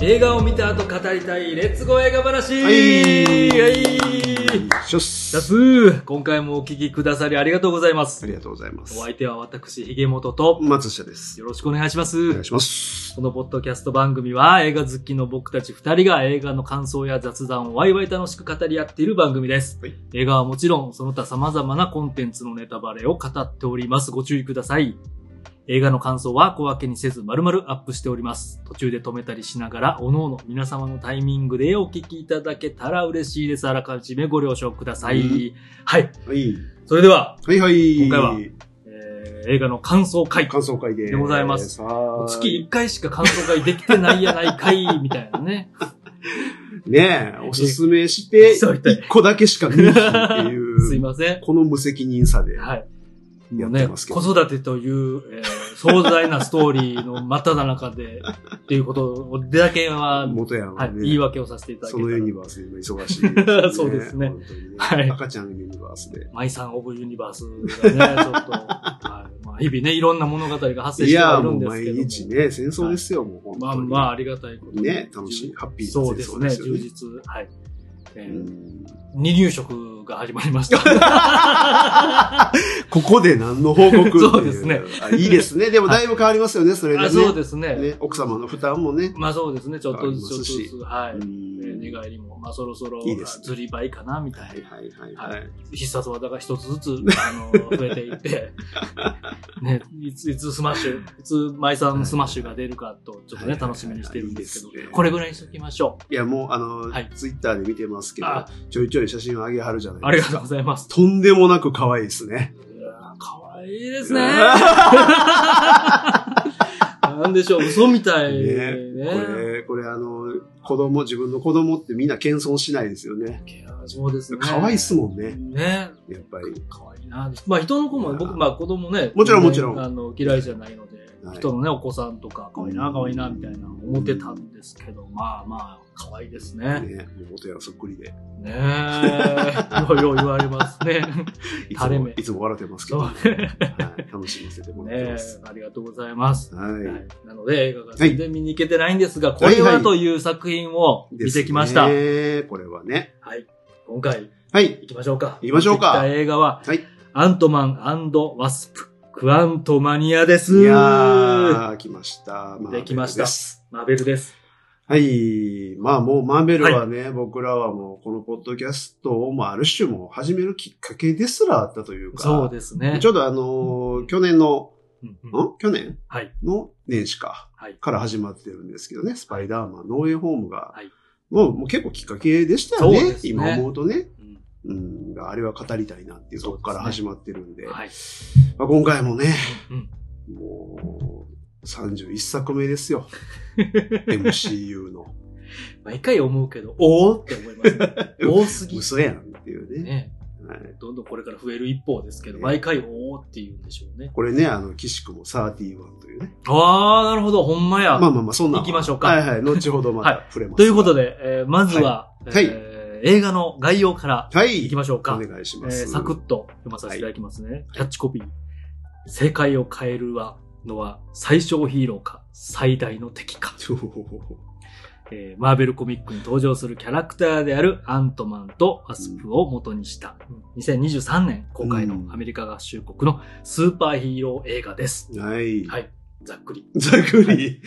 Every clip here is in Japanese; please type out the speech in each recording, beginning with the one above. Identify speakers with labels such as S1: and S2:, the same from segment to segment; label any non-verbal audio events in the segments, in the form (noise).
S1: 映画を見た後語りたいレッツゴー映画話
S2: はい
S1: はい
S2: しょっす
S1: だっすー今回もお聞きくださりありがとうございま
S2: あ
S1: す
S2: りがとうございます
S1: お。相手は私ひげもとと
S2: 松下です。
S1: よろしくお願いしま
S2: お願
S1: す
S2: いします。
S1: このポッドキャスト番組は映画好きの僕たち2人が映画の感想や雑談をワイワイ楽しく語り合っている番組です、
S2: はい
S1: 映画はもちろんその他様々なコンテンツのネタバレを語っておりますご注意ください映画の感想は小分けにせず丸々アップしております途中で止めたりしながらおのおの皆様のタイミングでお聞きいただけたら嬉しいですあらかじめご了承ください、
S2: うん
S1: はい
S2: はい。
S1: それでは、
S2: はいはい。
S1: 今回はえー映画の感想会
S2: 感想会で。
S1: でございます
S2: さあ。
S1: 月1回しか感想会できてないやないかい、みたいなね。
S2: ねえ、おすすめして、
S1: そう言っ
S2: 一個だけしか見ないってい
S1: (laughs)
S2: う。
S1: すいません。
S2: この無責任さで。
S1: はい。
S2: や
S1: もう
S2: って
S1: ね、
S2: ますけ
S1: 子
S2: ど
S1: 育てという、えー壮大なストーリーの真っ只中で、っていうことでだけは、
S2: 元や
S1: は、
S2: はいね。
S1: 言い訳をさせていただ
S2: そ
S1: けた
S2: の
S1: ら
S2: ユ。ニバースで今忙しいですね
S1: (laughs) そうですね
S2: 本当にね
S1: はい
S2: 赤ちゃんユニバースで。
S1: マイさんオブユニバースが
S2: (laughs)
S1: ね、ちょっと、はいまあ、日々ね、いろんな物語が発生
S2: い
S1: してはい
S2: や、
S1: る
S2: も
S1: ん
S2: う
S1: です
S2: 毎
S1: けども。
S2: 日ね、戦争ですよ、もう本
S1: まあ
S2: 当に。
S1: まあ、ありがたいことに
S2: ね楽しいハッピーな
S1: そうですね、
S2: 戦争
S1: 充
S2: で
S1: 実。はい。え
S2: う
S1: ー
S2: ん
S1: 二入食が始まりました。
S2: ここで何の報告ってい
S1: そうですね
S2: あいいですね。でもだいぶ変わりますよね、それでね。
S1: あそうですね
S2: ね、奥様の負担もね。
S1: まあそうですね、ちょっとずつ、ちょっ
S2: あり
S1: と
S2: ますし
S1: ずつ、はい。え
S2: うん
S1: ー寝返りも、まあそろそろ、
S2: いいですね
S1: ずりばいかな、みた
S2: はいい
S1: な。
S2: はいはいはい。
S1: 必殺技が一つず
S2: (laughs)
S1: つ、あの、増えていって、ね、いつ、いつスマッシュ、いつ、舞さんのスマッシュが出るかと、ちょっと
S2: はいはい
S1: ね、
S2: はい
S1: 楽しみにしてるんですけ
S2: いいです
S1: ど、
S2: ね
S1: これぐらいにしときましょ
S2: いや、もう、あの、
S1: はい
S2: ツイッターで見てますけど
S1: あ、。
S2: ちょいちょい写真を上げはるじゃないう
S1: あ
S2: で
S1: り
S2: す
S1: がとうございます。
S2: か。とんでもなく可愛いですね。
S1: かわいいですね。 (laughs) なんでしょう、嘘みたい
S2: ねこ
S1: ね。
S2: れ、これあの、子供、自分の子供ってみんな謙遜しないですよね。
S1: そうですね。
S2: 可愛いっすもんね、
S1: ね。
S2: やっぱり。
S1: 可愛いな。まあ人の子も、僕、まあ子供ね。
S2: もちろんもちろん
S1: あの、嫌いじゃないので、
S2: はい
S1: 人のね、お子さんとか、可愛いな、可愛いな、みたいな思ってたんですけど、まあまあ、可愛いですね。
S2: ね、もう元やらそっくりで。
S1: ねえ。 (laughs) ようよう言われます
S2: (laughs)
S1: ね。
S2: いつ
S1: 垂れ
S2: も
S1: 目、
S2: いつも笑ってますけ
S1: そ
S2: ど、
S1: う
S2: は
S1: ね
S2: い、楽しませてもらって
S1: え
S2: ます。。
S1: ありがとうございます。は
S2: はい
S1: なので、映画が全然見に行けてないんですが、これ
S2: はい
S1: は
S2: はい
S1: という作品を
S2: い。
S1: 見てきました。はい。
S2: ですねこれはね。
S1: 今回、
S2: はい。
S1: 行きましょうか。
S2: 行きましょうか
S1: 見てきた映画は、
S2: はい
S1: アントマンワスプ、クアントマニアです。
S2: いやー、来ました。マーベル
S1: できました
S2: す
S1: マーベルです。
S2: はい。まあもうマーベルはね、僕らはもうこのポッドキャストをもうある種もう始めるきっかけですらあったというか。
S1: そうですね。
S2: ちょうどあのー去年の、
S1: うんうん
S2: ん去年
S1: はい。
S2: の年始か。
S1: はい。
S2: から始まってるんですけどね、スパイダーマン、ノーウェイホームが、
S1: はい
S2: もうもう結構きっかけでした
S1: そ
S2: よ
S1: う
S2: ね
S1: で、すね
S2: 今思うとね。
S1: うん
S2: うん、あれは語りたいなっていう、そこから
S1: そうです
S2: 始まってるんで、
S1: はい。
S2: まあ、今回もね、
S1: うん
S2: もう31作目で
S1: (laughs)
S2: すよ、MCU の。
S1: 毎回思うけど、おーって思いますね。 (laughs) 多すぎ
S2: 嘘やんっていうね。
S1: ね。
S2: はい、
S1: どんどんこれから増える一方ですけど、
S2: ね
S1: 毎回おーって言うんでしょうね。
S2: これね、あの、岸君も31というね。
S1: あー、なるほど。ほんまや。
S2: まあまあまあ、そんなんは
S1: 行きましょうか
S2: はいはい、後ほどまた
S1: は
S2: 触れます、
S1: ということ。で、えーまずは、
S2: はい
S1: えー映画の概要から
S2: はい。
S1: 行きましょうか。
S2: お願いし
S1: え
S2: ま
S1: ー
S2: す。
S1: サクッと読まさせていただきますね。キャッチコピー。世界を変えるは、のは最小ヒーローか最大の敵か。えーマーベルコミックに登場するキャラクターであるアントマンとワスプを元にした2023年公開
S2: うん
S1: のアメリカ合衆国のスーパーヒーロー映画です。
S2: はい。。
S1: はいざっくり
S2: (laughs) ざっくり。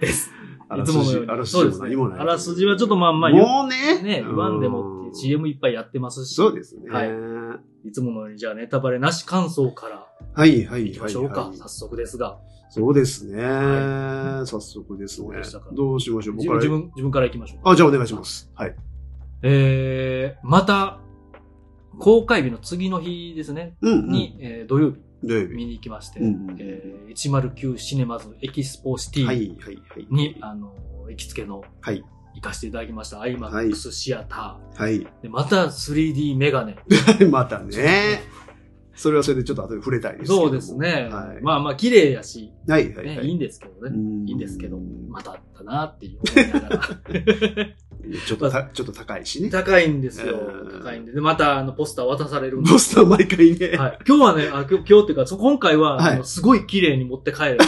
S1: です。
S2: あ
S1: い
S2: ら
S1: つ
S2: す
S1: もの
S2: じ
S1: ように
S2: あらす
S1: そうで
S2: じ
S1: す
S2: も
S1: ね
S2: 何もない。
S1: あらすじはちょっとまあまあ
S2: もうね。
S1: ね、言わんでもっ
S2: うん
S1: て CM いっぱいやってますし、
S2: そうですね。
S1: は
S2: はいい。
S1: いつものようにじゃあネタバレなし感想から
S2: はい、はい、
S1: いきましょうか。
S2: はい
S1: 早速ですが、
S2: そうですね。
S1: は
S2: 早速ですね
S1: どうでしたか。
S2: どうしましょう
S1: 自分
S2: 僕から
S1: 自分自分からいきましょう。
S2: あ、じゃあお願いします。はい。
S1: えー、また、公開日の次の日ですね、
S2: うん、うん。
S1: に、えー土曜日
S2: 土曜日。
S1: 見に行きまして、
S2: うんうん
S1: えー109シネマズエキスポシテ
S2: はい、は
S1: ィ
S2: い、はい。
S1: に、あの、行きつけの
S2: はい。
S1: 行かせていただきました、IMAX シアター。
S2: はい。 (laughs)
S1: で、また 3D メガネ。
S2: またね。それはそれでちょっと後で触れたいですけども
S1: (laughs) そうですね。
S2: はい。
S1: まあまあ、綺麗やし、
S2: はいはい
S1: ね、
S2: はい
S1: い
S2: い。
S1: んですけど
S2: う
S1: ね。
S2: ん
S1: いいんですけど、またあったなっていう思いながら。
S2: (laughs) ちょっとた、ちょっと高いしね。
S1: 高いんですよ
S2: う。ん
S1: 高いんで。で、また、あの、ポスター渡されるんで
S2: ポスター毎回ね。
S1: はい。今日はね、あ今日今日っていうか、そ今回は、
S2: はい
S1: あのすごい綺麗に持って帰れ
S2: (laughs)
S1: て、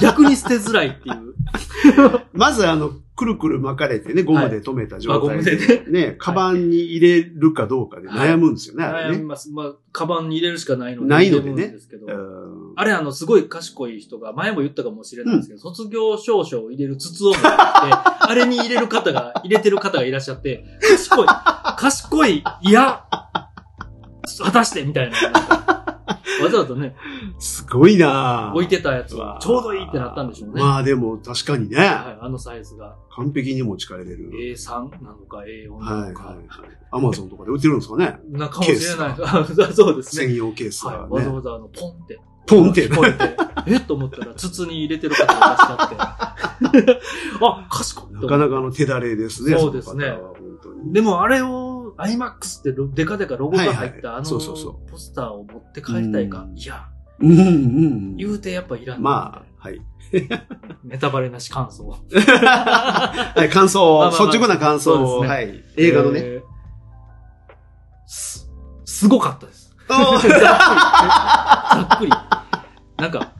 S1: 逆に捨てづらいっていう。
S2: まずあの、くるくる巻かれてね、ゴムで留めた状態で、
S1: はいあゴ
S2: ね、カバンに入れるかどうかで
S1: はい
S2: 悩むんですよね、あ
S1: 悩み
S2: れね。
S1: ます。まあ、カバンに入れるしかないので。
S2: ないのでね
S1: 入れるんですけど
S2: う。ん
S1: あれ、あの、すごい賢い人が、前も言ったかもしれないですけど、卒業証書を入れる筒を持ってき
S2: (laughs)
S1: て、あれに入れる方が、入れてる方がいらっしゃって、賢い、賢い、いや、果たして、みたいな。なんかわざわざ
S2: (laughs)
S1: ね、
S2: すごいなぁ
S1: 置いてたやつ
S2: うわ
S1: は
S2: ぁ
S1: ちょうどいいってなったんでしょうね。
S2: まあでも確かにね、
S1: はい、あのサイズが。
S2: 完璧に持ち帰れる。
S1: A3 なのか A4
S2: はい
S1: な
S2: はい
S1: のか、。
S2: アマゾンとかで売ってるんですかね。
S1: なかもしれない。あ (laughs) そうですね。
S2: 専用ケース
S1: はい、
S2: が
S1: わざ
S2: ね。
S1: わざあのポンって。
S2: ポンって
S1: 聞。こえて。えと思ったら筒に入れてる方がいらっしゃ
S2: (laughs)
S1: って。あ、賢いと思って
S2: なかなかの手だれですね。
S1: そうですね
S2: の方は本当に
S1: でもあれを IMAX ってロデカデカロゴが入
S2: は
S1: っ
S2: いは
S1: た
S2: い
S1: あの
S2: そうそうそ
S1: ポスターを持って帰りたいか
S2: う。ん
S1: いや、
S2: うんうん
S1: 言うてやっぱいら
S2: うんん。
S1: な
S2: まあ、はい。 (laughs)
S1: ネタバレなし感想。
S2: はい、感想を、
S1: まあまあまあ
S2: 率直な感想を、
S1: そうですね
S2: はい。映画のね。
S1: えー。す、すごかったです。
S2: お
S1: ざっくり。ざっくり。なんか、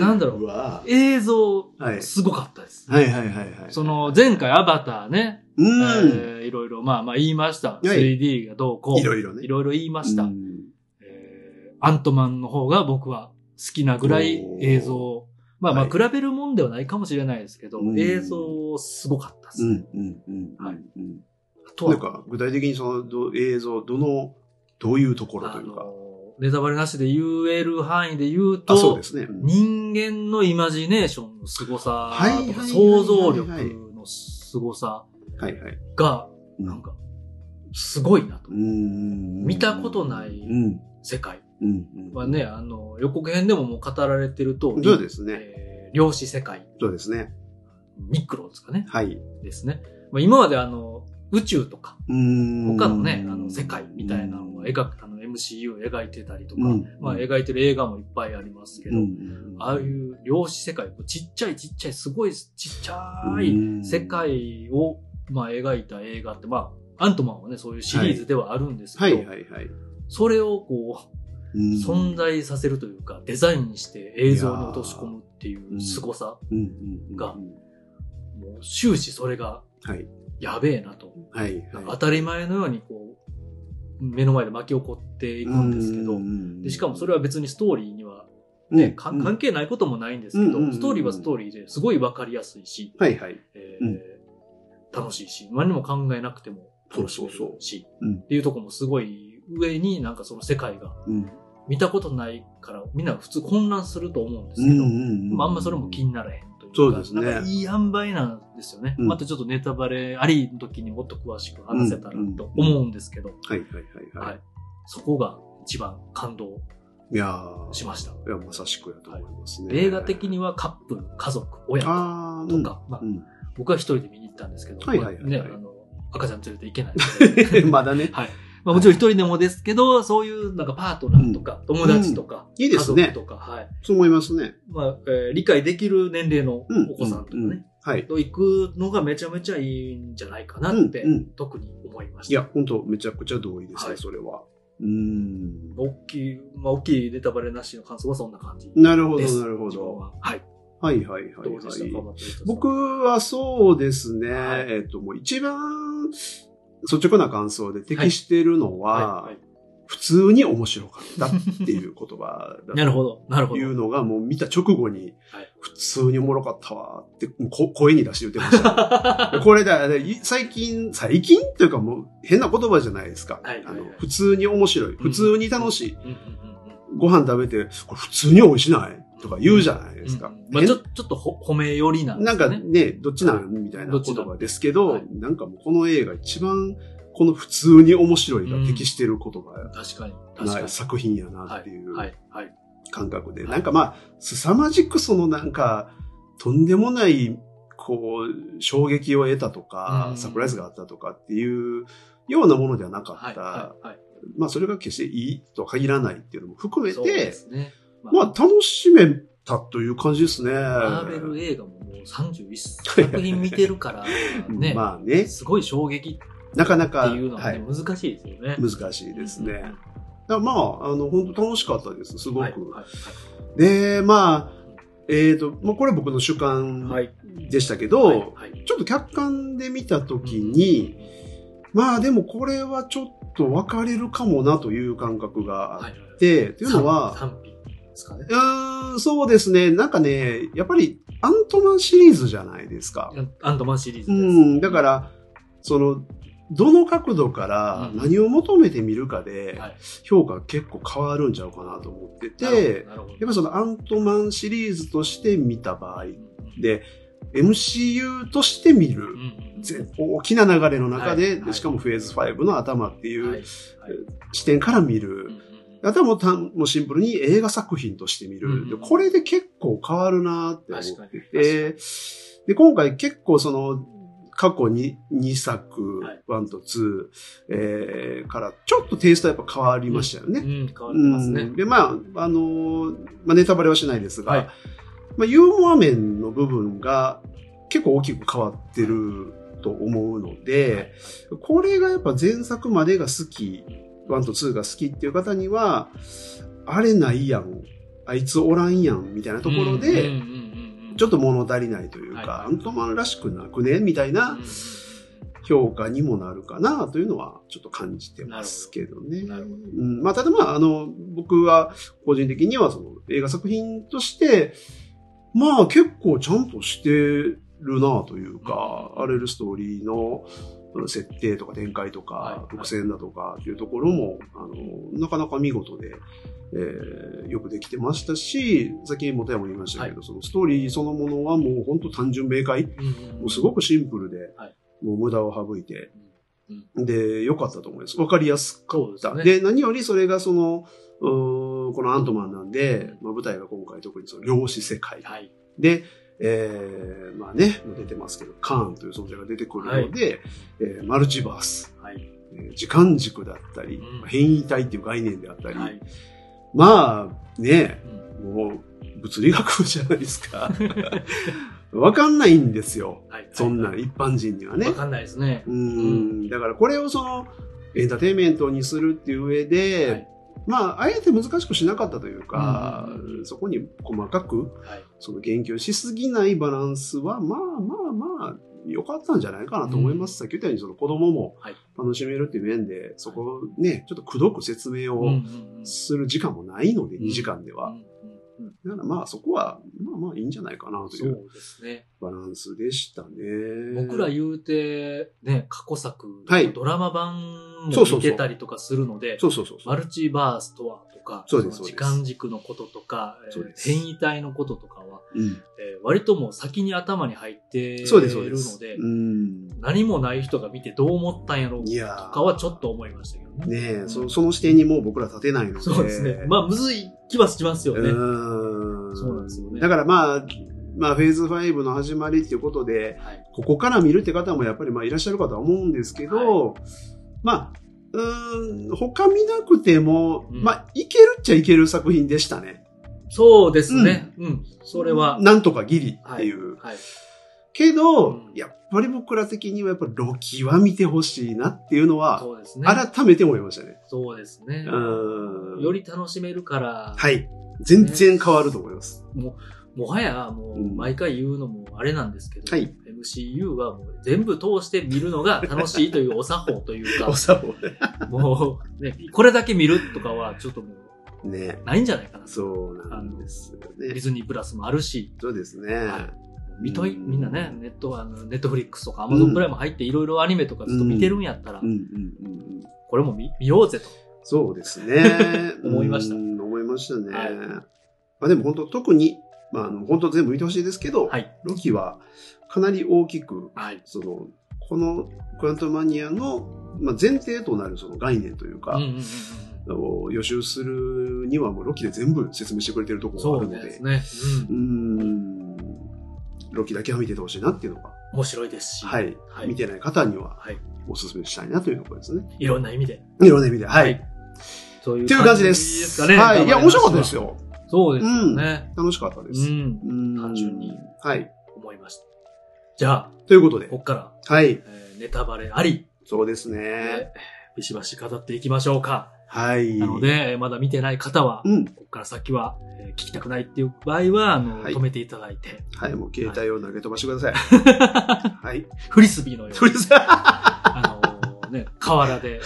S1: なんだろ
S2: ーう
S1: う。
S2: わぁ
S1: 映像
S2: は、い
S1: すごかったです。
S2: はいはいはいはい。
S1: その、前回アバターね、
S2: う
S1: え
S2: ん。
S1: ーいろいろ、まあまあ言いました。
S2: い
S1: 3D がどうこう。
S2: いろいろね
S1: いろいろ言いました
S2: う。ん
S1: えーアントマンの方が僕は好きなぐらい
S2: おー
S1: 映像、まあまあ
S2: はい
S1: 比べるもんではないかもしれないですけど
S2: う、ん
S1: 映像すごかったです
S2: う
S1: ね。
S2: んうんうん
S1: はい
S2: うん
S1: あとは
S2: なんか具体的にそのど映像どのどういうところという
S1: あ
S2: か
S1: のネタバレなしで言える範囲で言うと、
S2: あそうですね、うん
S1: 人間のイマジネーションの凄さ
S2: はいはい
S1: とか
S2: はい
S1: 想像力の凄さ
S2: はいはい
S1: が、
S2: うん
S1: なんか、すごいなと
S2: う。ん
S1: 見たことない
S2: うん
S1: 世界
S2: うん
S1: はね、あの、予告編でももう語られてると
S2: うんそうですね
S1: えー量子世界、
S2: そうですね
S1: ミクロですかね、
S2: はい
S1: ですね。まあ、今まであの、宇宙とか、
S2: うん
S1: 他のね、あの、世界みたいなのを描く、あの、MCU を描いてたりとか、
S2: うん
S1: まあ、描いてる映画もいっぱいありますけ
S2: う
S1: ど、
S2: んうん
S1: ああいう量子世界、こうちっちゃいちっちゃい、すごいちっちゃい
S2: うん
S1: 世界を、まあ、描いた映画って、まあ、アントマンはね、そういうシリーズではあるんです
S2: は
S1: けど、
S2: いはいはい
S1: それをこ
S2: うん
S1: う、存在させるというか、デザインして映像に落とし込むっていう凄さ、
S2: うんうんうん
S1: がもう終始それが
S2: はい
S1: やべえなと。
S2: はい
S1: なんか
S2: は
S1: 当たり前のようにこう、目の前で巻き起こってい
S2: い
S1: くんですけど、で
S2: ど
S1: しかもそれは別にストーリーには、
S2: ね
S1: か
S2: うん
S1: 関係ないこともないんですけど、
S2: うんうんうんうん
S1: ストーリーはストーリーですごいわかりやすいし、
S2: はいはい
S1: え
S2: うん
S1: ー楽しいし、何も考えなくても楽しめるし
S2: そうそううん
S1: っていうところもすごい上になんかその世界が
S2: うん
S1: 見たことないから、みんな普通混乱すると思うんです
S2: う
S1: けど、
S2: ん
S1: でもあんまそれも気にならへんというか、
S2: そうですね
S1: なんかいい塩梅なんですよね。
S2: うん
S1: またちょっとネタバレありの時にもっと詳しく話せたらと思うんですけど、
S2: はいはいはい
S1: は。
S2: はい
S1: そこが一番感動
S2: いいやー
S1: しました。
S2: いや、まさしくやと思いますね。
S1: 映画的にはカップル、家族、親子
S2: あ
S1: と
S2: ー
S1: か、まあ
S2: う、ん
S1: 僕は一人で見に行ったんですけど、
S2: はいはいはいはい
S1: ね、あの、赤ちゃん連れて行けないので、
S2: うん (laughs) まだね。
S1: はい。まあもちろん一人でもですけど、そういうなんかパートナーとか、友達とか、
S2: いいですね
S1: 家族とか、はい。
S2: そう思いますね。
S1: まあ、えー理解できる年齢のお
S2: うん。
S1: 子さんとかね、
S2: ううはい。
S1: と行くのがめちゃめちゃいいんじゃないかなって、
S2: うんうん
S1: 特に思いました。
S2: いや、本当めちゃくちゃ同意です
S1: は
S2: ね、
S1: い
S2: それは。うーん。
S1: 大きい、まあ、大きいネタバレなしの感想はそんな感じ。
S2: なるほ
S1: で
S2: ど、
S1: す
S2: なるほ
S1: 自分
S2: ど。
S1: ははい。
S2: はいはいはい
S1: どうでしたか
S2: はい。
S1: 松本さん
S2: 僕はそうですね、
S1: はい
S2: えっと、もう一番率直な感想で適してるの
S1: は
S2: は、
S1: い、はい
S2: 普通に面白かったっていう言葉だ
S1: (laughs) なるほど、なるほ
S2: い
S1: ど
S2: う。のが、もう見た直後に
S1: はい、
S2: 普通におもろかったわって、こ声に出して言ってました。 (laughs) これだ、い最近、最近というかもう変な言葉じゃないですか。
S1: はいはいはい
S2: あの普通に面白い、普通に楽しい、
S1: うんうんうんうん
S2: ご飯食べて、これ普通に美味しないとか言うじゃないですか。
S1: うんうんまあ、ちょちょっとほ褒め寄りなんです
S2: なん
S1: か
S2: か
S1: ね。
S2: ね、どっちなんみたいな
S1: どっち
S2: 言
S1: なん
S2: 葉ですけど、
S1: はい
S2: なんかもうこの映画一番この普通に面白いが適してる言葉
S1: 確かに、確か
S2: な
S1: に。
S2: 作品やなっていう。
S1: はい、はい。
S2: 感覚で、
S1: はい
S2: なんかまあ、凄まじくそのなんか、とんでもない、こう、衝撃を得たと
S1: う
S2: か、
S1: ん
S2: サプライズがあったとかっていうようなものではなかった
S1: はい、はい。
S2: まあそれが決していいとは限らないっていうのも含め
S1: そうで
S2: て、
S1: すね。
S2: まあ楽しめたという感じですね。
S1: マーベル映画ももう31作品見てるから、ね、
S2: (laughs) まあね、
S1: すごい衝撃
S2: なかな
S1: っ
S2: か、
S1: ていうのは
S2: は
S1: ね、
S2: い、
S1: 難しいですよね。
S2: 難しいですね。
S1: うん
S2: だからまあ、あの、本当楽しかったです、すごく。
S1: はいはい
S2: で、まあ、えっ、と、まあこれ僕の主観
S1: はい。
S2: でしたけど、
S1: はいはい
S2: ちょっと客観で見たときに、まあでもこれはちょっと分かれるかもなという感覚があ
S1: はい
S2: って、っていうのは、
S1: 賛賛否ですかね。
S2: うーん、そうですね、なんかね、やっぱりアントマンシリーズじゃないですか。
S1: アントマンシリーズ
S2: う
S1: です。
S2: ん、だから、その、どの角度から
S1: うん
S2: 何を求めてみるかで
S1: はい、
S2: 評価結構変わるんちゃうかなと思ってて、
S1: なるほど、
S2: やっ
S1: なるほど
S2: ぱりそのアントマンシリーズとして見た場合
S1: うん
S2: で、MCU として見る
S1: うんうん
S2: ぜ大きな流れの中
S1: は
S2: で、
S1: いはい
S2: しかもフェーズ5の頭ってい
S1: はいう
S2: 視点から見る。あとはもうたもうシンプルに映画作品として見る。
S1: うん
S2: でこれで結構変わるなって思
S1: 確か
S2: っ
S1: に
S2: てて、で、今回結構その、過去に2作、
S1: はい
S2: 1と2、えー、からちょっとテイストはやっぱ変わりましたよね
S1: う。ん、変わってます
S2: う
S1: ね
S2: ん。で、まあ、あのーまあ、ネタバレはしないですが、
S1: はい
S2: まあ、ユーモア面の部分が結構大きく変わってると思うので、これがやっぱ前作までが好き、1と2が好きっていう方には、あれないやん、あいつおらんやん、みたいなところ
S1: うん
S2: で、
S1: うんうんうん
S2: ちょっと物足りないというか、
S1: はい
S2: アントマンらしくなくねみたい
S1: うん
S2: な
S1: うん
S2: 評価にもなるかなというのはちょっと感じてますけどね。
S1: うんなるほど。
S2: うん、まあ、ただまあ、あの、僕は個人的にはその映画作品として、まあ結構ちゃんとしてるなというか、
S1: うん
S2: あらゆるストーリーのその設定とか展開と
S1: はい
S2: か、伏線だとかっていうところも、あの、なかなか見事で、えーよくできてましたし、さっき元山も言いましたけど、そのストーリーそのものはもう本当単純明快、もうすご
S1: く、
S2: くシンプルで、
S1: はい
S2: もう無駄を省いて、
S1: うん
S2: で、良かったと思います。わかりやすか
S1: そうで
S2: っ
S1: す
S2: た。
S1: ね
S2: で,、何よりそれがその、うーんこのアントマンなんで、まあ、舞台が今回特にその量子世界。
S1: はい。
S2: で、えーまあね、もう出てますけど、カーンという存在が出てくるので、えーマルチバース、
S1: はい。
S2: えー時間軸だったり、
S1: うん
S2: 変異体っていう概念であったり、
S1: はい。
S2: まあね、
S1: うん
S2: もう物理学じゃないですか。 (laughs) わかんないんですよ。
S1: はい
S2: そんなん一般人にはね
S1: わ。かんないですね。
S2: うん、だからこれをそのエンターテインメントにするっていう上で、
S1: はい
S2: まあ、あえて難しくしなかったというか、
S1: うん
S2: そこに細かく
S1: はい。
S2: その言及しすぎないバランスは、まあまあまあ、良かったんじゃないかなと思います。さっき言ったように、その子供も
S1: はい
S2: 楽しめるっていう面で、そこをね、ちょっとくどく説明
S1: うん
S2: を
S1: うんうん
S2: する時間もないので、
S1: うん
S2: 2時間で
S1: う
S2: は。
S1: んうんうん
S2: だからまあ、そこは、まあまあいいんじゃないかなとい
S1: そううですね。
S2: バランスでしたね。
S1: 僕ら言うて、ね、過去作、
S2: はい
S1: ドラマ版
S2: そ
S1: も
S2: うそうそ
S1: 見て
S2: う
S1: たりとかするので、
S2: そうそうそうそう。
S1: マルチバースとはとか、
S2: そうです
S1: の
S2: そう
S1: 時
S2: です
S1: 間軸のこととか、えー
S2: そうです
S1: 変異体のこととかは、
S2: うん
S1: えー割ともう先に頭に入っている
S2: そうです、そうです。
S1: ので、
S2: うん。
S1: 何もない人が見てどう思ったんやろう
S2: い
S1: と
S2: やー
S1: かはちょっと思いましたけどね。
S2: ねえ、
S1: うん
S2: そその視点にもう僕ら立てないので。
S1: そうですね。まあ、むずい気はしますよ
S2: う
S1: ね。
S2: ーん。
S1: そうなんですよね
S2: だからまあ、まあ、フェーズ5の始まりっていうことで、
S1: はい。
S2: ここから見るって方もやっぱりまあいらっしゃるかとは思うんですけど、まあ、うーん、他見なくても、
S1: うん
S2: まあ、いけるっちゃいける作品でしたね。
S1: そうですね。うん。それは。
S2: なんとかギリっていう。
S1: はい。
S2: けど、
S1: うん
S2: やっぱり僕ら的にはやっぱロキは見てほしいなっていうのは、
S1: そうですね。
S2: 改めて思いましたね。
S1: そうですね。
S2: うん。
S1: より楽しめるから、
S2: はい。全然変わると思います。
S1: もはや、もう、
S2: うん
S1: 毎回言うのもあれなんですけど、
S2: はい
S1: MCU はもう全部通して見るのが楽しいというお作法というか
S2: (laughs) お、作法
S1: もう、ね、これだけ見るとかはちょっともう、
S2: ね。
S1: ないんじゃないかな。
S2: そうなんですよ
S1: ディ
S2: ね。
S1: ズニープラスもあるし、
S2: そうですね。
S1: は見とい、
S2: うん
S1: みんなね、ネット、あの、ネットフリックスとかアマゾンプライム入っていろいろアニメとかずっと見てるんやったら、
S2: うんうんうんうん。
S1: これも見見ようぜと。。
S2: そうですね
S1: (laughs) 思いました
S2: うん思いましたね。
S1: はい
S2: まあでも本当特に、まああの本当全部見てほしいですけど、
S1: はい。
S2: ロキはかなり大きく、
S1: はい。
S2: その、このクラントマニアの、まあ、前提となるその概念という
S1: うん
S2: か、
S1: うんうんうん
S2: を予習するにはもうロキで全部説明してくれてるところ
S1: そ
S2: があ
S1: う
S2: るの
S1: で
S2: で、
S1: すね。
S2: うーん、ロキだけは見ててほしいなっていうのが、
S1: うん。面白いですし、
S2: はい、
S1: はい
S2: 見てない方には
S1: はい
S2: お勧めしたいなというところですね。
S1: いろんな意味で。
S2: いろんな意味で、はい。
S1: はいという
S2: っていう感じです。
S1: かね。
S2: はい。いや、面白かったです
S1: よ。
S2: よ。
S1: そうですよね。
S2: 楽しかったで
S1: う
S2: す。
S1: ん。
S2: うん
S1: 単純に。
S2: はい。
S1: 思いました。じゃあ、
S2: ということで
S1: こ。っから、
S2: はい。
S1: えーネタバレあり、
S2: そうです
S1: え
S2: ね。
S1: ービシバシ語っていきましょうか。
S2: はい。
S1: なので、えーまだ見てない方は、
S2: うん。
S1: ここから先は、えー聞きたくないっていう場合は、あの、
S2: はい
S1: 止めていただいて、
S2: はい。もう携帯を投げ飛ばしてください。はい。
S1: フリスビーのよ
S2: と
S1: う
S2: り
S1: に、
S2: あえず、河
S1: あのーね、河原で、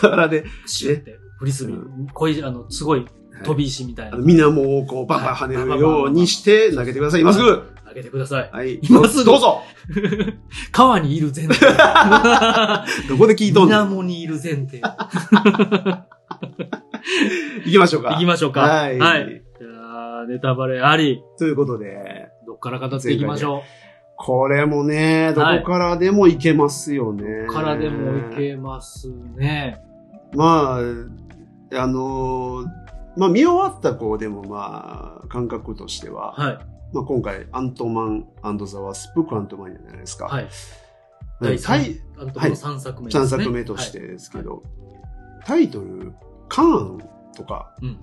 S2: 原で、
S1: シュって、フリスビー、こういう、あの、すごい飛び石みたい
S2: あ
S1: な
S2: の、水面をこう、バンバン跳ねるようにして投げてください。今すぐ
S1: 投げてください。 (laughs)
S2: はい。
S1: 今すぐ
S2: どうぞ
S1: 川にいる前提。 (laughs)
S2: どこで聞いとんの
S1: 水面にいる前提。
S2: 行きましょうか。
S1: 行きましょうか。
S2: はい。
S1: じゃあ、ネタバレあり、
S2: ということで、
S1: どっから語っていきましょ
S2: これもね、どこからでもいけますよね。
S1: う。からでもいけますね。
S2: まあ、あのーまあ見終わった子でもまあ、感覚としては、
S1: はい。
S2: まあ今回、アントマンザ・ワスプクアントマンじゃないですか。
S1: はい。
S2: うん
S1: 第三
S2: タイ
S1: あのところ3作目ですね。
S2: 3作目として
S1: はい。
S2: ですけど、タイトル、カーンとか、
S1: うんうん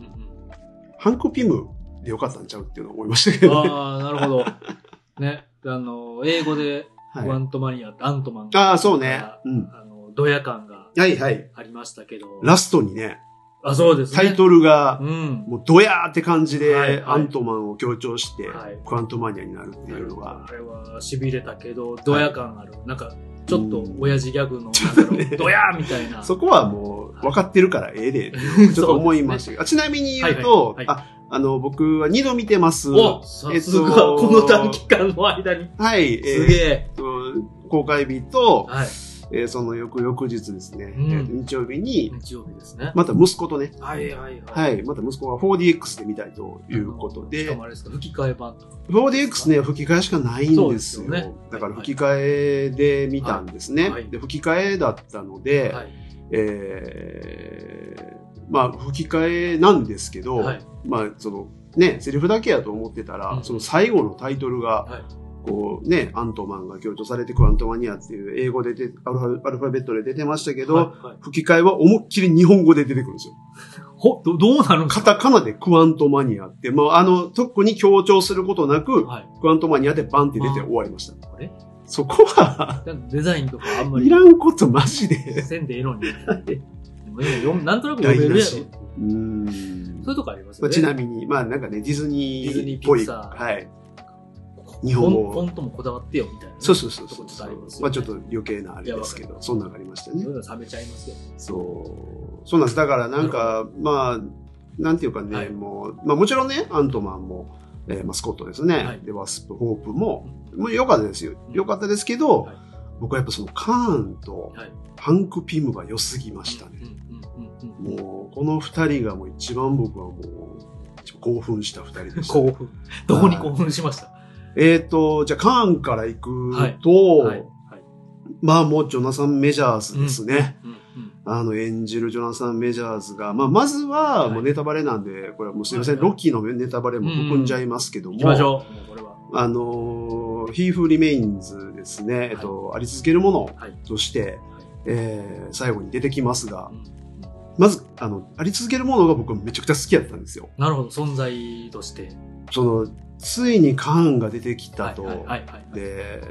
S2: ハンコピムでよかったんちゃうっていうのを思いましたけ
S1: うん。
S2: どね。
S1: ああ、なる
S2: (laughs)
S1: ほど。ね。あの、英語で、
S2: はい
S1: ワントマニア、アントマン。
S2: ああ、そうね。うん。
S1: あの、ドヤ感が
S2: はいはい。
S1: ありましたけど。
S2: ラストにね、
S1: あ、そうですね。
S2: タイトルが、
S1: うん。
S2: もうドヤーって感じ
S1: はい
S2: で、
S1: は
S2: ア
S1: い
S2: ントマンを強調して
S1: はい、
S2: クアントマニアになるっていうのが、
S1: あれは痺れたけど、ドヤ感ある。なんか、ちょっと親父ギャグの、なんだろうドヤーみたいな。
S2: (laughs) そこはもう分かってるからえ
S1: (laughs)
S2: えでっていうのをちょっと思いましたけど、あちなみに言うと、
S1: はいはいは
S2: ああの僕は2度見てます。
S1: (laughs) おさすが、この短期間の間に。
S2: はい、え
S1: す
S2: ー
S1: げえ。
S2: と公開日と、
S1: はい。
S2: えーその翌々日ですね、
S1: うん
S2: えーと日曜日に、
S1: 日曜日ですね。
S2: また息子とね、
S1: はいはい。
S2: はいい、また息子が 4DX で見たいということ
S1: しか
S2: で
S1: も、あれですか、吹き替え版とか。
S2: 4DX ね、吹き替えしかないんです
S1: そ
S2: よ。
S1: うですよね
S2: だから吹き替えで見たんですね。
S1: はい
S2: で吹き替えだったので、
S1: はい。
S2: えーまあ吹き替えなんですけど、
S1: はい。
S2: まあそのね、セリフだけやと思ってたら、
S1: うん
S2: その最後のタイトルが、
S1: はい
S2: こうね、アントマンが強調されてクアントマニアっていう英語で出てアルファアルファベットで出てましたけど、
S1: はいはい
S2: 吹き替えは思いっきり日本語で出てくるんですよ。
S1: ほ、ど、どうなるんです
S2: カ
S1: か
S2: タカナでクアントマニアって、まあ、あの、特に強調することなく、
S1: はい。
S2: クアントマニアでバンって出て終わりました。
S1: あれ
S2: そこは、
S1: なんかデザインとかあんま
S2: い
S1: り
S2: らんことマジで。
S1: せんでええのに。でも読むなんとなく読めるやろ。
S2: 台
S1: そう
S2: 無しうん
S1: いうとこあります
S2: ま
S1: よね。
S2: あちなみに、まあなんかね、ディズニ
S1: ディズニ
S2: ー
S1: ー
S2: っぽい。
S1: ピクサー
S2: はい。
S1: み
S2: 日本語
S1: フォントもこだわってよ、みたいな。
S2: そうそうそう
S1: とこ
S2: そう
S1: ちょっとありますよね
S2: まあちょっと余計なあれですけど、そんなんがありましたね
S1: そうい。うの冷めちゃいますよ。
S2: そう。そうなんです。だからなんか、まあ、なんていうかね、
S1: はい
S2: もう、まあもちろんね、アントマンも、えーマスコットですね。
S1: はい
S2: で、ワスプ、ホープも、もう良かったですよ。良かったですけど、
S1: はい
S2: 僕はやっぱそのカーンと
S1: はい
S2: ハンク・ピムが良すぎましたね。
S1: うんうんうんうん
S2: もう、この二人がもう一番僕はもう、興奮した二人でした。
S1: 興奮。ど (laughs) こに興奮しました
S2: えっ、と、じゃあカーンから行くと、
S1: はい。はい。
S2: まあもうジョナサン・メジャーズですね。
S1: うんうん。
S2: あの、演じるジョナサン・メジャーズが、まあ、まずは、
S1: はい
S2: もうネタバレなんで、これはもうすいません、
S1: はいはい
S2: ロッキーのネタバレも含んじゃいますけども、
S1: 行きましょう。もうこれは。
S2: あのー、He Who Remains ですね、えっと、あり続けるもの
S1: はい
S2: として、えー最後に出てきますが
S1: う、んうん
S2: まず、あの、あり続けるものが僕めちゃくちゃ好きだったんですよ。
S1: なるほど、存在として。
S2: その、ついにカーンが出てきたと、
S1: はいはいはい。
S2: で、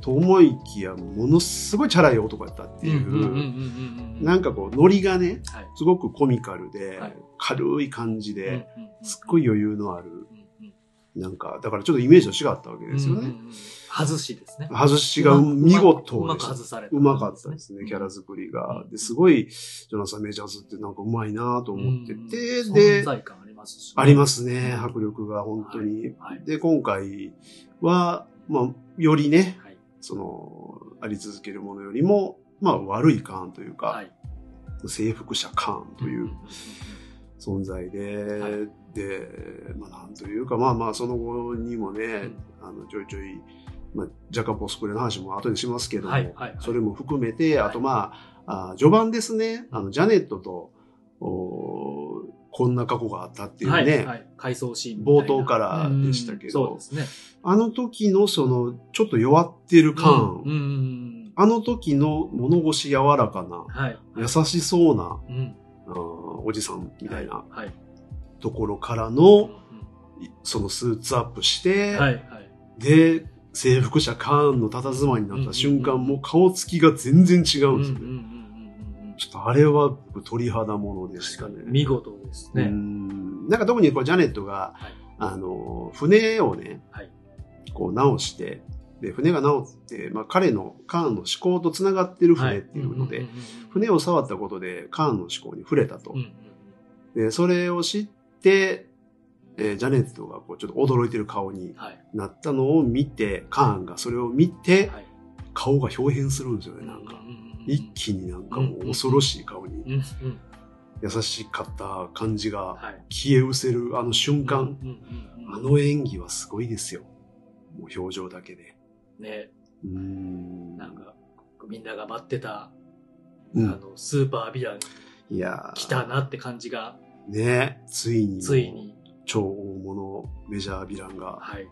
S2: と思いきや、ものすごいチャラい男やったっていう、なん
S1: か、
S2: かこう、ノリがね、
S1: はい
S2: すごくコミカルで、
S1: はい
S2: 軽い感じで、
S1: うんうんうん
S2: すっごい余裕のある、
S1: うんうん
S2: なんか、だからちょっとイメージと違ったわけですよ
S1: うんう
S2: ね。
S1: んうん外しですね。
S2: 外しが見事
S1: うま
S2: で
S1: く
S2: し
S1: うまく
S2: た。
S1: 外された。
S2: うまかったですね、キャラ作りが。ですごい、ジョナサン・メジャーズってなんかうまいなと
S1: と
S2: 思ってて、
S1: 存
S2: で、
S1: 在感ありますし。。
S2: ありますすね、迫力が本当に。
S1: はい。
S2: で、今回は、まあ、よりね、
S1: はい。
S2: その、あり続けるものよりも、まあ、悪いカーンというか、
S1: はい。
S2: 征服者カーンという
S1: うんんん
S2: 存在で、
S1: はい
S2: で、まあなんというか、まあまあその後にもね、
S1: ん
S2: あのちょいちょい、まあ、ジャカポスクレの話も後でしますけども、
S1: はいはいはい
S2: それも含めて、あとまあ、あ序盤ですね、あのジャネットとおーこんな過去があったっていうね、
S1: はいはい。回想シーンみたいな。
S2: 冒頭からでしたけど
S1: うんそうですね。
S2: あの時のそのちょっと弱ってる感、
S1: うんうんうんうん。
S2: あの時の物腰柔らかな、
S1: はい。
S2: 優しそうな
S1: うん。
S2: のおじさんみたいな
S1: はい。
S2: ところから
S1: うん
S2: の、いそのスーツアップし
S1: う
S2: て、
S1: んはい、はい。
S2: で、征服者カーンの佇まいになった瞬間、
S1: うんうん
S2: もう顔つきが全然違
S1: う
S2: う
S1: ん
S2: んで
S1: うんうん
S2: すよ
S1: う
S2: ね。
S1: んうん
S2: ちょっとあれは僕鳥肌ものでした
S1: う
S2: ね。
S1: ん。見事です
S2: う
S1: ね。
S2: んなんか特にこうジャネットが、
S1: はい
S2: あの、船をね、
S1: はい
S2: こう直して、で、船が直って、まあ彼の、カーンの思考と繋がってる
S1: は
S2: 船っていうので、
S1: んんんうん
S2: 船を触ったことでカーンの思考に触れたと。
S1: うんうん
S2: で、それを知って、えージャネットがこうちょっと驚いてる顔に
S1: うんはい。
S2: なったのを見て、カーンがそれを見て、
S1: はい。
S2: 顔が表変するんですよね、なんか。一気になんかもう恐ろしい顔
S1: うん
S2: に、
S1: うんうん。
S2: 優しかった感じが
S1: はい。
S2: 消え失せるあの瞬間、
S1: うんうんうん
S2: あの演技はすごいですよ。もう表情だけで。
S1: ね、
S2: うーん。
S1: なんか、みんなが待ってた、
S2: う
S1: あ
S2: ん、
S1: の、スーパーヴィラン
S2: いやー
S1: 来たなって感じが、
S2: ねついに。
S1: つい。に、
S2: 超大物メジャーヴィランが
S1: はい、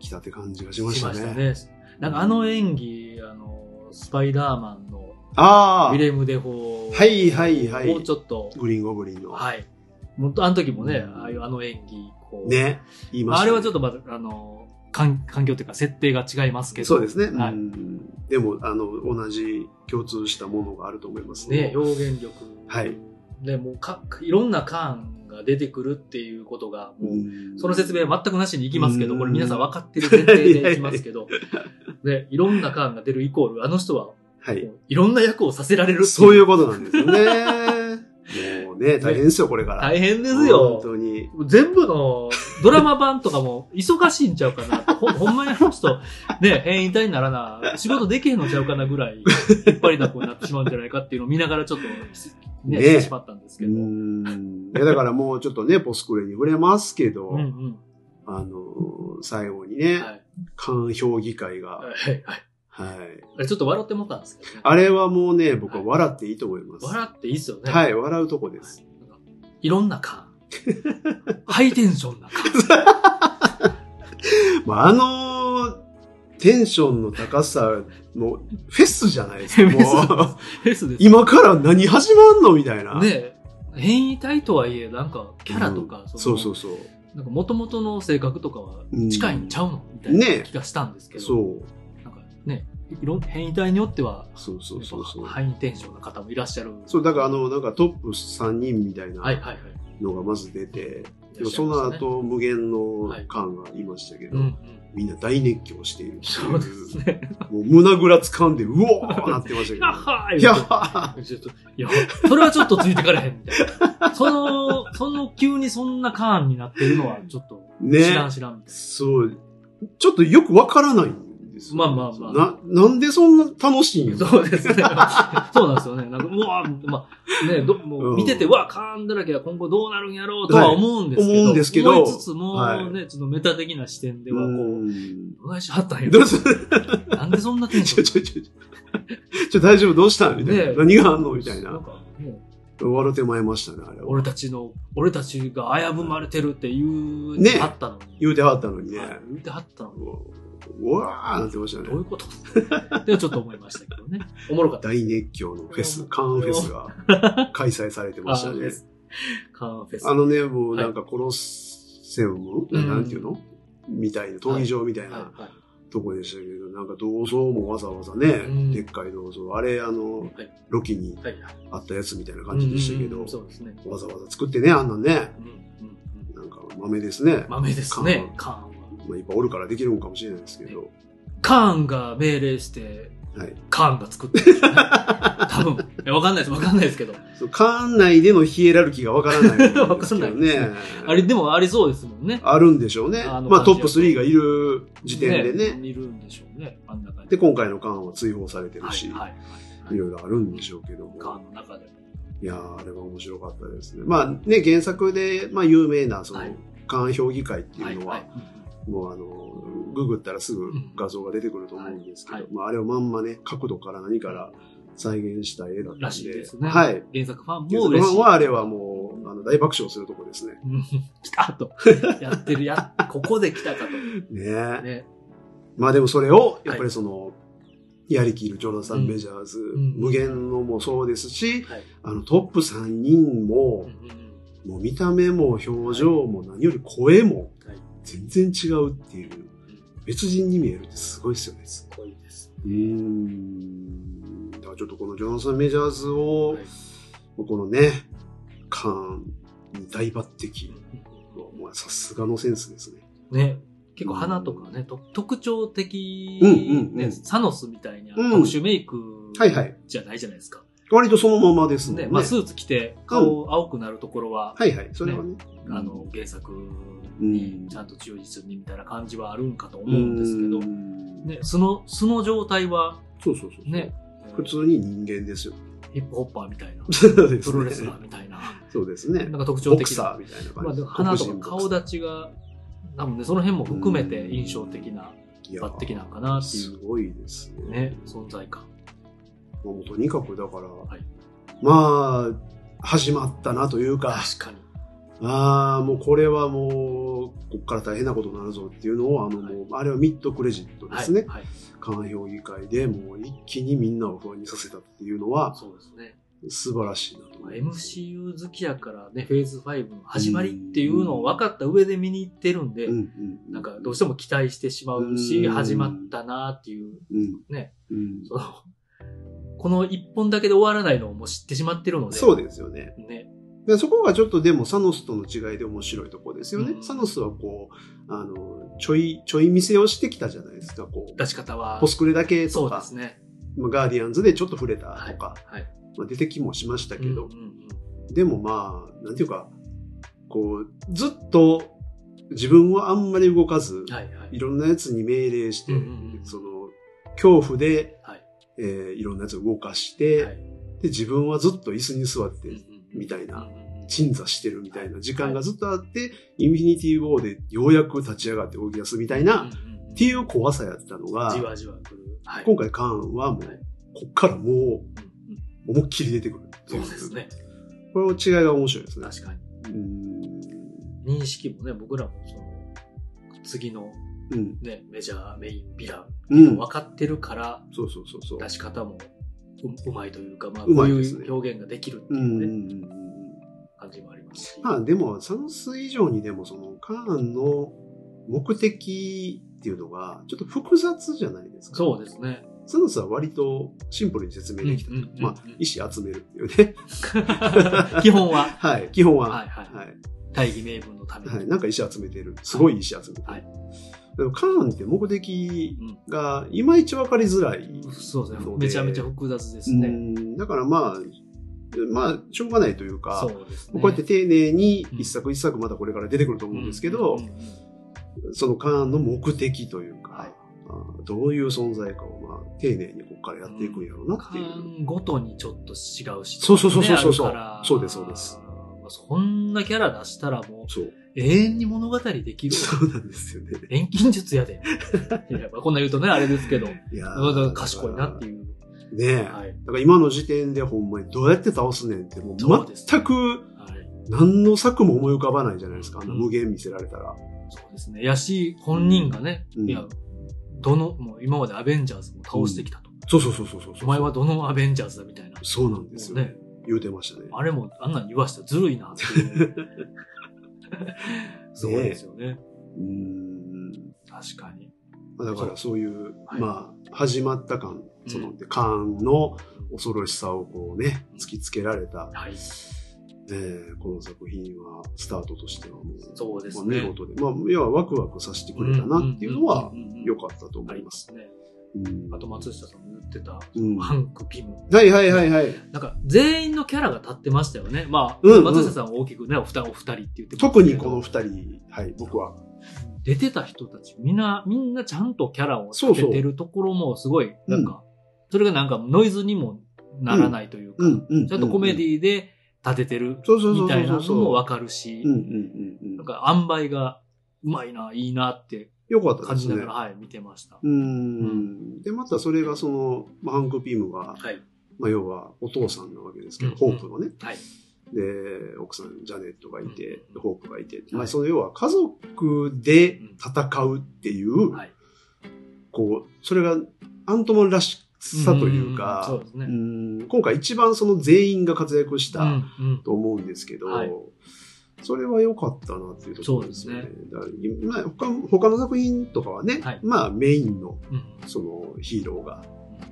S2: 来たって感じがしましたね。
S1: なんかあの演技、あの、スパイダーマンの
S2: あ
S1: ウィ
S2: あ
S1: レム・デフォー
S2: はいはいはい
S1: もうちょっと、
S2: グリーンゴブリンの。
S1: はい。もっとあの時もね
S2: う、ん
S1: ああいうあの演技、こう、
S2: ね。言いました、
S1: あれはちょっと
S2: と
S1: また、あの、環環境というか設定が違いますけど、
S2: そうですね。
S1: はい
S2: うんでも、あの、同じ共通したものがあると思います
S1: ね、表現力、
S2: はい
S1: ね、もうかいろんな感が出てくるっていうことが、もう
S2: うん
S1: その説明は全くなしにいきますけ
S2: う
S1: ど、
S2: ん
S1: これ皆さん分かってる前提でいきます
S2: (laughs)
S1: けど、ね、いろんな感が出るイコール、あの人はも
S2: は
S1: う
S2: い。
S1: いろんな役をさせられる。
S2: そういううことなんですよ
S1: (laughs)
S2: ね。もうね、大変ですよ、これから。
S1: 大変です
S2: 本当
S1: よ。
S2: に。
S1: 全部のドラマ版とかも忙しいんちゃうかな (laughs) と。ほほんまにあの人、ね、変異体にならな、仕事できへんのちゃうかなぐらい、引っ張りだこになってしまうんじゃないかっていうのを見ながらちょっと、ね、
S2: ね
S1: してしまったんです
S2: う
S1: けど。うん
S2: ん。いやだからもうちょっと
S1: (laughs)
S2: ね、ポスクレに触れますけど、
S1: うん。
S2: あの、最後にね、
S1: はい。
S2: 官評議会が、
S1: はい。はい
S2: はい。
S1: あれちょっと笑ってもったんですけどね。
S2: あれはもうね、僕は笑っていいと思います。
S1: 笑っていいっすよね。
S2: はい、笑うとこです。
S1: いろんなか。ハイテンションな
S2: (laughs)
S1: か。
S2: まあ、あのテンションの高さのフェスじゃないです
S1: (laughs)
S2: か。
S1: フェス
S2: もう
S1: フェスです。
S2: 今から何始まんのみたいな。
S1: ねえ変異体とはいえ、なんか、キャラとか、。
S2: そうそううそう。
S1: なんか、元々の性格とかは近いんちゃうのみたい
S2: ねえ
S1: な気がしたんですけど。
S2: そう
S1: なんかね、いろん、変異体によっては、
S2: そうそうそうそう。
S1: ハイテンションな方もいらっしゃる。
S2: そう、だからあの、なんかトップ3人みたいな
S1: はいはいはい。
S2: のがまず出て、
S1: い
S2: で
S1: らっし
S2: も
S1: ゃい
S2: そ
S1: ま
S2: の
S1: したね、
S2: 後、無限の感がいましたけど、
S1: うんうん。
S2: みんな大熱狂しているってい
S1: そうですね。
S2: もう胸ぐら掴んで、うおーなってましたけ
S1: やっ (laughs) はー
S2: ど。
S1: い
S2: いやは
S1: ちょっといや、それはちょっとついてかれへんみたいな。その、その急にそんなカーンになってるのはちょっと、
S2: ね
S1: 知らん知らんみたい
S2: そう、ちょっとよくわからないんですよ。
S1: まあまあまあ
S2: な、なんでそんな楽しいん
S1: な。そうです
S2: (laughs)
S1: ね。そうなんですよね。なんか、うわまあ、ね、ども
S2: う
S1: うん見てて、うわカーンだらけは今後どうなるんやろうとは思うんですけど、
S2: はい思うんですけど
S1: 思いつつも、
S2: はい
S1: ね、ちょっとメタ的な視点では、こう、
S2: ん。
S1: どないしはったんや
S2: ど
S1: ろ
S2: うする (laughs)
S1: なんでそんなテンシ
S2: ち
S1: ョ
S2: ょ
S1: ン
S2: ちょちょちょ。ちょ、大丈夫どうしたみたい
S1: ね
S2: な。何があんのみたい
S1: なん
S2: な。
S1: か、もう、
S2: 笑ってまいましたね、あれは。
S1: 俺たちの、俺たちが危ぶまれてるっていう、
S2: ね
S1: あったのに。
S2: 言うてはったのにね。
S1: はい言うてはったのに。
S2: うわーなってました
S1: どうい
S2: ね。
S1: うことってちょっと思いましたけど
S2: (laughs)
S1: ね。おもろかった。
S2: 大熱狂のフェス、カーンフェスが
S1: (laughs)
S2: 開催されてましたね。
S1: カーンフェス。
S2: あのね、もうなんかコロッセウム、
S1: うん
S2: なんていうのみたいな、闘技場みたいな
S1: はいはい
S2: とこでしたけど、なんか銅像もわざわざね、
S1: ん
S2: でっかい銅像、あれあの、
S1: い
S2: ロキに
S1: はいはい
S2: あったやつみたいな感じでしたけ
S1: うんうん
S2: ど
S1: うん、そうですね。
S2: わざわざ作ってね、あんなんね、
S1: うんうんうん
S2: なんか豆ですね。ま
S1: 豆ですね、カーンは。
S2: あ、いっぱいおるからできるんかもしれないですけど、
S1: カーンが命令して、
S2: はい。
S1: カーンが作
S2: (laughs)
S1: ってるんですよね。多分。いやわかんないです、わかんないですけど。
S2: そう館内でのヒエラルキーがわからないですけど
S1: (laughs) わかんないです
S2: ね
S1: ね。あれ、でもありそうですもんね。
S2: あるんでしょうね。
S1: あの
S2: まあト
S1: 感
S2: ッ
S1: じ
S2: プ3がいる時点でね。
S1: いるんでしょうね、あんな感じ
S2: で、今回の缶は追放されてる
S1: はい
S2: し、い
S1: はいはい
S2: ろいろあるんでしょうけども。
S1: カーンの中でも。
S2: いやー、あれは面白かったですね。まあね、原作で、まあ有名な、その
S1: はい、
S2: 缶評議会っていうのは、
S1: いい
S2: もうあの、ググったらすぐ画像が出てくると思うんですけど、
S1: はいはい
S2: まああれをまんまね、角度から何から再現した絵だったんで。
S1: らしいですね。
S2: はい。。
S1: 原作ファンも
S2: もう
S1: 嬉しい。
S2: はあれはもう、あの、大爆笑するとこですね。
S1: うん (laughs) 来たと。やってるや、ここで来たかと。
S2: ね
S1: ね。
S2: まあでもそれを、やっぱりその、やりきるジョナサン・メジャーズ、
S1: ん
S2: 無限のもそうですし、
S1: はい
S2: あのトップ3人も、もう見た目も表情も何より声も
S1: はい
S2: 全然違うっていう、別人に見えるってすごいですよね。
S1: すごいです。
S2: うーん。だからちょっとこのジョナサン・メジャーズ
S1: は
S2: を、
S1: い
S2: このね、感に大抜擢。もうさすがのセンスですね。
S1: ね、結構花とかね、と特徴的、
S2: うんうんう
S1: ね、
S2: ん
S1: サノスみたいな
S2: うん
S1: 特殊メイク
S2: はいはい。
S1: じゃないじゃないですか。
S2: 割とそのままですもんね。
S1: ね、まあスーツ着て顔青くなるところは、
S2: はいはい。それはね。
S1: あの、原作にちゃんと忠実にみたいな感じはあるんかと思うんですけど、
S2: うん
S1: ね、素の、素の状態は
S2: そうそうそうそう。
S1: ね、
S2: 普通に人間ですよ。
S1: ヒップホッパーみた
S2: (laughs)
S1: いな、
S2: そうです
S1: プ
S2: ね
S1: ロレスラーみたいな、
S2: (laughs) そうですね
S1: な。んか特徴
S2: ボク
S1: 的な
S2: サー。みたいな
S1: まあで
S2: 感じ。
S1: も花とか
S2: 黒
S1: 顔
S2: 人ボク
S1: 立ちが、多分ね、その辺も含めて印象的な、
S2: サーいや
S1: 抜擢なんかなってい
S2: す
S1: う
S2: ごいですね。
S1: ね、存在感。
S2: もうとにかくだから、
S1: い
S2: まあ、始まったなというか、
S1: 確かに。
S2: ああ、もうこれはもう、こっから大変なことになるぞっていうのを、あの、
S1: はい
S2: もう、あれはミッドクレジットで
S1: は
S2: す
S1: い。
S2: ね。
S1: はい。
S2: 観評議会でもう一気にみんなを不安にさせたっていうのは、
S1: そうですね。
S2: 素晴らしいなと
S1: まあ
S2: 思います。
S1: MCU 好きやからね、フェーズ5の始まりっていうのを分かった上で見に行ってるんで、
S2: うんうんうん
S1: なんかどうしても期待してしまうし、
S2: うん
S1: 始まったなっていう、
S2: うん
S1: ね
S2: うん
S1: その、この一本だけで終わらないのをもう知ってしまってるので、
S2: そうですよね。
S1: ね。
S2: でそこがちょっとでもサノスとの違いで面白いとこですよね。
S1: うん
S2: サノスはこう、あの、ちょい、ちょい見せをしてきたじゃないですか。こ
S1: 出し方
S2: う、
S1: は
S2: コ、スクレだけ
S1: そ
S2: と
S1: うで
S2: か、
S1: すね。
S2: まあガーディアンズでちょっと触れたとか、
S1: はい。
S2: まあ、出てきもしましたけど、
S1: うんうんうん
S2: でもまあ、なんていうか、こう、ずっと自分はあんまり動かず、、
S1: はいはいい。
S2: ろんなやつに命令して、
S1: うんうんうん
S2: その、恐怖で、
S1: はい
S2: えーいろんなやつを動かして、
S1: はい
S2: で、自分はずっと椅子に座って、みたいな、鎮座してるみたいな時間がずっとあって、インフィニティ・ウォーでようやく立ち上がって動き出すみたいな、っ
S1: って
S2: いう怖さやったのが
S1: じ、わじわ来る。はい
S2: 今回カーンはもう、
S1: はい
S2: こっからも
S1: うんうん
S2: う、思いっきり出てくるって
S1: そ
S2: いうう。
S1: ですね。
S2: これの違いが面白いですね。
S1: 確かに。
S2: うん。
S1: 認識もね、僕らもその、次の
S2: うん。
S1: ね、メジャーメインビラ
S2: うん
S1: ン、。分かってるから、
S2: そうそうそうそう。
S1: 出し方もううまいというか、まあ、
S2: う
S1: こ
S2: ま
S1: う
S2: いですね
S1: いう表現ができるって
S2: う
S1: い
S2: んうんう
S1: うんね、
S2: うん
S1: 感じもありますし。
S2: まあでも、サンス以上にでも、その、カーンの目的っていうのが、ちょっと複雑じゃないですか。
S1: そうですね。
S2: サンスは割とシンプルに説明できた。
S1: うんうんうんうん
S2: ま
S1: (laughs)
S2: あ、意思集めるっていうね。
S1: 基本は、
S2: はい。基本は。
S1: はい
S2: は。
S1: はい。
S2: はい
S1: 大義名分のために。
S2: いなんか石集めてる。すごい石集めてる。
S1: はい
S2: でもカーンって目的
S1: うん
S2: がいまいちわかりづらい。
S1: そうです
S2: そう
S1: ね。
S2: で
S1: めちゃめちゃ複雑です
S2: う
S1: ね。
S2: んだからまあ、まあ、しょうがないというか、
S1: そうですね。
S2: こうやって (laughs) 丁寧に一作一作またこれから出てくると思うんですけど、
S1: うんうんうん
S2: そのカーンの目的というか、
S1: はい
S2: あーどういう存在かをまあ丁寧にここからやっていくんやろうなっていう。
S1: 間ごとにちょっと違うし、
S2: そうそうそうそうそうそう
S1: ねあるから
S2: そうですそうです
S1: まあそんなキャラ出したらも
S2: そう。 (laughs)
S1: う永遠に物語できる。
S2: そうなんですよね。
S1: 錬金術や
S2: (laughs)
S1: で。いやまあこんな言うとね、あれですけど、
S2: いや
S1: まあだから賢いなっていう。
S2: う。ねえ。
S1: はい。
S2: だから今の時点でほんまにどうやって倒すねんってもう
S1: そうです
S2: 全く
S1: はい。
S2: 何の策も思い浮かばないじゃないですか。あんな
S1: うん
S2: 無限見せられたら。
S1: そうですね。やし、本人がね、
S2: うん
S1: いや、どの、もう今までアベンジャーズも倒してきたと。
S2: そうそうそうそうそう。
S1: お前はどのアベンジャーズだみたいな。
S2: そうなんですよね。
S1: ね
S2: 言うてましたね。
S1: あれも、あんなん言わしたらずるいなって
S2: (laughs)
S1: いう。すごいですよね。
S2: うーん。
S1: 確かに。
S2: まあだからそういう、
S1: はい
S2: まあ、始まった感、その、
S1: うん
S2: で感の恐ろしさをこうね、突きつけられた、
S1: はい。
S2: えーこの作品は、スタートとしてはもう、
S1: そうです
S2: まあ
S1: ね。
S2: 見事で、まあ、要はワクワクさせてくれたなっていうのは
S1: うんうんうんうんうん、
S2: 良かったと思
S1: あ
S2: い
S1: り
S2: ま。
S1: ますすね。
S2: うん
S1: あと松下さんも言ってた、
S2: うん
S1: ハンク・ピム。
S2: はいはいはいはい。
S1: なんか、全員のキャラが立ってましたよね。まあ、
S2: うんうん
S1: 松下さんは大きくね、お二人、お二人って言ってました
S2: 特
S1: けど
S2: にこの二人、はい、僕は。
S1: 出てた人たち、みんな、みんなちゃんとキャラを
S2: そう
S1: 立
S2: そう
S1: ててるところもすごい、なんか、それがなんかノイズにもならないというか、
S2: うん、うん。
S1: ちゃんとコメデ
S2: ィ
S1: ィで立ててる
S2: そうそうそうそ
S1: み
S2: うそう
S1: たいなのもわかるし、
S2: うん、うん、うん。う
S1: なんんか、塩梅がうまいな、いいなって
S2: 良かった
S1: 感
S2: で
S1: じ
S2: す
S1: な
S2: ね
S1: が。ら、はい、見てました。
S2: うん。で、またそれがその、まあ、ハンク・ピムが、
S1: はい。
S2: まあ、要はお父さんなわけですけど、
S1: うん
S2: ホープのね。
S1: はい。
S2: で、奥さん、ジャネットがいて、
S1: うん
S2: ホープがいて、ま
S1: は
S2: あ、
S1: い
S2: その要は家族で戦うっていう、
S1: はい。
S2: こう、それがアントマンらしさというか、
S1: うんうんうんそうですね
S2: うん今回一番その全員が活躍した、
S1: うんうん
S2: と思うんですけど、
S1: はい
S2: それは良かったなっていうところですよね。
S1: そう
S2: だからまあ他他の作品とかはね、
S1: はい
S2: まあメインの
S1: うん
S2: そのヒーローが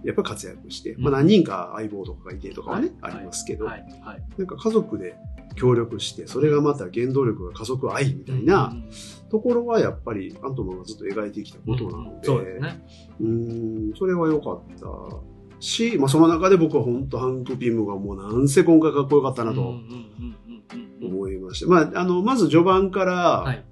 S2: やっぱ活躍して、
S1: うん
S2: まあ何人か相棒とかがいてとかはね、
S1: はい
S2: ありますけど、
S1: はいはい
S2: なんか家族で協力して、それがまた原動力が家族愛みたいな
S1: うん
S2: ところはやっぱりアントマンがずっと描いてきたことなので、
S1: そうですね
S2: うーん、それは良かった。し、まあ、その中で僕は本当ハンク・ピムがもうなんせ今回かっこよかったなと。
S1: うんうんうんうんうん
S2: 思いました。まあ、あの、まず序盤から、
S1: はい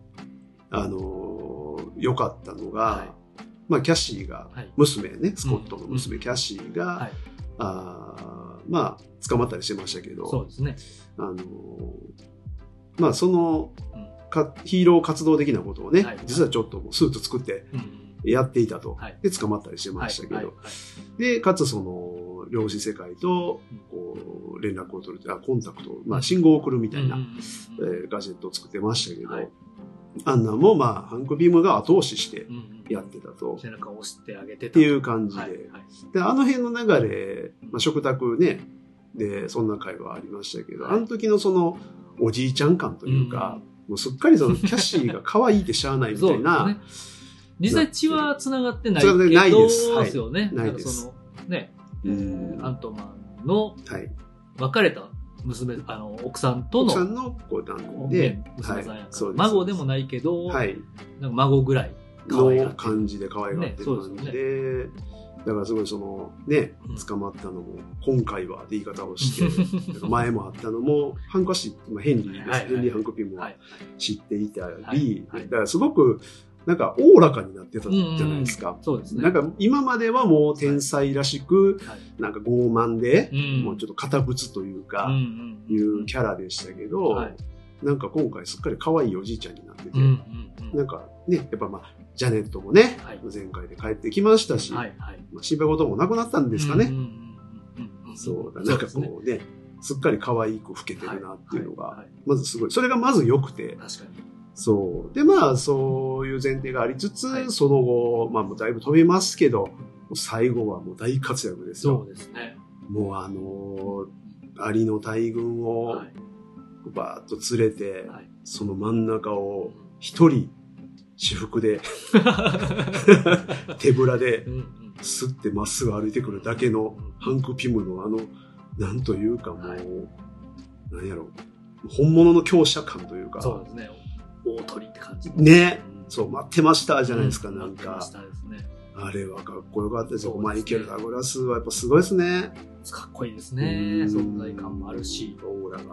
S2: あのー、良かったのが、
S1: はい
S2: まあ、キャシーが、
S1: はい
S2: 娘ね、スコットの娘、
S1: うん
S2: キャシーが、
S1: はい
S2: あーまあ、捕まったりしてましたけ
S1: そう
S2: ど、
S1: ですね
S2: あのー、まあ、その、
S1: うん
S2: かヒーロー活動的なことをね、
S1: はい
S2: 実はちょっともうスーツ作って
S1: うんうん
S2: やっていたと。
S1: はい
S2: で、捕まったりして
S1: は
S2: ま
S1: い
S2: したけど、
S1: はいはい
S2: で、かつその、量子世界と、こう、連絡を取るという、あコンタクト、まあ、信号を送るみたいな
S1: うんうん
S2: えーガジェットを作ってましたけど、
S1: はい
S2: あんなんもまあハンク・ビームが後押しして
S1: うんうん
S2: やってたと、っ
S1: 背中を押してあげてって
S2: いう感じで,、
S1: はいはい
S2: であの辺の流れ、まあ、食卓ねでそんな会はありましたけど、
S1: はい
S2: あの時のそのおじいちゃん感というか、もうすっかりそのキャシーが可愛いってしゃあないみたい
S1: そう
S2: な
S1: ですね実際血は繋がってない
S2: 繋がってないです
S1: け
S2: は
S1: ど
S2: い
S1: ですよね。
S2: ないです
S1: んかそのね、え
S2: うん
S1: ーアントマンの
S2: はい、
S1: 別れた娘、あの、奥さんと
S2: 奥さ
S1: の
S2: んのこう団子で
S1: ね、娘さんやから、
S2: そうす
S1: 孫でもないけど、
S2: はい、
S1: なんか孫ぐらい可愛がっ
S2: の
S1: て
S2: 感じで可愛がってる感じ
S1: ねそう
S2: で、だからすごいそのね
S1: うん
S2: 捕まったのも今回はって言い方
S1: (laughs)
S2: をしてなんか前もあったのもハンコは知ってまあヘンリーです、
S1: はいはい
S2: ヘンリー・ハンコピンも
S1: はい
S2: 知っていたり、
S1: はいはい
S2: だからすごくなんかおおらかになってたじゃないですか。
S1: そうですね。
S2: なんか今まではもう天才らしく、
S1: はい
S2: なんか傲慢で、
S1: うん
S2: もうちょっと堅物というか、
S1: うんうん
S2: いうキャラでしたけど、
S1: はい
S2: なんか今回すっかり可愛いおじいちゃんになってて、
S1: うんうんうん
S2: なんかね、やっぱまあ、ジャネットもね、
S1: はい
S2: 前回で帰ってきましたし、
S1: はいはい。
S2: まあ、心配事もなくなったんですかね。
S1: うんうんうんうんん
S2: そうだ、なんか
S1: そうですね
S2: こうね、すっかり可愛く老けてるなっていうの
S1: はは
S2: が、
S1: い
S2: まずすごい。それがまず良く
S1: 確
S2: て、
S1: かに。
S2: そう。で、まあ、そういう前提がありつつ、
S1: はい
S2: その後、まあ、もうだいぶ飛びますけど、最後はもう大活躍です
S1: そうで
S2: よ。
S1: すね。
S2: もうあのーアリの大群を
S1: はい
S2: バーッと連れて、
S1: はい
S2: その真ん中を一人、私服で、手ぶらで
S1: うんうん
S2: スッてまっすぐ歩いてくるだけのハンク・ピムのあの、なんというかもう、
S1: はい
S2: なんやろ、本物の強者感というか、
S1: そうですね。大鳥って感じの。
S2: ね
S1: うん、
S2: そう、待ってましたじ
S1: じ
S2: ゃないですか、なんか。
S1: ですね。
S2: あれはかっこよかったですよ。
S1: そうですね
S2: マイケル・ダグラスはやっぱすごいですね。
S1: かっこいいです
S2: う
S1: ね。
S2: ん
S1: 存在感もあるし。。
S2: オーラが
S1: うん。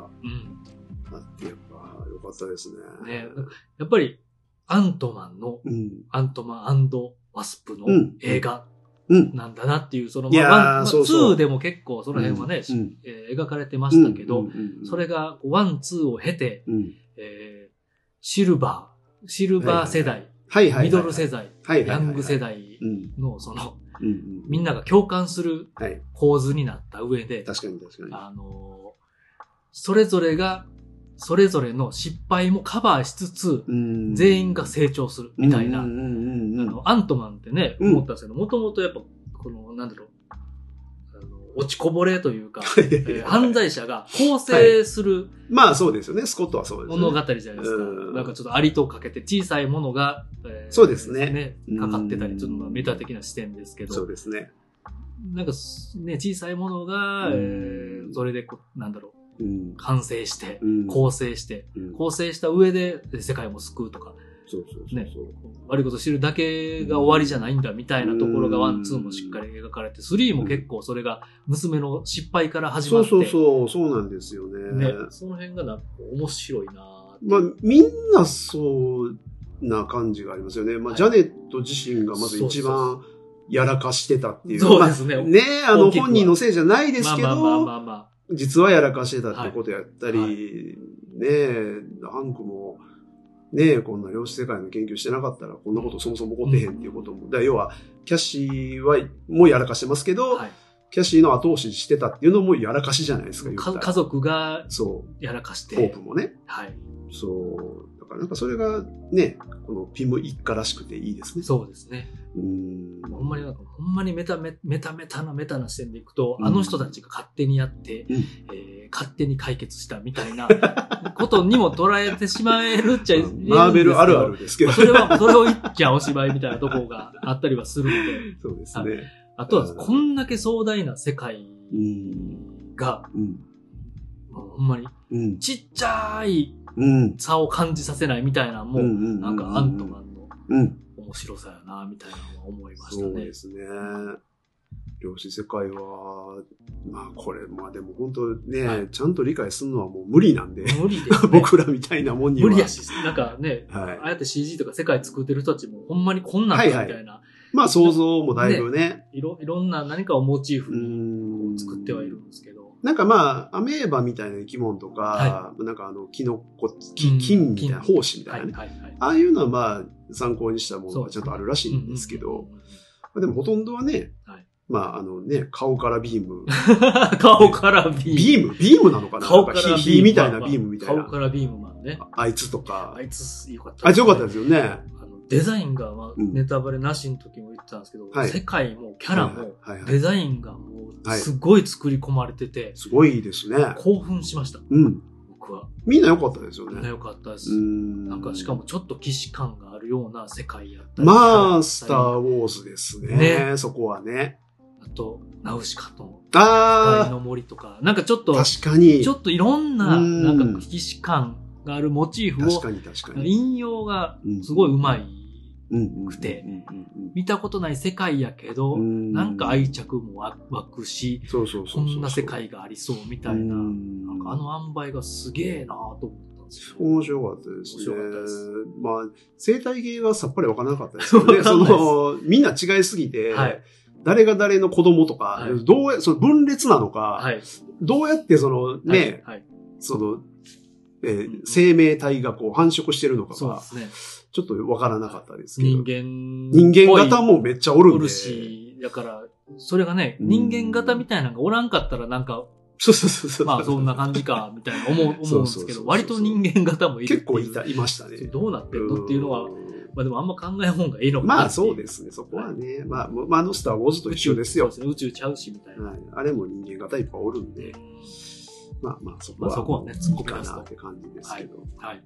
S2: あって、やっぱよかったですね。
S1: ねやっぱり、アントマンの、
S2: うん。
S1: アントマンワスプの
S2: うん
S1: 映画
S2: うん。
S1: なんだなっていう、その、
S2: いやー
S1: まあワンまあ、
S2: そうそう
S1: 2でも結構その辺はね、
S2: うんうん
S1: えー描かれてましたけ
S2: うん
S1: ど、
S2: うんうんうん
S1: それがワン、ツーを経て、
S2: うん
S1: えーシルバー、シルバー世代、
S2: はいはいはいはい。
S1: ミドル世代、
S2: はいはいはい
S1: ヤ
S2: はい
S1: ング世。代
S2: うん。
S1: の、その、
S2: うんうん。
S1: みんなが共感する
S2: はい。
S1: 構図になった上で、
S2: 確かに確か
S1: あのーそれぞれが、それぞれの失敗もカバーしつつ、
S2: に。うん
S1: 全員が成長するみたいな、
S2: うんうんうんう
S1: あ
S2: んうん。
S1: の、アントマンってね、
S2: うん
S1: 思ったんですけど、もともとやっぱ、この、なんだろう、あの落ちこぼれという
S2: (laughs)
S1: か、えー犯罪者が構成する
S2: まあそうですよね。スコットはそうです、ね。
S1: 物語じゃないですか。
S2: うん
S1: なんかちょっとありとかけて小さいものが、えー
S2: そうですねうん
S1: かかってたり、ちょっとまあメタ的な視点ですけど、
S2: そうですね。
S1: なんかすね、小さいものが、えー
S2: うん
S1: それでこう、なんだろ
S2: うん
S1: う、。完成して、
S2: うん
S1: 構成して、
S2: うん
S1: 構成した上で世界も救うとか、
S2: そうそうそうそう。
S1: 悪いこと知るだけが終わりじゃないんだみたいなところがワン、ツーもしっかり描かれて、スリーも結構それが娘の失敗から始
S2: そ
S1: まっ
S2: う
S1: て、
S2: そうそう、そうなんですよね。
S1: ね、その辺がなんか面白いな
S2: まあみんなそうな感じがありますよね。まあ、
S1: はい
S2: ジャネット自身がまず一
S1: そう
S2: 番やらかしてたっていう。
S1: そうですね
S2: まあね、あの
S1: 大きくは
S2: 本人のせいじゃないですけ
S1: まあまあまあ
S2: ど、
S1: まあま
S2: 実はやらかしてたってことやったり、
S1: はいは
S2: ねえ、ハンクも、ねえ、こんな量子世界の研究してなかったら、こんなことそもそも起こってへんっていうことも、だから要は、キャシーは、もうやらかしてますけ
S1: あ、
S2: ど、
S1: はい、
S2: キャシーの後押ししてたっていうのもやらかしじゃないですか、言った
S1: から家族が
S2: そ
S1: やらかし
S2: う、ホー
S1: て
S2: プ、もね。
S1: はい、
S2: そう、だからなんかそれがね、このピム一家らしくていいですね。
S1: そうですね。
S2: うーん。
S1: ほんまになんか、ほんまにメタメメタメタなメタな視点でいくと、あの人たちが勝手にやって、
S2: うん
S1: えー勝手に解決したみたいな (laughs) ことにも捉えてしまえるっちゃいるんですけど
S2: マーベルあるあ。るですけど。
S1: それは、それを言っちゃおしまいみたいなところがあったりはするので、
S2: そうですね。
S1: あとは、こんだけ壮大な世界
S2: うん。
S1: が、
S2: うん。
S1: ほんまに、
S2: うん。
S1: ちっちゃい
S2: うん。
S1: 差を感じさせないみたいなのも、
S2: うん
S1: なんかアントマンの
S2: うん。
S1: 面白さやな、みたいなのは思いました
S2: そう
S1: ね
S2: で。すね。量子世界は、まあこれ、まあでも本当ね、
S1: は
S2: ちゃんと理解するのはもう無理なんで、 (laughs)
S1: 無理です、ね。
S2: 僕らみたいなもんには。
S1: 無理やし、なんかね、
S2: はい
S1: ああやって CG とか世界作ってる人たちもほんまにこんなんだみたいな、い
S2: まあ想像もだいぶね。
S1: ろ、いろんな何かをモチーフ
S2: う
S1: に
S2: ん
S1: 作ってはいる。んですけど、
S2: なんかまあ、アメーバみたいな生き物とか、
S1: は
S2: なんかあの、キノコ、
S1: うん
S2: き菌みたいな、
S1: 菌
S2: 胞子みたい
S1: はい
S2: な
S1: はい
S2: ね。
S1: はい。
S2: ああいうのはまあ、参考にしたものがちゃんとあるらしいんですけど、まあでもほとんどはね、
S1: はい
S2: まああのね、顔からビーム、
S1: うんうんうん。顔からビーム。
S2: ビームビームなのかな
S1: 顔から
S2: なんか火
S1: ビー
S2: 火
S1: ム
S2: みたいなビームみたい
S1: 顔
S2: な。
S1: からビームマンね。
S2: あいつとか
S1: あ。いつ、よかった、
S2: あいつよかったですよね。
S1: あのデザインが、まあ、
S2: うん
S1: ネタバレなしの時も言ってたんですけど、
S2: はい
S1: 世界もキャラも、
S2: はいはいは
S1: デ
S2: い。
S1: ザインがもう、
S2: はい
S1: すごい作り込まれてて、
S2: すごいですね。
S1: 興奮しました、
S2: うん。
S1: 僕は。
S2: みんな良かったですよ
S1: ね、
S2: ね。
S1: よかったです。な
S2: なん
S1: かしかもちょっと既視感があるような世界やったり
S2: まあ、スター・
S1: あ
S2: ウォーズですね。
S1: ね
S2: そこはね。
S1: と、ナウシカと、
S2: あ
S1: 愛
S2: あ、
S1: の森とか、なんかちょっと、
S2: 確かに。
S1: ちょっといろんな、
S2: うん
S1: なんか既視感があるモチーフ
S2: 確
S1: を
S2: か、に確かに。
S1: 引用がすごい上手い、
S2: く
S1: くて、見たことない世界やけど、な
S2: なん
S1: か愛着もわ湧くし、
S2: そうそうそ
S1: こ
S2: うそう。
S1: んな世界がありそうみたいな、
S2: うん
S1: なんかあの塩梅がすげえなと思ったんですよ。
S2: 面白かったです
S1: 面
S2: ね。
S1: 白かったです
S2: まあ、生態系はさっぱりわからなかったですよね。
S1: (laughs) わかん
S2: そ
S1: ないです
S2: の、みんな違いすぎて、
S1: はい
S2: 誰が誰の子供とか、
S1: はい
S2: どうや、その分裂なのか、
S1: はい。
S2: どうやってそのね、
S1: はい、はい。
S2: その、
S1: うん
S2: えー生命体がこう繁殖してるのか
S1: そうで
S2: が、
S1: すね。
S2: ちょっとわからなかったですけど。
S1: 人間。
S2: 人間型もめっちゃおる
S1: お
S2: んで。
S1: るし、だから、それがね、
S2: うん
S1: 人間型みたいなのがおらんかったらなんか、
S2: そうそうそうそう。
S1: まあそんな感じか、みたいな思
S2: (laughs)
S1: う、思うんで
S2: そうそうそ
S1: す
S2: う
S1: け
S2: そう
S1: ど、割と人間型もいるって
S2: 結構
S1: いう
S2: いた、いましたね。
S1: どうなってるのっていうのは、まあでもあんま考えん方がいいのかな。
S2: まあそうですすね、そこはね。まあ、もうまあ、あのスター・ウォーズと一緒ですよ。
S1: そうね宇宙ちゃうし、みたいな。
S2: はい、あれも人間型いっぱいおるんで、まあまあそこは、
S1: まあそこはね
S2: いいかなって感じですけど。
S1: はい。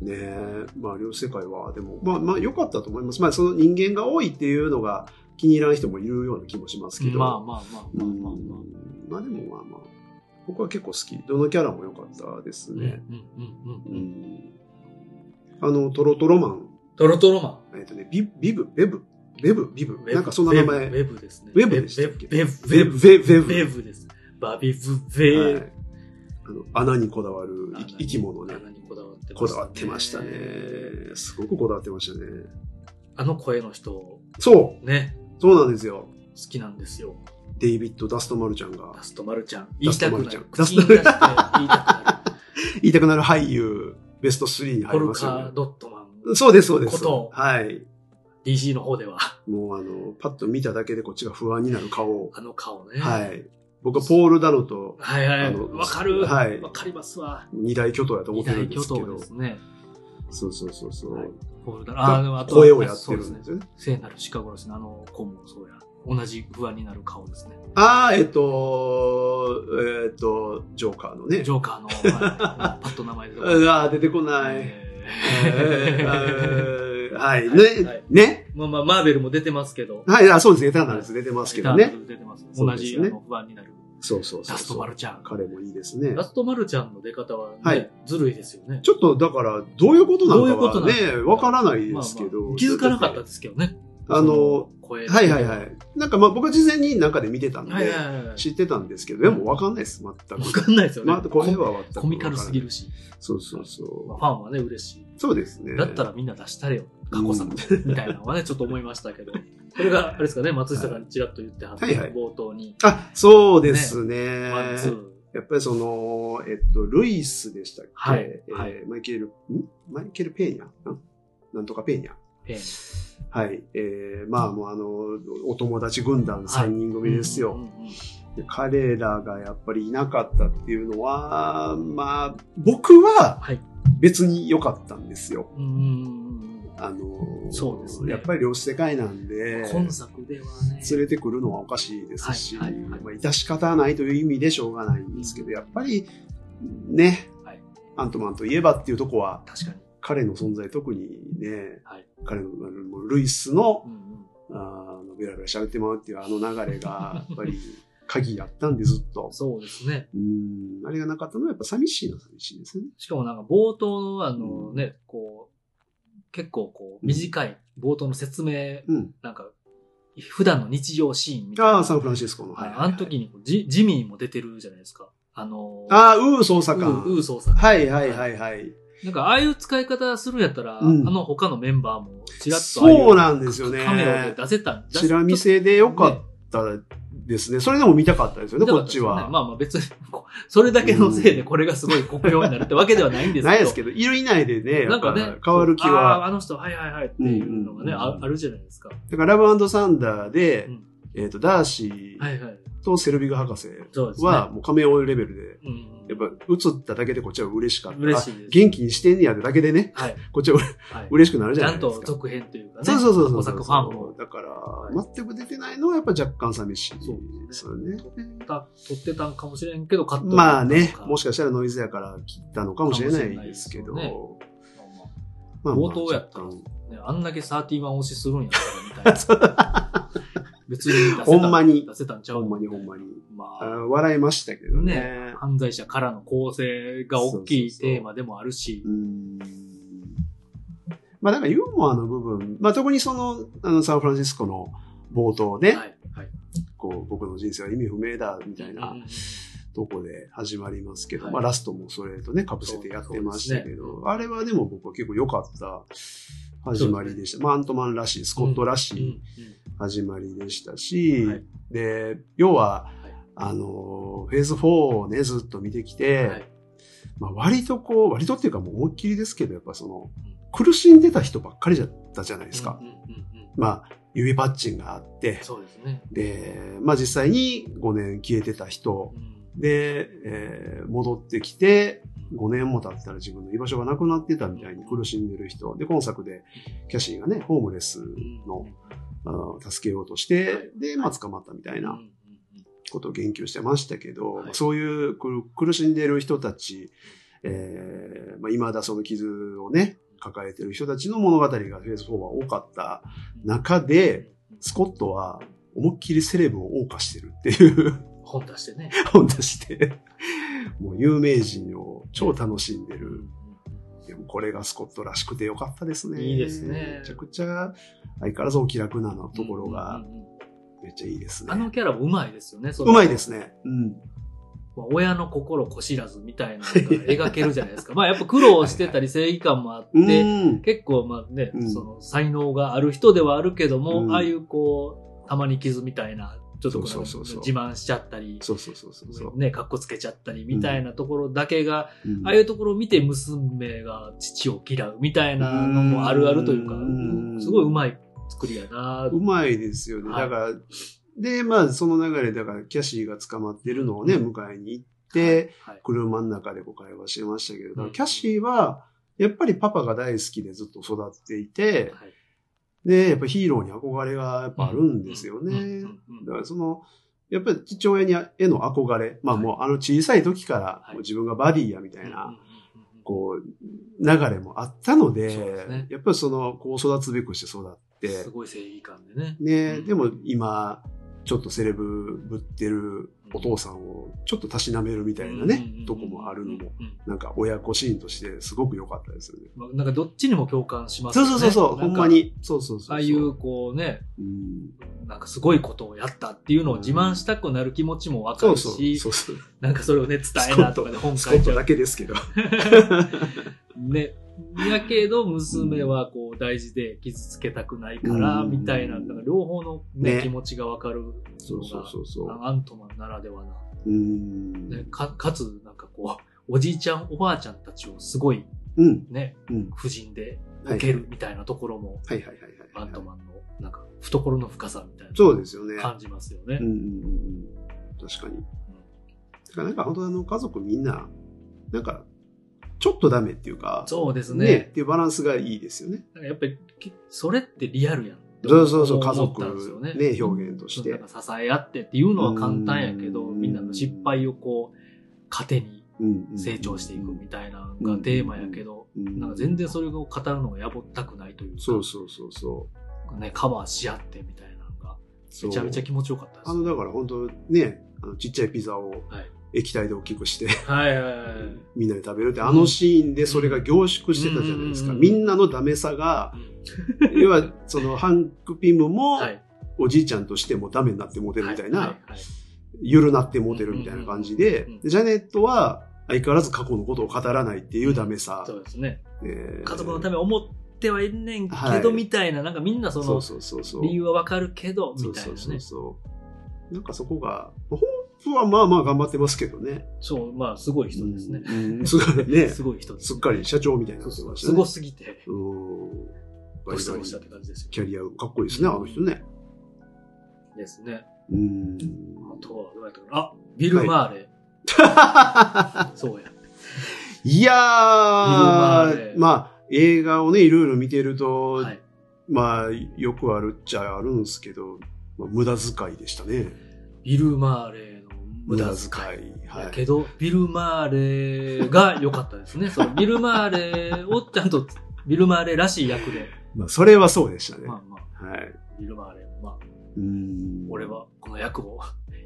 S2: ねえ、まあ両世界は、でも、まあまあ良かったと思います。まあその人間が多いっていうのが気に入らない人もいるような気もしますけど。
S1: まあまあまあまあ
S2: うん
S1: まあまあ。
S2: まあでもまあまあ、僕は結構好き。どのキャラも良かったですね。
S1: うんうんうん
S2: う
S1: うん。
S2: んあの、トロトロマン、
S1: トロトロマ
S2: えっ、とね、ビビブ、ベブ、ベブ、ビブ
S1: ン。、
S2: なんかそんな名前。
S1: ウェブですね。
S2: ウェブでしたっけ
S1: ウェブ。
S2: ベ
S1: ウ
S2: ブ、
S1: ェ
S2: ベブ、ベ
S1: ブ。ウェブです。バビブ、ベ
S2: は
S1: ー
S2: いあの穴にこだわる生き生き物ね
S1: 穴。にこだわってましたね
S2: こだわってましたね。すごくこだわってましたね。
S1: あの声の人、
S2: そう
S1: ね、
S2: そうなんですよ。
S1: 好きなんですよ。
S2: デイビッド・ダスト・マルちゃんが
S1: ダストマルちゃん。言
S2: ダ
S1: い
S2: スト
S1: た
S2: マ
S1: く
S2: ル
S1: な
S2: ちゃん
S1: る。口に出して言いたくなる。
S2: 言いたくなる俳優ベスト3に
S1: ポ
S2: 入り
S1: ル
S2: ますよ
S1: カ・
S2: ね。
S1: ドットマン、
S2: そうです、そうです
S1: こと。
S2: はい。
S1: DC の方では、
S2: もうあの、パッと見ただけでこっちが不安になる顔を。
S1: あの顔ね。
S2: はい。僕はポール・ダノと
S1: はいは
S2: あ
S1: い。
S2: の
S1: わかる。わ、
S2: はい
S1: かりますわ。
S2: 二大巨頭やと思
S1: 二
S2: ってる
S1: 大
S2: んで
S1: 巨
S2: すけ
S1: 頭
S2: ど
S1: で。すね。
S2: そうそうそうそ。
S1: はいうホールダーあーでもあと
S2: 声をやってる
S1: そうで
S2: んですす
S1: ね。
S2: よね。
S1: 聖なるシカゴですね。あの子もそうや。同じ不安になる顔ですね。
S2: ああ、えっと、えっと、ジョーカーのね
S1: ジ。ョー
S2: (laughs)
S1: カーの、はいパッと名前で。
S2: ああ、出てこない。え
S1: え
S2: (laughs)
S1: ー
S2: ーはい、
S1: は
S2: ね
S1: い、
S2: ね。
S1: まあまあ、マーベルも出てますけど。
S2: はい、あそうです、エターナルズ出てますけど
S1: エターナ
S2: ね。
S1: ルズ出てます。
S2: そう
S1: 同
S2: です
S1: じ、
S2: ね
S1: あの、不安になる。
S2: そうそうそ
S1: ラ
S2: うそう。
S1: ストマルちゃん。
S2: 彼もいいですね
S1: ラ。ストマルちゃんの出方はね、
S2: はい
S1: ずるいですよね。
S2: ちょっとだから、どういうことな
S1: どういう
S2: の
S1: こと
S2: か
S1: な
S2: は
S1: のか
S2: ね、わからない
S1: ま
S2: で
S1: あ
S2: すけど。
S1: まあ気づかなかったですけどね。
S2: あの、
S1: そ、声。
S2: はいはいはい。なんかまあ僕は事前に中で見てたんで
S1: はいは、いはいはい。
S2: (laughs) 知ってたんですけど、でもわかんないです、全
S1: わ
S2: く。
S1: かんないですよね。
S2: まあ、これは全く。
S1: コミカルすぎ。るし、
S2: そうそう
S1: まあ
S2: そ
S1: ファンはね、嬉し
S2: う。そうですね。
S1: い。だったらみんな出したれよ、過去作、 (laughs) みたいなのはね、ちょっと思いました
S2: (laughs)
S1: けど。これが、あれですかね、松下さんにちらっと言ってはった、
S2: はいはい
S1: 冒頭に、
S2: あ、そうですね。
S1: ワン、ツー。
S2: やっぱりその、えっと、ルイスでしたっけ、
S1: はい
S2: えー
S1: はい
S2: マイケル、んマイケル・ペーニャんなんとかペーニャ。
S1: ペン
S2: はい。えー、まあもうあの、お友達軍団3人組ですよ、
S1: うんうんうん
S2: で彼らがやっぱりいなかったっていうのは、まあ、僕は
S1: はい、
S2: 別に良かったんですよ。
S1: うん。
S2: あのー
S1: そうですね
S2: やっぱり量子世界なんで、
S1: 今作ではね。
S2: 連れてくるのはおかしいですし、
S1: はいはいはい
S2: まあ、致し方ないという意味でしょうがないんですけど、やっぱり、ね、
S1: はい
S2: アントマンといえばっていうとこは、
S1: 確かに。
S2: 彼の存在特にね、
S1: はい
S2: 彼の、あのもうルイスの
S1: う、ん
S2: あーベラベラ喋ってもらうっていうあの流れが、やっぱり鍵やったんでずっ
S1: う
S2: と
S1: ん、。そうですね。
S2: うん、あれがなかったのはやっぱ寂しいのは寂しいですね。
S1: しかもなんか冒頭のあのね、こう、結構こう、短い冒頭の説明、
S2: うん。
S1: なんか、普段の日常シーンみたいな。
S2: ああ、サンフランシスコの。はいはいはい
S1: あの時にジ、ジミーも出てるじゃないですか。あのー、
S2: ああ、ウー捜査
S1: ウーウ
S2: 官。
S1: ー捜査官
S2: はいはいはいはい。
S1: なんか、ああいう使い方するんやったら、
S2: うん
S1: あの他のメンバーもちらっとああい
S2: そうなんですよね。
S1: カメラで出せたん
S2: チラ見せでよかったですね。それでも見たかったですよね、こっちは。
S1: まあまあ別に、こうそれだけのせいでこれがすごい国評になるってわけではないんですけど。
S2: ないですけど、いる以内でね、
S1: なんか
S2: や
S1: ね
S2: っ、ぱ変わる気
S1: ああ、
S2: は。
S1: あの人、はいはいはいっていうのがね、
S2: うんうん
S1: ああるじゃないですか。
S2: だから、ラブサンダーで、
S1: うん
S2: えっ、と、ダーシ
S1: は
S2: ー
S1: いはい。
S2: とセルビグ博士
S1: そうですね。
S2: は、もうカメオレベル
S1: うん、
S2: で、やっぱ映っただけでこっちは嬉しかった。
S1: 嬉
S2: あ
S1: しいです。
S2: 元気にしてんねやでだけでね、
S1: はい。
S2: こっちは
S1: はい、
S2: 嬉しくなるじ
S1: ち
S2: ゃ
S1: ゃ
S2: ない
S1: ん
S2: で
S1: と
S2: すか。
S1: 続編というかね。
S2: そうそうそうそう。
S1: 過去作ファンも
S2: だから、全く出てないのはやっぱ若干寂しい
S1: そう
S2: ですよね。
S1: た撮ってたんかもしれんけど、カット
S2: まあね、も
S1: し
S2: しかしたらノイズやから切ったのかもしれないですけど、
S1: かもしれないです
S2: まあ
S1: 冒頭やったら
S2: 若干
S1: ね、あんだけ31推しするんやったらみたいな。
S2: (laughs)
S1: 別に出せた
S2: ほんまに
S1: 出せたんちゃ
S2: ほ
S1: うん
S2: まにほんまに。
S1: ま
S2: あ
S1: あ、
S2: ー笑いましたけどね。
S1: ね犯罪者からの構成が大きいテーマでもあるし
S2: う、ん。まあだからユーモアの部分、まあ特にその、あの、サンフランシスコの冒頭ね、
S1: はい、はい。
S2: こう、僕の人生は意味不明だ、みたいな
S1: うんうんうん
S2: とこで始まりますけど、
S1: はい
S2: まあラストもそれとね、かぶせてやってましたけど、あれはでも僕は結構良かった始まりでした。まあアントマンらしい、スコットらし
S1: うん
S2: い、始まりでしたし、
S1: はい
S2: で、要は、
S1: い
S2: あの、フェーズ4をね、ずっと見てきて、
S1: うんはい
S2: まあ、割とこう、割とっていうかもう思いっきりですけど、やっぱその、苦しんでた人ばっかりだったじゃないですか。
S1: うんうんうんうん
S2: まあ、指パッチンがあって、
S1: そうですね。
S2: で、まあ実際に5年消えてた人
S1: う、ん
S2: で、えー戻ってきて、5年も経ったら自分の居場所がなくなってたみたいに苦しんでる人。で、今作で、キャシーがね、ホームレスのあの助けようとして、で、まあ、捕まったみた
S1: うんう
S2: い
S1: ん
S2: な
S1: うん
S2: ことを言及してましたけど、
S1: はい
S2: まあそういう苦苦しんでいる人たち、えーまあ、未だその傷をね、抱えている人たちの物語がフェーズ4は多かった中で、
S1: うん
S2: スコットは思いっきりセレブを謳歌してるっていう (laughs)
S1: 本出してね。
S2: 本出して、もう有名人を超楽しんで
S1: うんうんう
S2: る。
S1: ん
S2: でもこれがスコットらしくてよかったですね。
S1: いいですね
S2: めちゃくちゃ相変わらずお気楽なのところが
S1: うんうんうん
S2: めっちゃいいですね。
S1: あのキャラもうまいですよね。そう
S2: まいですね。うん。
S1: まあ親の心こしらずみたいなのが描けるじゃないです
S2: (laughs)
S1: か。まあやっぱ苦労してたり正義感もあって、
S2: うん。
S1: 結構まあね、
S2: うん
S1: その才能がある人ではあるけども、
S2: うん
S1: ああいうこう、たまに傷みたいな、ちょっとこう
S2: そうそうそうそう
S1: 自慢しちゃったり、
S2: そうそうそうそうそう。
S1: ね、かっこつけちゃったりみたいなところだけが、
S2: うん
S1: ああいうところを見て娘が父を嫌うみたいなのもあるあるというか、
S2: うん
S1: すごいうまい作りやな
S2: うまいですよね。
S1: はい
S2: だから、で、まあ、その流れ、だから、キャシーが捕まってるのをね、迎えに行って、、
S1: はいはい
S2: 車の中でこう会話してましたけど、だか
S1: う
S2: ら
S1: ん
S2: キャシーは、やっぱりパパが大好きでずっと育っていて、
S1: はい
S2: で、やっぱヒーローに憧れがやっぱあるんですよ
S1: うんうん
S2: ね。
S1: うんうん
S2: だからその、やっぱり父親にへの憧れ、まあもうあの小さい時から
S1: はい
S2: もう自分がバディやみたいな、
S1: うんうんうんうん
S2: こう、流れもあったので、
S1: そうですね
S2: やっぱりその、こう育つべくして育って
S1: す、ごい正義感でね。
S2: ね、
S1: うん
S2: でも今、ちょっとセレブぶってるお父さんをちょっとたしなめるみたいな
S1: うんうんうんう
S2: ね
S1: ん、
S2: とこもあるのも、
S1: うん
S2: なんか親子シーンとしてすごく良かったですよね。
S1: まあなんかどっちにも共感します
S2: そうそうそうそ
S1: な
S2: う、ほ
S1: か
S2: んまに。そうそうそうそう。
S1: ああいう、こうね、
S2: うん、
S1: なんかすごいことをやったっていうのを自慢したくなる気持ちもわか
S2: そ
S1: る
S2: うそう
S1: し、
S2: そうそう。
S1: なんかそれをね、伝えなとかで本
S2: ス
S1: 書
S2: コ
S1: い
S2: ッ
S1: ち
S2: ト
S1: ゃ
S2: だけで
S1: (laughs)
S2: すけど。
S1: う。 (laughs) ね。やけど、娘はこう大事で傷つけたくないから、
S2: うん
S1: みたいな、だから両方のね、
S2: ね
S1: 気持ちがわかる
S2: そ
S1: の
S2: うそう
S1: が、
S2: そうそ
S1: あ
S2: う。
S1: のアントマンならではな、
S2: うん。
S1: ね、かかつ、なんかこう、おじいちゃん、おばあちゃんたちをすごい
S2: うん。
S1: ね、
S2: うん。
S1: 夫人で
S2: はい。
S1: 受けるみたいなところも、
S2: はいはいはい
S1: ア
S2: はい
S1: ント
S2: はい。
S1: マンのなんか懐の深さみたいな
S2: そうですよね。
S1: 感じますよね
S2: うん。うんうんうん。確かに。だからなんか本当あの家族みんな、なんか、ちょっとダメっていうか、
S1: そうです
S2: ね
S1: ね。
S2: っていうバランスがいいですよね。
S1: なんかやっぱり、きそれってリアルやん。
S2: そうそうそう、家
S1: 思ったんですよ
S2: 族
S1: ね
S2: ね、表現とし
S1: な
S2: て
S1: ん。か支え合ってっていうのは簡単やけど、
S2: うん
S1: みんなの失敗をこう、糧に
S2: うんうん
S1: 成長していくみたいなのがテーマやけど、
S2: うん
S1: なんか全然それを語るのがやぼったくないというか、
S2: そうそうそうそ
S1: ね、カバーし合ってみたいなのが、
S2: う。
S1: めちゃめちゃ
S2: そう
S1: 気持ちよかったで
S2: あ
S1: す、
S2: の、だから本当ね、あのちっちゃいピザを
S1: はい
S2: 液体で大きくして、
S1: はいはいはい。
S2: (laughs) みんなで食べるって、あのシーンでそれが凝縮してたじゃないですか。
S1: うん
S2: みんなのダメさが
S1: (laughs) う、ん
S2: 要は、その、ハンクピムも、
S1: はい。
S2: おじいちゃんとしてもダメになってモテるみたいな、
S1: はははい
S2: ゆるなってモテるみたいな感じで、
S1: うんうん
S2: でジャネットは相変わらず過去のことを語らないっていうダメさ。
S1: そうですね。
S2: えー
S1: 家族のため思ってはいんねんけ
S2: はい
S1: ど、みたいな、なんかみんなそ
S2: そ
S1: の
S2: う、そうそうそう。
S1: 理由はわかるけど、みたい
S2: そう
S1: な
S2: そう
S1: ね。
S2: そう。なんかそこが、ホープはまあまあ頑張ってますけどね。
S1: そう、まあ、すごい人ですね。
S2: うんうんすごいね。
S1: すごい人です
S2: すっかり社長みたいにな
S1: そ
S2: っ
S1: うそう
S2: てました
S1: す
S2: ね。
S1: ご
S2: す
S1: すぎて、
S2: ご
S1: ご質問した
S2: キ
S1: って感じですよ。
S2: ャリア、かっこいいですね、あの人ね。
S1: ですね。 (laughs)
S2: うん。
S1: あとは、どうやったかな。あ、ビル・マーレ。そうや。
S2: い
S1: ビ
S2: や
S1: ルマー
S2: ー
S1: レ、
S2: まあ、映画をね、いろいろ見てると、
S1: はい。
S2: まあ、よくあるっちゃあるんですけど、まあ無駄遣いでしたね。
S1: ビル・マーレの無駄遣い。
S2: い。は
S1: や
S2: い。
S1: けど、ビル・マーレが良かったです
S2: (laughs)
S1: ね。そのビル・マーレをちゃんと、ビル・マーレらしい役で。
S2: まあ、それはそうでしたね。
S1: まあまあ、
S2: はい。
S1: ビル・マーレも、まあ、
S2: うん。
S1: 俺。はこの役を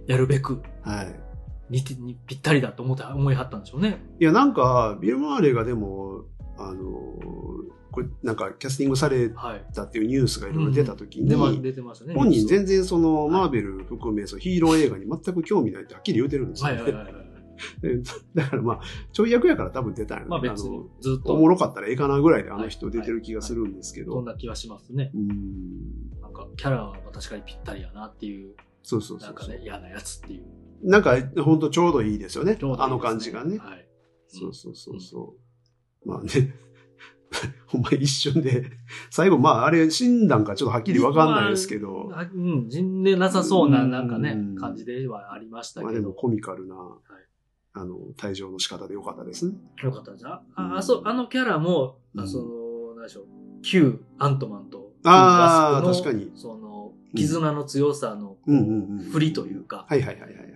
S1: やるべく、
S2: はい。
S1: にてにぴったりだと思って思いはったんでしょうね。
S2: いや、なんか、ビル・マーレがでも、あの、これ、なんか、キャスティングされ
S1: はい。
S2: たっていうニュースがいろいろ出た時に、
S1: でまあ出てましたね。
S2: 本人
S1: 然。
S2: 全然その、マーベル含め、そのヒーロー映画に全く興味ないってはっきり言うてるんですよ、
S1: は
S2: ね
S1: いはいはいはい。
S2: だからまあ、ちょい役やから多分出たんやろ
S1: まあ別
S2: あの
S1: にずっ
S2: おも
S1: と
S2: ろかったらええかなぐらいであの人出てる気がするんですけど。
S1: そんな気はしますね。
S2: うん。
S1: なんかキャラは確かにぴったりやなっていう、
S2: そうそうそう。
S1: なんかね、嫌なやつっていう。
S2: なんか、ほんとちょうどいいですよね。
S1: ちょうどいいですね
S2: あの感じがね。
S1: はい。
S2: そうそうそうそう。まあね。 (laughs) ほんま一瞬で、最後、まああれ、死んだんかちょっとはっきりわかんないですけど、
S1: あうん、人でなさそうな、
S2: うん
S1: なんかね
S2: うん、
S1: 感じではありました
S2: まあ
S1: け
S2: でも
S1: ど。
S2: コミカルな、
S1: い
S2: あの、退場の仕方でよかったですね。
S1: よかったじゃん。
S2: うん
S1: あ、あそう、あのキャラも、
S2: う
S1: あ
S2: ん
S1: その、何でしょう、旧アントマンと、
S2: あ
S1: 旧
S2: ー
S1: ガスプの
S2: 確かに
S1: その、絆の強さの、
S2: うんうんうん。
S1: 振りというか、
S2: はいはいはいはいはい。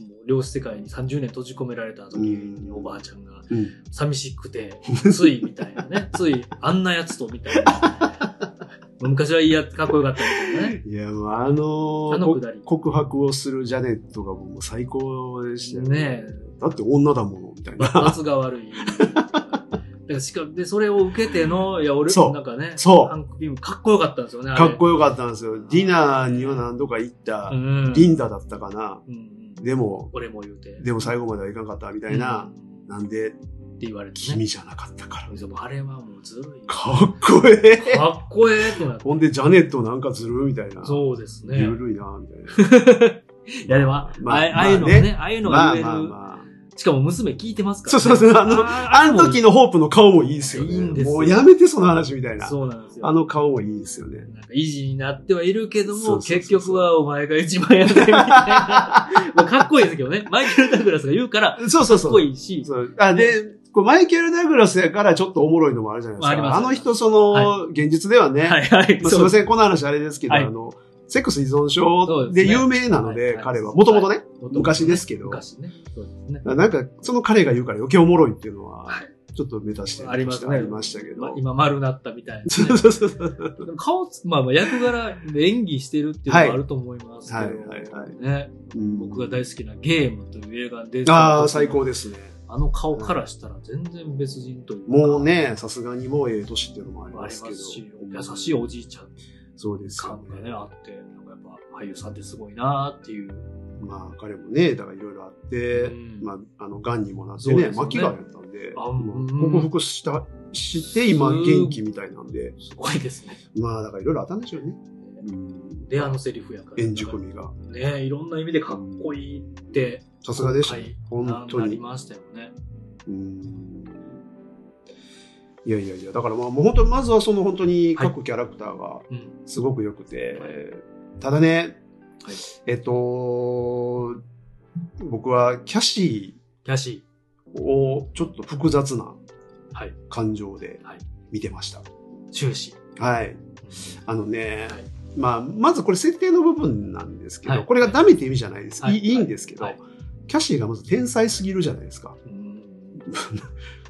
S1: もう両世界に30年閉じ込められた時に
S2: うん
S1: おばあちゃんが
S2: うん。
S1: 寂しくて、ついみたいな
S2: (laughs)
S1: ね、ついあんなやつとみたいな。昔はいいや、かっこよかったですよね。
S2: いや、もうあのー
S1: あのくだり
S2: こ告白をするジャネットがもう最高でしたよ
S1: ねえ
S2: だって女だもの、みたいな。
S1: 罰が悪い。だからしかで、それを受けての、いや、俺、
S2: そう
S1: なんかね、
S2: そう
S1: ハンクビームかっこよかったんですよね、
S2: かっ
S1: よ
S2: こよかったんですよ。ディナーには何度か行った、
S1: うん、
S2: リンダだったかな。
S1: うんうん
S2: でも、
S1: 俺も言うて。
S2: でも最後まではいかんかった、みたいな。
S1: うん
S2: なんで、
S1: って言われてね
S2: 君。じゃなかったから。
S1: でもあれはもうずるい。
S2: かっこええ。
S1: かっこええってなって。
S2: ほんで、ジャネットなんかずるみたいな。
S1: そうですね。
S2: ゆるいな、みたいな。
S1: いやでも、あ
S2: まあ
S1: あああいうの
S2: まあ
S1: が
S2: ね
S1: ね、ああいうの
S2: ま
S1: が
S2: あ
S1: 言える。
S2: まあまあ。
S1: しかも娘聞いてますから、
S2: そ
S1: ね。
S2: うそうそう。あの、
S1: あ
S2: あの時のホープの顔もいいですよね。
S1: いいんですよ
S2: もうやめて、その話みたいな。
S1: そうなんですよ。
S2: あの顔もいいですよね。
S1: なんか維持になってはいるけど
S2: そう
S1: も、
S2: そうそうそう
S1: 結局はお前が一番やってるみたい
S2: (laughs)
S1: な。まあかっこいいですけどね。マイケル・ダグラスが言うから、か
S2: そうそうそ
S1: っ
S2: う。
S1: こいいし、
S2: そうあで、こうマイケル・ダグラスやからちょっとおもろいのもあるじゃないですか。
S1: あります
S2: の人、その、
S1: は
S2: 現実ではね、
S1: はいはい。
S2: まあすいま
S1: ん。
S2: せん、この話あれですけど、
S1: はい
S2: あの、セックス依存
S1: そ
S2: 症
S1: うで
S2: です
S1: ね
S2: 有名なの
S1: は
S2: で、
S1: いはい。
S2: 彼は。もともとね、昔ですすけど、
S1: 昔ね。そうですね。
S2: なんか、その彼が言うから余計おもろいっていうのは、
S1: はい
S2: ちょっと目指してる
S1: ありますね
S2: ありましたけど。
S1: まあ、今丸なったみたいな、ね。
S2: そうそうそうそう。
S1: でも顔つ、まあまあ役柄で演技してるっていうのもあると思いますけど、
S2: はいはいはいは
S1: ね。
S2: うん
S1: 僕が大好きなゲームという映画に出てた
S2: ああ、最高ですね。
S1: あの顔からしたら全然別人というか
S2: もうね、さすがにもうええ年っていうのもあ
S1: あ
S2: り
S1: り
S2: ま
S1: ます
S2: けど。
S1: し、優しいおじいちゃん
S2: そうですよ
S1: 感がね、
S2: ね
S1: あって、なんかやっぱ俳優さんってすごいなーっていう。
S2: まあ、彼もね、だからいろいろあって、
S1: うん
S2: まあ、あの、癌にもなって
S1: そう
S2: ね、
S1: ですよね
S2: 末期癌やったんで、
S1: あ
S2: もう
S1: うん
S2: 克服した、して、今、
S1: うん
S2: 元気みたいなんで、
S1: すごいですね。
S2: まあ、だからいろいろあったんでしょうね。
S1: で、あのセリフやから。
S2: 円熟味が。
S1: ねいろんな意味でかっこいいって、
S2: さすがでしたね。
S1: 今回
S2: 本当
S1: なり
S2: に。
S1: ましたよね。
S2: うんいやいやいや、だからまあ、もう本当にまずはその本当に各キャラクターが
S1: うん。
S2: すごく良くて、
S1: はい
S2: ただね、
S1: はい
S2: えっと、僕はキャシー、
S1: キャシ
S2: をちょっと複雑な
S1: はい
S2: 感情で
S1: はい
S2: 見てました。
S1: 終始。
S2: はい。あのね、
S1: はい
S2: まあ、まずこれ設定の部分なんですけど、
S1: はい
S2: これがダメって意味じゃないです。、
S1: はいい
S2: いいいんですけど、
S1: はい
S2: キャシーがまず天才すぎるじゃないですか。
S1: うん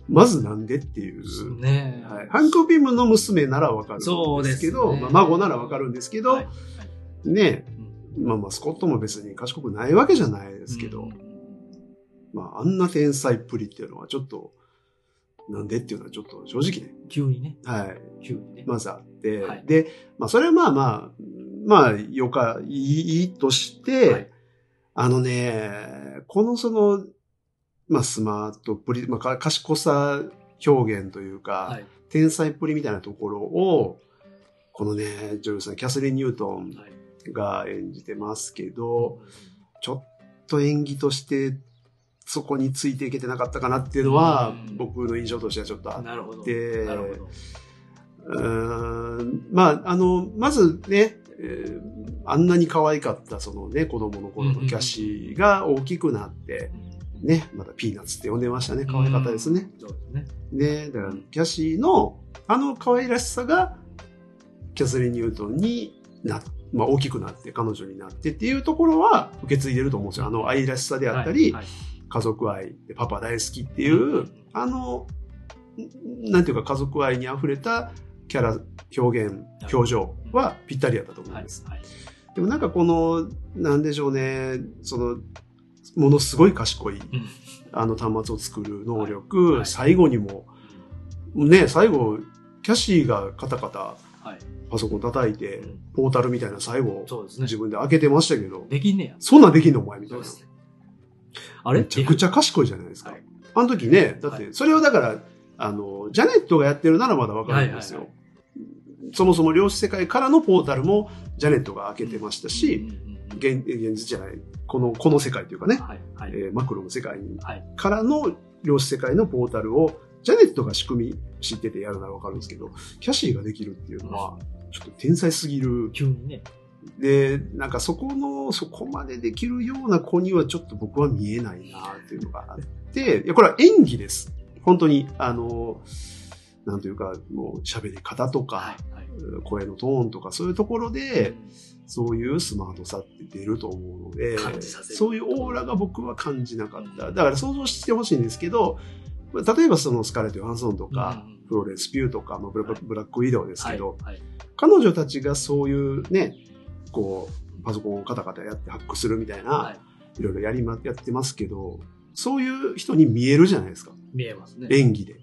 S2: まずなんでっていう。
S1: ねえ
S2: はい、ハンク・ビムの娘ならわかる
S1: そ
S2: ん
S1: う
S2: で
S1: ですす
S2: け
S1: ね
S2: ど、まあ、孫ならわかるんですけど、
S1: はい
S2: ね、まあまあ、スコットも別に賢くないわけじゃないですけど、
S1: うん
S2: まあ、あんな天才っぷりっていうのはちょっと、なんでっていうのはちょっと正直ね、
S1: 急にね、
S2: はい、
S1: 急にね。
S2: まずあって、
S1: はい
S2: で、まあ、それはまあまあ、まあ、よか、いいいいとして、
S1: はい
S2: あのね、このその、まあ、スマートプリ、まあか、賢さ表現というか、
S1: はい。
S2: 天才っぷりみたいなところを、このね、女優さん、キャスリン・ニュートン
S1: はい
S2: が演じてますけど、ちょっと演技として、そこについていけてなかったかなっていうのは、
S1: うん
S2: 僕の印象としてはちょっとあっ
S1: なるほど。
S2: で
S1: なるほど。
S2: うーんまあ、あの、まずね、えーあんなに可愛かったそのね、子供の頃のキャシーが大きくなって、ね、まだピーナッツって呼んでましたね。可愛かったですね。
S1: うん。そうですね。
S2: ね、だからキャシーのあの可愛らしさが、キャスリン・ニュートンにな、まあ大きくなって、彼女になってっていうところは受け継いでると思うんですよ。あの愛らしさであったり、
S1: はいはい
S2: 家族愛でパパ大好きっていう、あの、んなんていうか家族愛に溢れたキャラ、表現、表情はぴったりやったと思う
S1: は
S2: ん
S1: い
S2: です。
S1: はい
S2: でもなんかこの、なんでしょうね、その、ものすごい賢い、
S1: うん
S2: あの端末を作る能力、
S1: はいはい
S2: 最後にも、ね、最後、キャシーがカタカタ
S1: はい。
S2: パソコン叩いて
S1: うん、
S2: ポータルみたいな最後、
S1: そうですね
S2: 自。分で開けてましたけど、
S1: できんねや。
S2: そんなんできんのお前みた
S1: そ
S2: いうな
S1: で。すね。あれ
S2: めちゃく
S1: ち
S2: ちゃ賢いじゃないですか。
S1: はい
S2: あの時ね、だっ
S1: は
S2: て、それをだから、あの、ジャネットがやってるならまだわかるんですよ。
S1: はい
S2: そもそも量子世界からのポータルもジャネットが開けてましたし、、
S1: うん
S2: 現現実じゃない、この、この世界というかね、
S1: はいはい
S2: えーマクロの世界に
S1: はい
S2: からの量子世界のポータルを、ジャネットが仕組み知っててやるならわかるんですけど、キャシーができるっていうのは、ちょっと天才すぎる。
S1: 急にね。
S2: で、なんかそこの、そこまでできるような子にはちょっと僕は見えないなっていうのがあって、いや、これは演技です。本当に、あの、なんというか、もう喋り方とか、
S1: いはい。
S2: 声のトーンとか、そういうところ
S1: う
S2: で、
S1: ん
S2: そういうスマートさって出ると思うので、
S1: 感じさせる
S2: そういうオーラが僕は感じなかった。だから想像してほしいんですけど、例えばそのスカーレット・ヨハンソンとか、
S1: うん
S2: フローレンス・ピューとか、まあブラ
S1: はい
S2: ブラック・ウィドウですけど、
S1: はいはい
S2: 彼女たちがそういうね、こう、パソコンをカタカタやってハックするみたいな、
S1: はいい、
S2: ろいろやりま、やってますけど、そういう人に見えるじゃないですか。
S1: 見えますね。
S2: 演技で。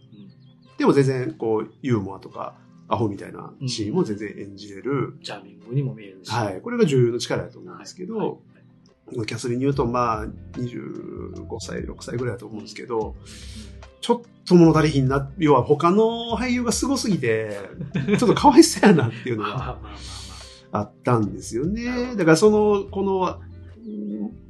S2: でも全然、こう、ユーモアとか、アホみたいなシーンも全然演じれる。
S1: チャーミングにも見えるし。。
S2: はいい。これが重要の力だと思うんですけど、
S1: はいはい
S2: キャスリン・ニュートン、まあ、25歳、6歳ぐらいだと思うんですけど、ちょっと物足りひんな、要は他の俳優がすごすぎ
S1: (laughs)
S2: て、ちょっとかわいそうやなっていうの
S1: まあま (laughs)
S2: が
S1: あまあまあ。
S2: あったんですよね。だからその、この、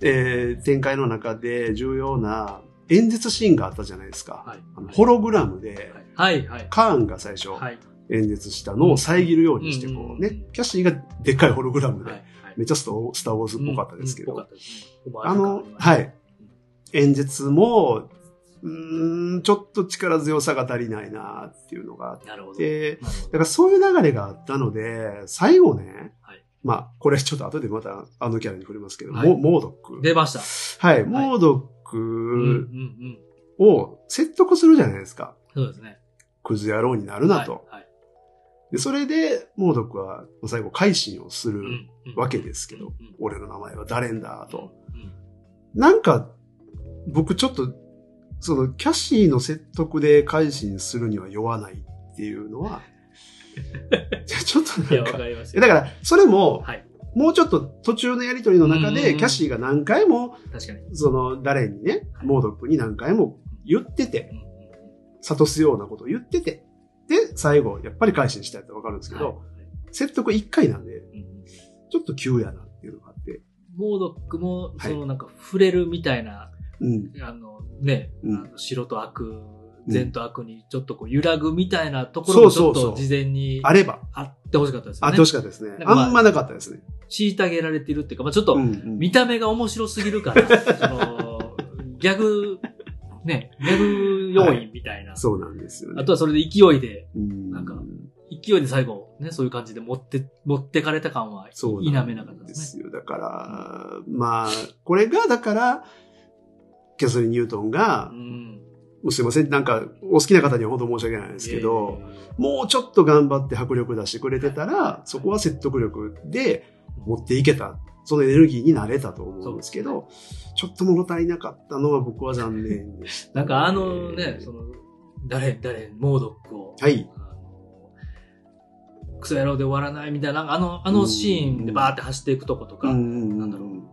S2: えー展開の中で重要な演説シーンがあったじゃないですか。
S1: はい
S2: あのホログラムで、
S1: はいはい。
S2: カーンが最初
S1: はい。
S2: 演説したのを遮るようにして、
S1: うん
S2: こ
S1: うん
S2: うね、キャシーがでっかいホログラム
S1: はいは
S2: で、
S1: い。
S2: めっちゃスタースター・ウォーズっぽかったですけど
S1: うん、ぽかったですね
S2: あの、はい。演説も、うーん、ちょっと力強さが足りないなっていうのがあっ
S1: なるほど。
S2: て、
S1: なるほ
S2: だか
S1: ど
S2: らそういう流れがあったので、最後ね、
S1: はい
S2: まあ、これちょっと後でまたあのキャラに触れますけど、
S1: はい
S2: モモードック。
S1: 出ました。
S2: はい、モードッ
S1: うんうんう
S2: ク
S1: ん。
S2: を説得するじゃないですか。
S1: そうですね。
S2: クズ野郎になるなと。
S1: はいはい。
S2: でそれで、モードックは最後改心をす
S1: うん
S2: る
S1: うん
S2: わけですけど、
S1: うんうん
S2: 俺の名前は誰んだと。
S1: うん
S2: なんか、僕ちょっと、その、キャシーの説得で改心するには酔わないっていう
S1: (laughs)
S2: のは、いやちょっと
S1: い
S2: な
S1: や、
S2: ん
S1: わ
S2: か、
S1: かりまし
S2: え
S1: た。
S2: だから、それも、
S1: はい。
S2: もうちょっと途中のやりとりの中
S1: うんうんう
S2: で、
S1: ん
S2: キャシーが何回も、
S1: 確かに。
S2: その、誰にね、
S1: はい
S2: モードックに何回も言ってて、
S1: うんうん
S2: 諭すようなことを言ってて、で、最後、やっぱり改心したやつはわかるんですけど、
S1: はい
S2: 説得1回なんで、
S1: うんうん
S2: ちょっと急やなっていうのがあって、
S1: モードックも、
S2: はい
S1: そのなんか触れるみたいな、
S2: うん、
S1: あのね、
S2: うん
S1: あの白と悪、善と悪にちょっとこう揺らぐみたいなところ
S2: うん
S1: もち
S2: そ
S1: ょ
S2: う
S1: っ
S2: そうそう
S1: と事前に
S2: あれば、
S1: あってほしかったですよ
S2: あ
S1: ね。
S2: ってほしかったですね。
S1: なんかまあ
S2: あんまなかったですね。
S1: 虐げられてるっていうか、まあちょっと
S2: (laughs) うんうん
S1: 見た目が面白すぎるから、その、ギャグね、ウェブ要因みたいな。
S2: そうなんですよね。
S1: あとはそれで勢いで、
S2: うん
S1: なんか勢いで最後、ね、そういう感じで持って、持ってかれた感は
S2: そう
S1: 否めなかったで
S2: です
S1: ね。
S2: すよ。だから、まあ、これが、だから、キャサリン・ニュートンが
S1: う、ん。
S2: もうすいません、なんか、お好きな方には本当申し訳ないですけど、もうちょっと頑張って迫力出してくれてたら、そこは説得力で持っていけた、そのエネルギーになれたと思うんですけど、ちょっと物足りなかったのは僕は残念でした、
S1: なんかあのね、その、誰、誰、モードックを、
S2: はい
S1: あのクソ野郎で終わらないみたいな、なんかあの、あのシーンでバーって走っていくとことか、
S2: な
S1: なんだろも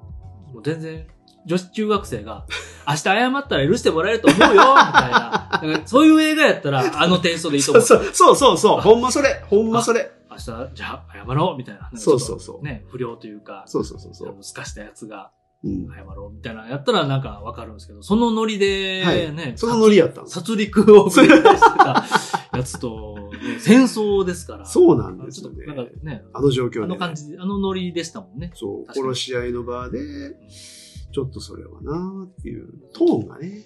S1: う全然、女子中学生が、 (laughs) 明日謝ったら許してもらえると思うよみたいな。なんかそういう映画やったら、あのテイストでいいと
S2: そ
S1: 思
S2: う
S1: う。
S2: そうそうそうそう、ほんまそれ、ほんまそれ。
S1: 明日、じゃあ謝ろうみたいな。
S2: そうそうそう
S1: ね、不良というか、
S2: そうそうそうそう。
S1: すかしたやつが
S2: うん
S1: 謝ろうみたいなのやったらなんかわかるんですけど、そのノリで
S2: はい
S1: ね、
S2: そのノリやったんです
S1: 殺戮を繰り返してたやつ
S2: (laughs)
S1: と、ね戦争ですから。
S2: そうなんです
S1: ちょ
S2: よ
S1: っと
S2: ね
S1: なん。かね、
S2: あの状況で、
S1: あの感じ、あのノリでしたもんね。
S2: そう、
S1: 確かに
S2: 殺し合いの場で、ちょっとそれはなーっていう、トーンがね。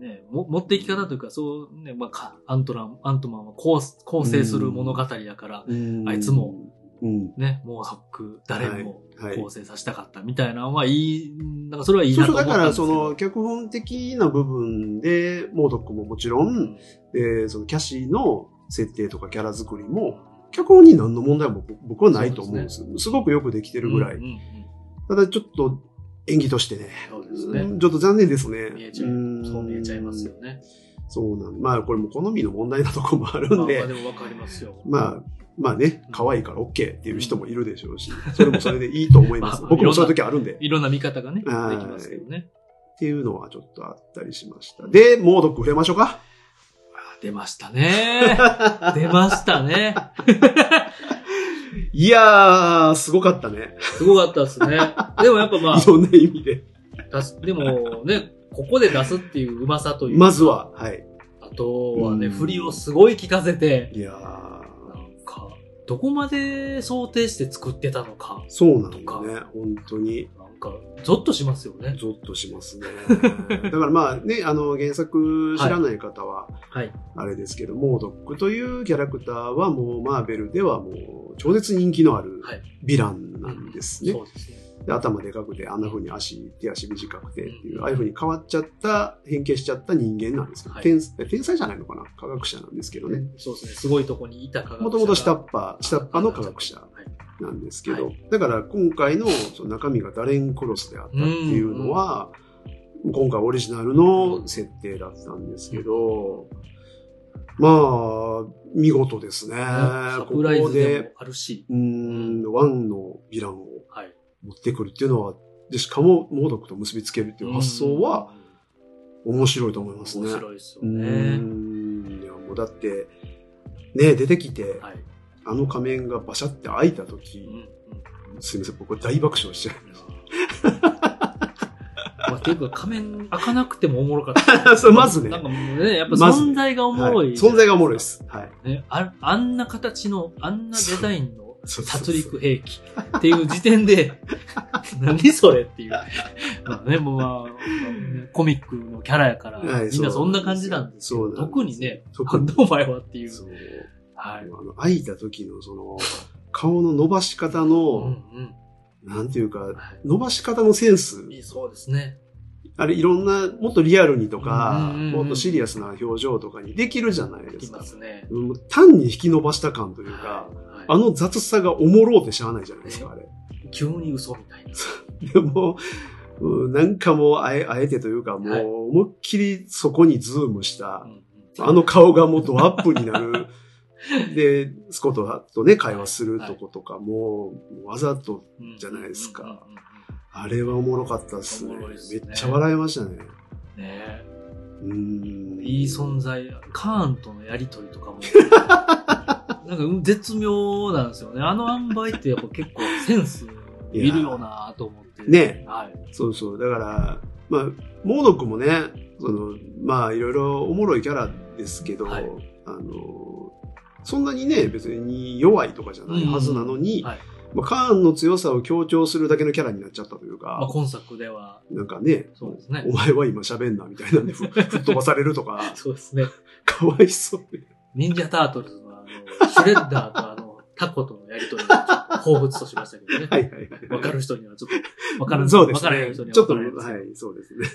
S1: ね、も持っていき方というか、そうね、まあか、アントラン、アントマンは構構成する物語だから、あいつも。
S2: うん。
S1: ね、もう即誰も
S2: はい。
S1: 構成させたかったみたいなのはいい、なんかそれはいい
S2: そ
S1: な
S2: うそ
S1: と思
S2: う、
S1: っ
S2: だ
S1: たん
S2: から、
S1: ですけ
S2: そ
S1: ど。
S2: の、脚本的な部分で、モードックももちろ、
S1: うんん
S2: えーそのキャシーの設定とかキャラ作りも、脚本に何の問題も僕僕はないと思うんですよ。すごくよくできてるぐらい。
S1: うんうんうん
S2: ただ、ちょっと、演技としてね。
S1: そうですね。
S2: うんちょっと残念ですね。
S1: 見えちゃい、
S2: ん
S1: そう見えちゃいますよ。ね。
S2: そうなんまあ、これも好みの問題なとこもある
S1: まあ、
S2: んで
S1: まあ、でもわかりますよ。
S2: まあ、まあね、可愛いから OK っていう人もいるでしょうし、それもそれでいいと思います。
S1: まあ
S2: 僕もそういう時あるんで。
S1: いろんな見方がね、でき
S2: はい
S1: ますけどね。
S2: っていうのはちょっとあったりしました。で、モードック触れましょうか。
S1: あ出ましたね。 (laughs) 出ましたね。
S2: いやー、すごかったね。
S1: すごかったですね。でもやっぱま
S2: いろんな意味で。
S1: あ、出すでもね、ここで出すっていううまさというか
S2: まずは、はい。
S1: あとはね、
S2: うん
S1: 振りをすごい聞かせて、
S2: いやー、
S1: なんか、どこまで想定して作ってたのか、
S2: そうなん
S1: と
S2: だ
S1: か
S2: ね。本当に。
S1: なんか、ゾッとしますよね。
S2: ゾッとしますね。だからまあね、あの、原作知らない方は、
S1: はい。
S2: あれですけど、モードックというキャラクターはもうマーベルではもう超絶人気のある
S1: はい
S2: ヴィランなんですね。
S1: そうですね。
S2: で頭でかくて、あんな風に足、手足短くてっていうう、
S1: ん
S2: ああいう風に変わっちゃった、変形しちゃった人間なんですけど、
S1: はい
S2: 天天才じゃないのかな科学者なんですけどね。
S1: そうですね。すごいとこにいた科学者。
S2: もともと下っ端、下っ端の科学者
S1: はい
S2: なんですけど、
S1: は
S2: だから今回のその中身がダレン・クロスであったっていうのは、今回オリジナルの設定だったんですけど、まあ、見事ですね。
S1: サ
S2: こ
S1: プライ
S2: こ
S1: ズでも
S2: で、
S1: あるし、
S2: うーん、ワンのヴィランを
S1: はい。
S2: 持ってくるっていうのは、で、しかも、猛毒と結びつけるっていう発想は面白いと思います
S1: うん、
S2: ね。
S1: 面白いですよ
S2: う
S1: ね。
S2: ーん。いや、もうだって、ね、出てきて、
S1: はい。
S2: あの仮面がバシャって開いた時
S1: うんうん
S2: すみません、僕は大爆笑しちゃ
S1: いや
S2: (laughs)
S1: ーまあ、ていうか仮面開かなくてもおもろかっ
S2: う。そ
S1: た。
S2: う (laughs) まずね。
S1: な
S2: は
S1: んかもうね、やっぱ
S2: まずね
S1: 存在がおもろい、
S2: い存在がおもろいで。す。はい。
S1: ね、ああんな形の、あんなデザインの
S2: そうそう
S1: 殺
S2: そ
S1: 戮
S2: う
S1: 兵器っていう時点で、 (laughs) 何それ
S2: (laughs)
S1: っていう。まあね、もうまあ、まあねコミックのキャラやから、
S2: はい
S1: みんなそんな感じなんですけ
S2: そ
S1: ど
S2: うなんです
S1: 特にね、
S2: 特
S1: なんだ
S2: に
S1: お前はっていう。
S2: そう
S1: は
S2: あ
S1: い。
S2: の開いた時のその、顔の伸ばし方
S1: うんう
S2: の、
S1: ん。
S2: なんていうか、
S1: は
S2: 伸ばし方のセンス
S1: いいい、そうですね。
S2: あれいろんな、もっとリアルにとか、
S1: うんうんうん
S2: もっとシリアスな表情とかにできるじゃないで
S1: いき
S2: すか
S1: ま。すね。
S2: うん単に引き伸ばした感というか、
S1: はい
S2: あの雑さがおもろうてしゃあないじゃないですか、あれ。
S1: 急に嘘みたいな。
S2: でも、うんなんかもうあえ、あえてというか、もう
S1: はい
S2: 思いっきりそこにズームした
S1: うん、うん
S2: あの顔がもっとアップにな
S1: (laughs)
S2: る。で、スコットとね、会話するとことか、もう、わざと、じゃないですか
S1: うんうんうん
S2: あれはおもろかったっす
S1: お
S2: ね。
S1: もろいっすね
S2: めっちゃ笑いましたね。
S1: うんね
S2: うーん。
S1: いい存在、カーンとのやりとりと
S2: (laughs)
S1: かも。なんかうん絶妙なんですよね。あの塩梅ってやっぱ結構センスいるよなと思って。
S2: ね
S1: はい。
S2: そうそう。だから、まあ、モード君もね、その、まあ、いろいろおもろいキャラですけど、
S1: はい
S2: あの、そんなにね、別に弱いとかじゃないはずなのに、
S1: はい。
S2: まあ、カーンの強さを強調するだけのキャラになっちゃったという
S1: まあ、
S2: か、
S1: 今作では、
S2: なんかね、
S1: そうですね
S2: お前は今喋んな、みたいな
S1: (laughs)
S2: んで、ふ吹っ飛ばされるとか、 (laughs)
S1: そうですね。
S2: かわいそうで。
S1: 忍者タートルズのあの、シュレッダーとあの、タコとのやりとりをちょっと彷彿としましたけどね。
S2: はいはいはい。
S1: わかる人にはちょっと、わからない。
S2: そうです
S1: わからない人に
S2: ね。
S1: は
S2: ちょっと、
S1: わ
S2: は
S1: か
S2: い
S1: らないで、
S2: そうですね。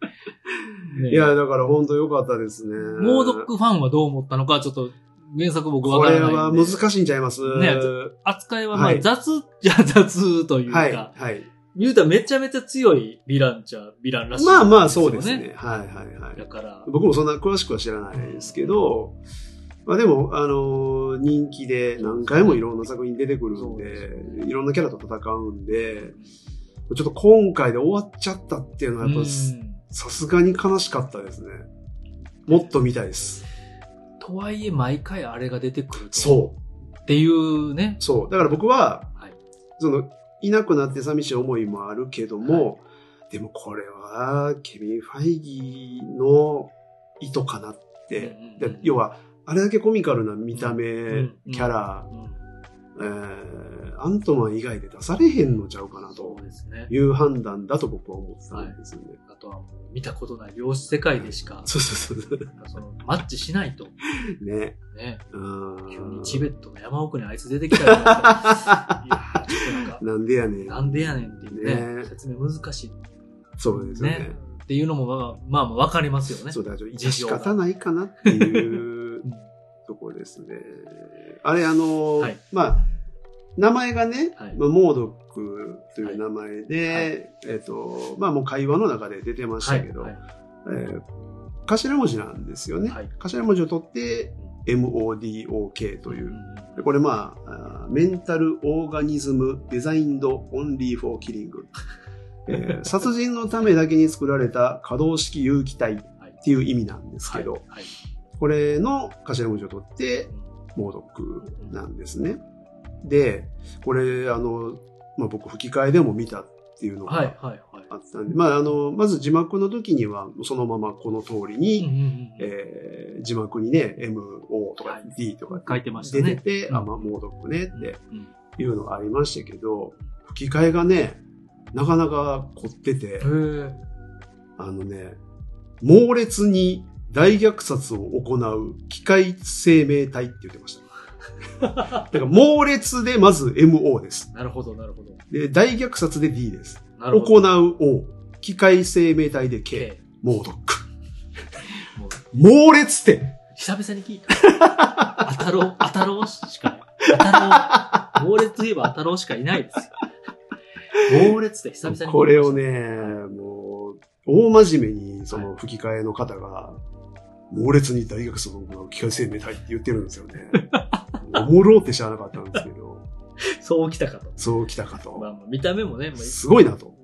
S1: すね。
S2: いや、だから本当良かったですね。
S1: モードックファンはどう思ったのか、ちょっと、原作僕わ
S2: こ
S1: から
S2: れ
S1: ないんで。
S2: は難しいんちゃいます
S1: ね扱いはま
S2: は
S1: あ
S2: い
S1: 雑じゃ雑というか、
S2: はい。はい。
S1: 言うたらめちゃめちゃ強いヴィランちゃヴィランらしい、
S2: まあまあ、そうですね。。はいはいは
S1: だ
S2: い。
S1: から、
S2: 僕もそんな詳しくは知らないですけど、まあでも、あのー人気で何回もいろんな作品出てくるんで、いろんなキャラと戦うんで、ちょっと今回で終わっちゃったっていうのはやっ
S1: う
S2: ぱ
S1: ん
S2: さすがに悲しかったですね。もっと見たいです。
S1: とはいえ毎回あれが出てくると。
S2: そう。
S1: っていうね。
S2: そう。だから僕は、
S1: はい
S2: その、いなくなって寂しい思いもあるけども、でもこれは、ケビン・ファイギーの意図かなって。
S1: うんうんうん
S2: で要は、あれだけコミカルな見た目、
S1: んうん
S2: キャラ、
S1: うん
S2: えーアントマン以外で出されへんのちゃうかなと
S1: そうですね。
S2: いう判断だと僕は思ってたんですよね。
S1: あとはもう見たことない量子世界でしか、
S2: そうそうそう。
S1: そのマッチしないと。
S2: ね。
S1: ね。
S2: うん
S1: 急にチベットの山奥にあいつ出てきたら、い
S2: (laughs)
S1: やーちょっとなんか、
S2: なんでやねん。
S1: なんでやねんっていうね、
S2: ね
S1: 説明難しい。
S2: そうですよね
S1: っていうのもまあ、まあまあ、わかりますよね。
S2: そうだ、じゃあ
S1: 事
S2: 仕
S1: 情が
S2: 方ないかなっていう
S1: うん
S2: ところですね。あれ、あの、
S1: はい
S2: まあ、名前がね、
S1: はい
S2: まあ、モードックという名前で、えっ、と、まあもう会話の中で出てましたけど、
S1: はいはい
S2: えー頭文字なんですよね。
S1: はい
S2: 頭文字を取って、MODOK とい
S1: うん
S2: う。でこれまああー、メンタル・オーガニズム・デザインド・オンリー・フォー・キリング。 (laughs) えー殺人のためだけに作られた可動式有機体っていう意味なんですけど、
S1: はいはい
S2: これの頭文字を取って
S1: う、ん
S2: 猛毒なんですね。で、これ、あの、まあ、僕、吹き替えでも見たっていうの
S1: はい
S2: が
S1: はいはい。
S2: あったんで、まあ、あの、まず字幕の時には、そのままこの通り
S1: うんう
S2: に、
S1: んうん
S2: えー字幕にね、MO と
S1: は
S2: か
S1: い
S2: D とか
S1: 書いてましたね
S2: 出てて、
S1: うん
S2: あ、まあ、猛毒ねって
S1: うん
S2: いうのがありましたけど、吹き替えがね、なかなか凝って
S1: へ
S2: て、あのね、猛烈に大虐殺を行う機械生命体って言ってました。
S1: (laughs)
S2: だから猛烈でまず MO です。
S1: え。なるほど、なるほど。
S2: で、大虐殺で D です。
S1: なるほ
S2: 行
S1: ど。
S2: う O。機械生命体で K。
S1: K
S2: 猛毒。
S1: もう
S2: 猛烈って。
S1: 久々に聞いた。 (laughs) 当たろう、当たろうしかない。当たろう。猛烈といえば当たろうしかいないですよ。猛烈って久々に聞いた。
S2: これをね、もう、大真面目にその吹き替えの方が、猛烈に大虐殺を行う機械生命体って言ってるんです
S1: (laughs)
S2: よね。おもろうって知らなかったんですけど、
S1: そうきたかと。
S2: そうきたかと。
S1: まあまあ、見た目もね、まあ
S2: すごいなと。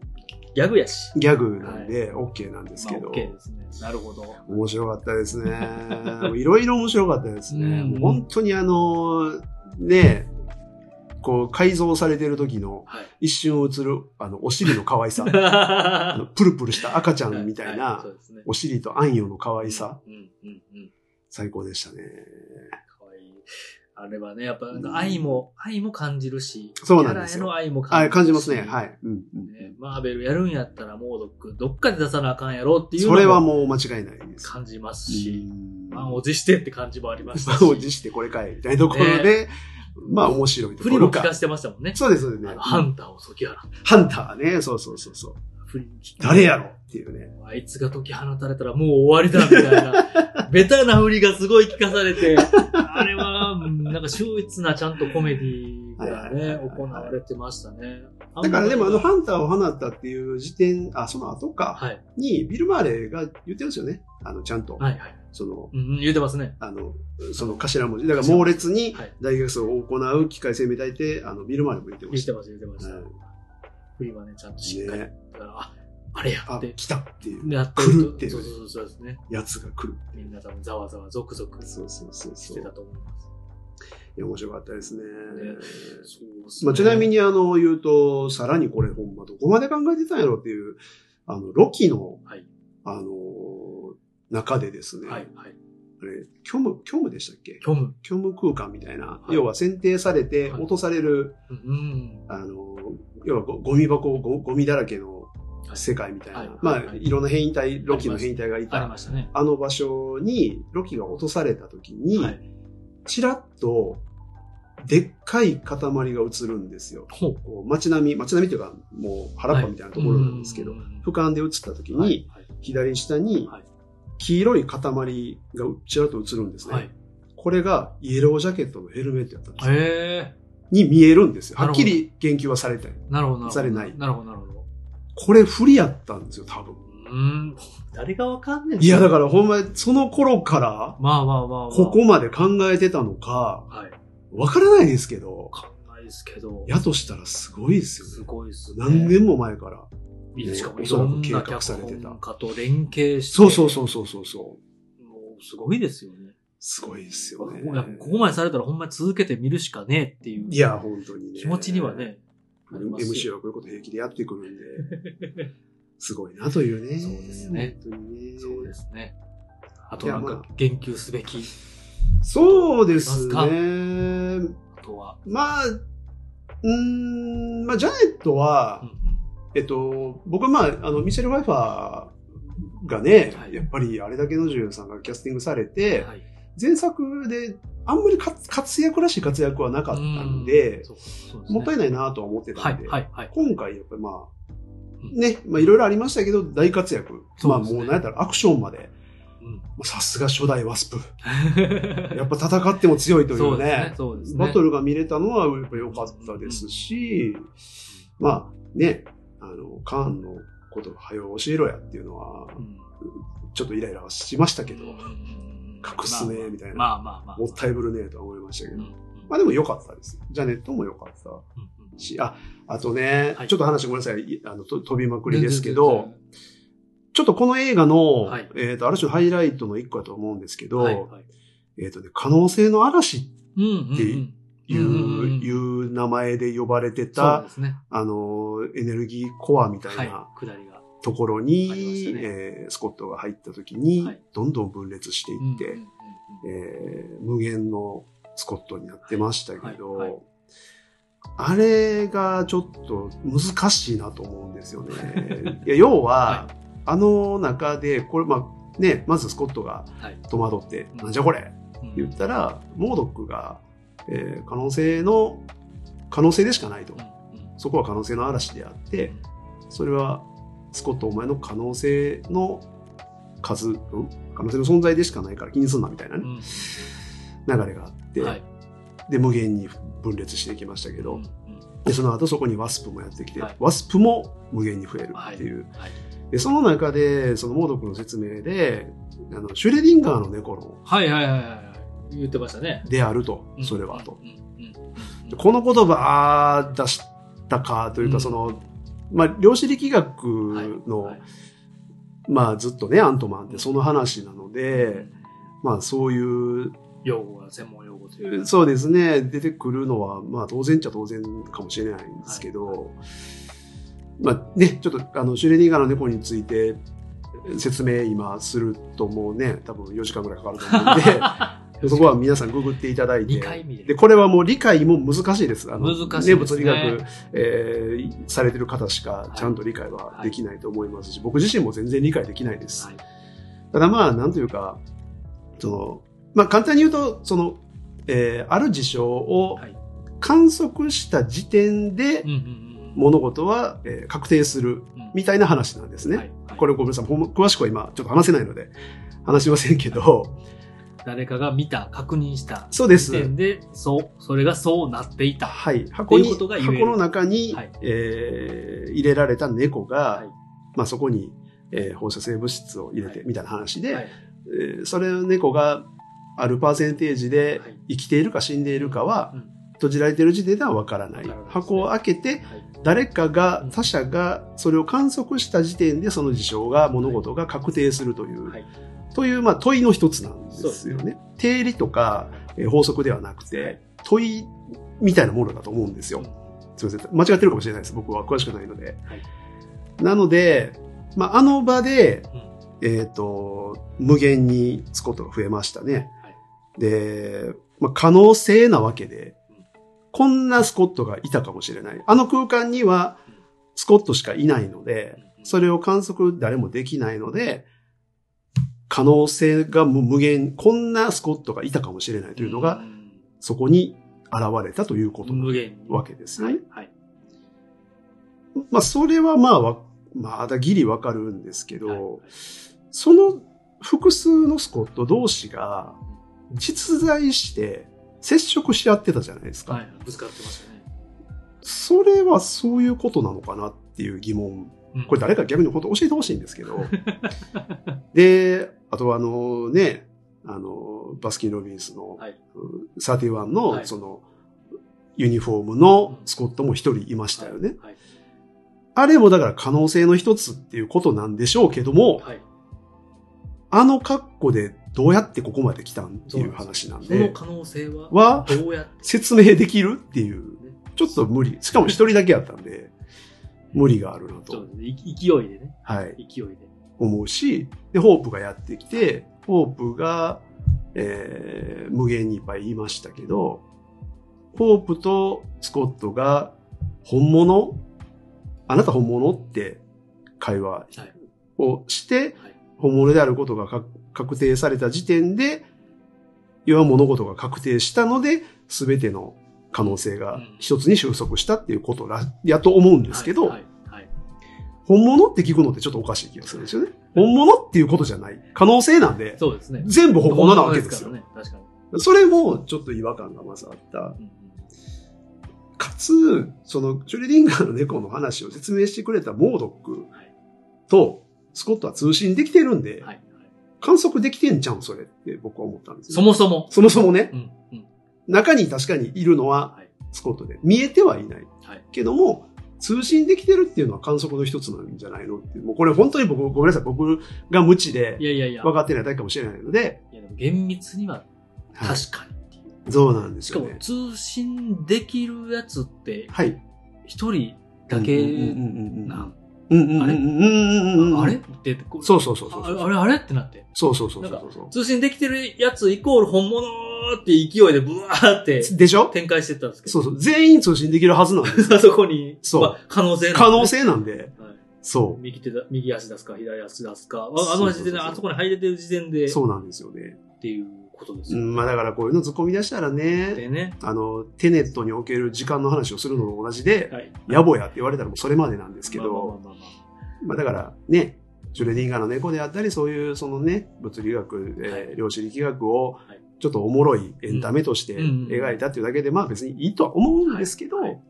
S1: ギャグやし。
S2: ギャグなんで、OK なんです
S1: ま
S2: け
S1: あ、
S2: ど。
S1: OK ですね。なるほど。
S2: 面白かったですね。 (laughs) もういろいろ面白かったですね。
S1: うん
S2: もう本当にあの、ね、こう改造されてる時の (laughs)
S1: はい。。
S2: 一瞬映るあのお尻の可愛さ
S1: (laughs)
S2: あのプルプルした赤ちゃんみたい
S1: はは
S2: な
S1: そうですね。
S2: お尻とあんよの可愛さ。
S1: うんうんうん。
S2: 最高でしたね。
S1: かわいい。あれはね、やっぱなんか愛も、愛も感じるし、
S2: そうなんですよ
S1: キャラへの愛も感じ
S2: あ
S1: るし。
S2: 感じますね。はい。うんうん
S1: ねマーベルやるんやったらモードック、どっかで出さなあかんやろっていう
S2: それ
S1: の
S2: は
S1: も
S2: もう間違いないです。
S1: 感じますし、
S2: うん
S1: 満を持してって感じもありました
S2: 満を持
S1: し、
S2: してこれかい。みたいなところで、まあ面白いと
S1: 振
S2: こ
S1: り
S2: ろ
S1: も
S2: か
S1: 聞。かせてましたもんね。
S2: そうです、そうです
S1: あ
S2: ね
S1: の。ハンターを解き放った。
S2: ハンターね、そうそうそうそう。
S1: 振りも聞か
S2: 誰やろっていうね。
S1: あいつが解き放たれたらもう終わりだみたい
S2: (laughs)
S1: な、ベタな振りがすごい聞かされて、あれは、うんなんか秀逸なちゃんとコメディが
S2: はいはい
S1: ね、
S2: はいはい
S1: 行われてましたね。
S2: だからでもあの
S1: は
S2: ハンターを放ったっていう時点、あ、その後か、
S1: い、
S2: にビル・マーレが言ってるんですよね。あの、ちゃんと。
S1: はい、はい。
S2: その、
S1: うんうん、言うてますね。
S2: あの、その頭文字。だから猛烈に
S1: はい。
S2: 大学生を行う機械生命体って、あの、ビル・マーレも言ってま
S1: 言っ
S2: してた。
S1: ました、言ってました
S2: はい。
S1: 振りはね、ちゃんとしっかり。だ
S2: ね、
S1: から、あ、あれやっ
S2: あ
S1: て、、
S2: 来たっていう
S1: やってる
S2: 来る
S1: と。
S2: っていう
S1: そうそうそうそうですね。
S2: やつが来る。
S1: みんな多分ざわざわゾクゾクし
S2: そうそうそうそ
S1: て
S2: う。
S1: たと思います。
S2: いや面白かったですね。
S1: そうですね
S2: まあ、ちなみ、にあの、言うと、さらにこれほんまどこまで考えてたんやろっていう、あの、ロキの、
S1: はい、
S2: あの、中でですね、
S1: はい、はい。
S2: あれ、虚無、虚無でしたっけ
S1: 虚無。
S2: 虚無空間みたいな、
S1: い
S2: 要は選定されて
S1: はい
S2: 落とされる、
S1: うん。
S2: あの、要はゴゴミ箱、ゴゴミだらけの世界みたいな、
S1: はい
S2: まあ、
S1: はい
S2: い
S1: はい
S2: ろんな変異体、ロ
S1: あ
S2: キ
S1: りま
S2: の
S1: す
S2: 変異体が
S1: あ
S2: い
S1: り
S2: た、
S1: ましたね。
S2: あの場所にロキが落とされた時に、
S1: はい。
S2: ちらっと、でっかい塊が映るんですよ。
S1: ほう。
S2: こう街並み、街並みというか、もう原っぱみたいなところなんですけど、
S1: はい、
S2: 俯瞰で映った時に、
S1: はいはい
S2: 左下に
S1: はい
S2: 黄色い塊がちらっと映るんですね。
S1: はい。
S2: これがイエロージャケットのヘルメットやったんですよ
S1: へえ
S2: に見えるんですよ。
S1: な
S2: は
S1: る
S2: っ
S1: ほど
S2: きり言及はされてない。
S1: ー。なるほど、なるほど。
S2: されない
S1: なるほど、なるほど。
S2: これ不利やったんですよ、多分。
S1: うーん。誰がわかんねん。
S2: いや、だからほんまにその頃から、
S1: まあまあまあまあ。
S2: ここまで考えてたのか、
S1: はい。わ
S2: わからないですけど、
S1: かんないですけど。
S2: やとしたらすごいですよね
S1: す。ごいですね。
S2: 何年も前から。
S1: いやしかも
S2: お
S1: い
S2: そ
S1: ろ
S2: ら
S1: ん
S2: く
S1: な
S2: 計
S1: 脚
S2: 画されてた
S1: 本家と連携して。
S2: そうそうそうそうそうそう。
S1: もうすごいですよね。
S2: すごいですよね。
S1: いやここまでされたらほんまに続けてみるしかねえっていう
S2: いや、本当にね。
S1: 気持ちには。ね、あります
S2: MC はこういうこと平気でやってくるんで、すごいなというね。
S1: そうですね。
S2: 本当にね。
S1: そうですね。あとなんか言及すべき、
S2: そうです
S1: あ
S2: ね。
S1: あとは。
S2: まあ、うーん、まあ、ジャネットは、
S1: うんうん
S2: えっと、僕はまあ、あの、ミシェル・ワイファーがね、
S1: はい
S2: やっぱりあれだけの女優さんがキャスティングされて、
S1: はい
S2: 前作であんまり活活躍らしい活躍はなかったん
S1: う
S2: で、
S1: んそうそうですね
S2: もったいないなとは思ってたんで、
S1: はい、はい、はい。
S2: 今回やっぱりまあ、
S1: うん
S2: ね、まあいろいろありましたけど、大活躍。
S1: そ
S2: まあ
S1: うですね
S2: もうなんやったらアクションまで。
S1: うん
S2: さすが初代ワスプ。やっぱ戦っても強いとい
S1: そううですね
S2: ね。。
S1: そうですね。
S2: バトルが見れたのはやっぱ良かったですし、まあね、あの、カーンのことを早う教えろやっていうのは、
S1: うん
S2: ちょっとイライラはしましたけど、隠すね、みたいな。
S1: まあまあまあ。
S2: もった
S1: い
S2: いぶるねえとは思いましたけ
S1: う
S2: ど。
S1: ん
S2: まあでも良かったです。ジャネットも良かった
S1: うん
S2: し、あ、あとね、
S1: はい
S2: ちょっと話ごめんなさい、いあの、と飛びまくりですけ
S1: 全然
S2: ど、ちょっとこの映画の、
S1: はい
S2: えっ、と、ある種のハイライトの一個だと思うんですけど、
S1: 全然はいはい
S2: えっ、とね、可能性の嵐って
S1: うんうん
S2: って
S1: うん
S2: いう、
S1: うんうんうん
S2: いう名前で呼ばれて
S1: そう
S2: た
S1: で、すね。
S2: あの、エネルギーコアみたい
S1: はい
S2: な。
S1: 下りが。
S2: ところ
S1: ありま
S2: に、
S1: したね
S2: えースコットが入った時に、
S1: はい
S2: どんどん分裂していって、
S1: うんうんうんうん
S2: えー無限のスコットになってましたけど、
S1: はいはい
S2: あれがちょっと難しいなと思うんですよね。
S1: (laughs)
S2: いや要
S1: は
S2: は、あの中で、これ、まあ、ね、まずスコットが
S1: はい
S2: 戸惑って、
S1: うん
S2: なんじゃこれって
S1: うん
S2: 言ったら、モードックが、えー可能性の、可能性でしかないと。
S1: うんうん
S2: そこは可能性の嵐であって、
S1: うん
S2: それはスコットお前の可能性の数、ん可能性の存在でしかないから気にすんなみたいな、
S1: う
S2: ね
S1: ん
S2: 流れがあって、
S1: はい
S2: で無限に分裂していきましたけど、
S1: うんうん
S2: でその後そこにワスプもやってきて、
S1: はい
S2: ワスプも無限に増えるっていう、
S1: はいはい
S2: でその中でそのモード君の説明であのシュレディンガーの猫の
S1: はいはいはいはい。言ってましたね。
S2: であると
S1: うん
S2: それはと、。
S1: うんうん
S2: でこの言葉出したかというか、
S1: うん
S2: そのまあ量子力学の、
S1: はいはい
S2: まあずっとねアントマンってその話なので、まあそういう
S1: 用語が専門用語というか。
S2: そうですね出てくるのはまあ当然っちゃ当然かもしれないんですけど、まあねちょっとあのシュレディンガーの猫について説明今するともうね多分4時間ぐらいかかると思うん
S1: (laughs)
S2: でそこは皆さんググっていただいて
S1: 理解見れ
S2: で
S1: る。
S2: これはもう理解も難しいです。あの
S1: 難しいですね
S2: 物理学、えーされてる方しかちゃんと理解はできないと思いますし、僕自身も全然理解できないです。
S1: はい
S2: ただまあ、なんというか、その、まあ簡単に言うと、その、えーある事象を
S1: はい
S2: 観測した時点で
S1: うんうんうん
S2: 物事は、えー確定する
S1: うん
S2: みたいな話なんですね。
S1: はいはい
S2: これごめんなさい。ほんま詳しくは今ちょっと話せないので、話しませんけど、
S1: 誰かが見た、確認した
S2: そうで
S1: 時
S2: す。
S1: 点で、そう、それがそうなっていた。
S2: はい、箱に
S1: っていうことが言える
S2: 箱の中に、
S1: はい
S2: えー入れられた猫が、
S1: い
S2: まあ、そこに、えー放射性物質を入れて、
S1: はい
S2: みたいな話で、
S1: はい
S2: えーそれの猫があるパーセンテージで
S1: はい
S2: 生きているか死んでいるかは、
S1: うん
S2: 閉じられている時点ではわから
S1: わ
S2: ない、
S1: からないですね
S2: 箱を開けて
S1: はい
S2: 誰かが、
S1: うん
S2: 他者がそれを観測した時点でその事象が物事が確定するという、
S1: はい
S2: という、まあ、問いの一つなんで
S1: そうですす
S2: よ
S1: ね
S2: ね。定理とか、えー法則ではなくて、
S1: はい
S2: 問いみたいなものだと思うんですよ。
S1: うん
S2: すみません。間違ってるかもしれないです。僕は詳しくないので。
S1: はい
S2: なので、まあ、あの場で、
S1: うん
S2: えっ、と、無限にスコットが増えましたね。
S1: はい
S2: で、まあ、可能性なわけで、こんなスコットがいたかもしれない。あの空間にはスコットしかいないので、それを観測誰もできないので、可能性がもう無限、こんなスコットがいたかもしれないというのが、そこに現れたということな
S1: 無限に。
S2: わけです
S1: は
S2: ね
S1: い。。はい。
S2: まあ、それはまあわ、まだギリわかるんですけ
S1: はい
S2: ど、その複数のスコット同士が実在して接触し合ってたじゃないですか。
S1: はい。ぶつかってましたね。
S2: それはそういうことなのかなっていう疑問
S1: うん
S2: これ誰か逆に本当教えてほしいんです
S1: (laughs)
S2: けど。で、あとはあのね、あの、バスキン・ロビンスの、
S1: はい
S2: うん31の
S1: はい
S2: その、ユニフォームのスコットも一人いましたよね。
S1: はい。
S2: あれもだから可能性の一つっていうことなんでしょうけども、
S1: はい。
S2: あの格好でどうやってここまで来たんっていう話なん
S1: その
S2: で、
S1: 可能性は、
S2: は
S1: どうやって
S2: 説明できるっていう、
S1: ね。
S2: ちょっと無理。しかも一人だけやったんで、無理があるな
S1: そう
S2: と。
S1: ですね。い勢いでね。
S2: はい。
S1: 勢いで。
S2: 思うし、で、ホープがやってきて、ホープが、えー無限にいっぱい言いましたけど、ホープとスコットが、本物あなた本物って会話
S1: はい
S2: をして、
S1: はい。
S2: 本物であることが確確定された時点で、要は物事が確定したので、すべての可能性が一つに収束したっていうことら、やと思うんですけど、
S1: はい。はい。
S2: 本物って聞くのってちょっとおかしい気がするんですよね。本物っていうことじゃない。可能性なんで、
S1: そうですね。
S2: 全部本物なわけですよ。
S1: 本物からね。確かに。
S2: それもちょっと違和感がまずあった。
S1: うん
S2: かつ、その、シュレディンガーの猫の話を説明してくれたモードック
S1: はい
S2: とスコットは通信できてるんで、
S1: うんはい。はい
S2: 観測できてんじゃん、それって僕は思ったんですよ
S1: そもそも。
S2: そもそもね
S1: う、ん。うん。
S2: 中に確かにいるのは
S1: はい。
S2: スコットで、見えてはいない。
S1: はい。
S2: けども、通信できてるっていうのは観測の一つなんじゃないのっていう。もうこれ本当に僕、ごめんなさい。僕が無知で
S1: い、やいやいや。
S2: 分かってないだけかもしれないので、
S1: いやでも厳密には確かにっていう。
S2: そうなんです
S1: しか
S2: よ
S1: も
S2: ね。
S1: 通信できるやつって、
S2: はい。
S1: 一人だけなん。
S2: あ
S1: あれあれ
S2: れ
S1: って、こう
S2: そうそうそうそう。
S1: ああれあれってなって。
S2: そうそうそう
S1: なんか
S2: そうそ
S1: 通信できてるやつイコール本物って勢いでブワーって
S2: う。でしょ
S1: 展開してったんですけ
S2: そ
S1: ど。
S2: うそう。全員通信できるは
S1: (laughs)
S2: ずなんです。
S1: あ (laughs) そこに、
S2: そう
S1: まあ可能性なんで
S2: 可能性なんで。
S1: はい
S2: そ
S1: 右手だ、右足出すか、左足出すか。あ
S2: そう
S1: あ
S2: そうそう
S1: の時点で、あそこに入れてる時点で、
S2: う。
S1: っ
S2: そうなんですよね。
S1: ていうことです
S2: う
S1: よ
S2: んまあだからこういうの突っ込み出したらね、
S1: でね。
S2: あの、テネットにおける時間の話をするのと同じで、
S1: はい。
S2: 野暮やって言われたらもうそれまでなんですけ
S1: まあ
S2: ど、
S1: まあまあまあま
S2: まあだからね、シュレディンガーの猫であったり、そういうそのね、物理学、えー
S1: はい
S2: 量子力学を
S1: い
S2: ちょっとおもろいエンタメとして
S1: うんうん
S2: 描いたっていうだけで、まあ別にいいとは思う
S1: あ
S2: んですけど、
S1: はいはい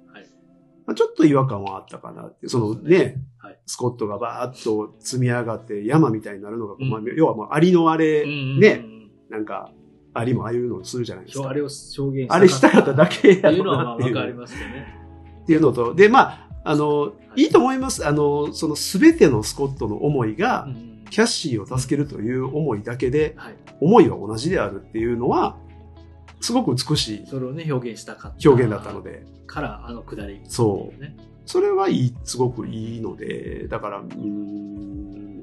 S2: まあ、ちょっと違和感はあったかなって、その
S1: そうです
S2: ね、
S1: はい
S2: スコットがバーッと積み上がって山みたいになるのが、
S1: うん
S2: まあ、要はもうアリのあれ、
S1: うんうんうん
S2: ね、なんか、アリもああいうのをするじゃないです
S1: 今日
S2: か。
S1: あれを証言
S2: あれしたかっただけ
S1: って
S2: や
S1: いうの
S2: ろ
S1: は
S2: う
S1: ま
S2: な
S1: あ
S2: ってい
S1: わ
S2: う
S1: かりますよね。
S2: っていうのと、で、まあ、あの、
S1: い
S2: いいと思います。あの、その全てのスコットの思いうが、
S1: ん
S2: キャッシーを助けるという思いだけで、
S1: はい。
S2: 思いは同じであるっていうのは、すごく美しい
S1: それをね、表現したかった。
S2: 表現だったの。で、
S1: から、あのくだり。
S2: そう
S1: う。ね。
S2: それはいい、すごくいいので、だから、うーん、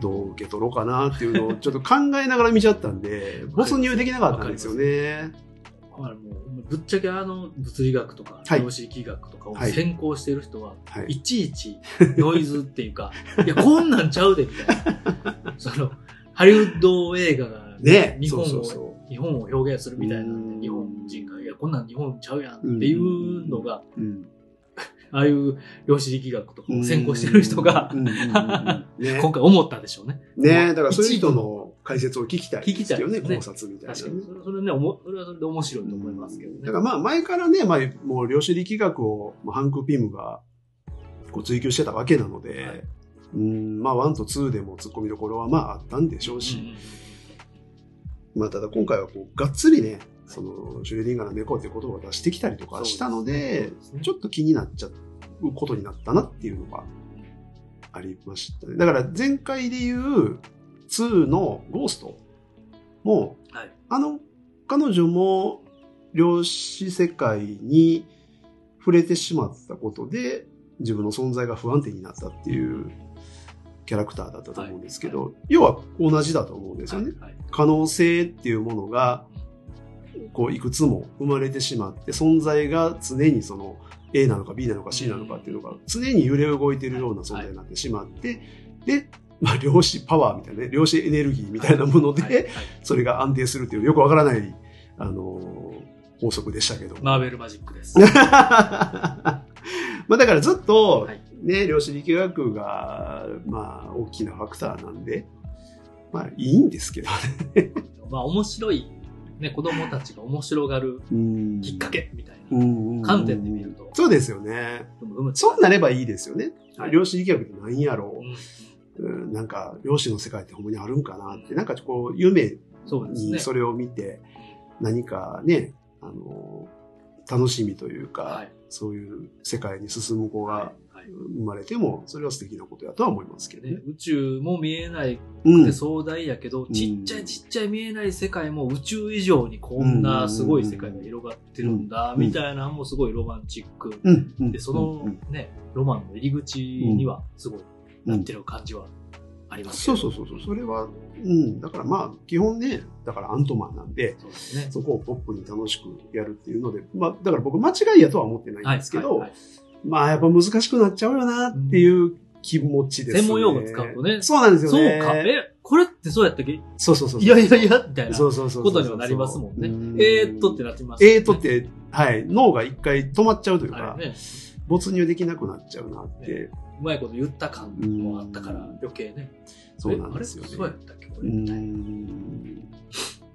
S2: どう受け取ろうかなっていうのをちょっと考えながら見ちゃったん
S1: (laughs)
S2: で、没入できなかったんですよね。
S1: まあ、もうぶっちゃけあの物理学とか
S2: はい
S1: 量子力学とかを
S2: はい
S1: 専攻してる人は、、
S2: はいい。
S1: ちいちノイズっていう
S2: (laughs)
S1: か、いや、こんなんちゃうでみたいな。 (laughs) その、ハリウッド映画が
S2: ね
S1: 日本を
S2: そうそうそ
S1: 日本を表現するみたいなん
S2: うん
S1: で、日本人が、いや、こんなん日本ちゃうやんっていうのが、
S2: う。うん。
S1: ああいう量子力学とかを専攻してる人が
S2: う、んうんうんうん
S1: (laughs)
S2: ね
S1: 今回思ったでしょうね。
S2: ねだからそういう人の解説を聞きたいですよね、
S1: 聞きたいですね
S2: 考察みたいなね。
S1: 確かに。それそれね、おもそれはそれで面白いと思いますけどね。
S2: だからまあ前からね、まあもう量子力学をまあハンク・ピムがこう追求してたわけなので、
S1: はい
S2: うん、まあ1と2でも突っ込みどころはまああったんでしょうし、
S1: うんうんうん
S2: まあ、ただ今回はこうがっつりね、そのシュレディンガーの猫っていう言葉を出してきたりとかしたの
S1: そ
S2: で、
S1: うすね
S2: ちょっと気になっちゃうことになったなっていうのがありましたね。だから前回で言う2のゴーストも、
S1: はい
S2: あの彼女も量子世界に触れてしまったことで自分の存在が不安定になったっていうキャラクターだったと思うんですけど、要は同じだと思うんですよね。
S1: はい
S2: 可能性っていうものが、こう、いくつも生まれてしまって、存在が常にその、A なのか B なのか C なのかっていうのが、常に揺れ動いているような存在になってしまって、で、まあ、量子パワーみたいなね、量子エネルギーみたいなもの
S1: はいはい
S2: で、
S1: はい
S2: それが安定するという、よくわからない、あのー法則でしたけども。 (laughs)
S1: マーベルマジックです。
S2: まあだからずっと
S1: はい、
S2: ね、量子力学が、まあ、大きなファクターなんで、まあ、いいんですけどね。
S1: まあ面白い、ね、子供たちが面白がる
S2: うん
S1: きっかけみたいな。
S2: うん
S1: 観点で見ると
S2: そうですよね。
S1: でもうむ
S2: そうなればいいですよね。
S1: はい
S2: 量子力学って何やろ
S1: うんうん
S2: う、うんなんか、量子の世界ってほんまにあるんかなって、なんかこう、夢
S1: そうですね
S2: に。それを見て、何かね、あの、楽しみというか、
S1: はい。
S2: そういう世界に進む子が
S1: はいはい
S2: 生まれても、それは素敵なことやとは思いますけど
S1: ね
S2: ね。
S1: 宇宙も見えない
S2: うん
S1: で壮大やけど、
S2: ん
S1: ちっちゃいちっちゃい見えない世界も宇宙以上にこんなすごい世界が広がってるんだ、
S2: うん
S1: みたいなのもすごいロマンチック。
S2: うんうん
S1: で、その
S2: うん
S1: ね、ロマンの入り口にはすごいなってる感じはありますけ
S2: そ
S1: ど
S2: うそうそうそう、それは、うん、だからまあ、基本ね、だからアントマンなんで、
S1: そうですね。
S2: そこをポップに楽しくやるっていうので、まあ、だから僕、間違いやとは思ってないんですけど、
S1: はいはい
S2: まあ、やっぱ難しくなっちゃうよなっていう気持ちですね。
S1: 専門用語使うとね
S2: そうなんですよ
S1: そう
S2: ね。
S1: か。え、これってそうやったっけい
S2: そうそうそうそう。
S1: やいやいや、みたいな
S2: そ
S1: こ
S2: うそうそうそう、
S1: とにはなりますもんね。
S2: う
S1: えーっとってなってます、
S2: えーっとっ。て、はい、脳が一回止まっちゃうというか、
S1: あれね、
S2: 没入できなくなっちゃうなって、
S1: うまいこと言った感もあったから
S2: うん
S1: 余計ね。
S2: そうなんですよ
S1: え
S2: ね
S1: あれ。そうやったっけこ
S2: う
S1: れみたいな。
S2: ん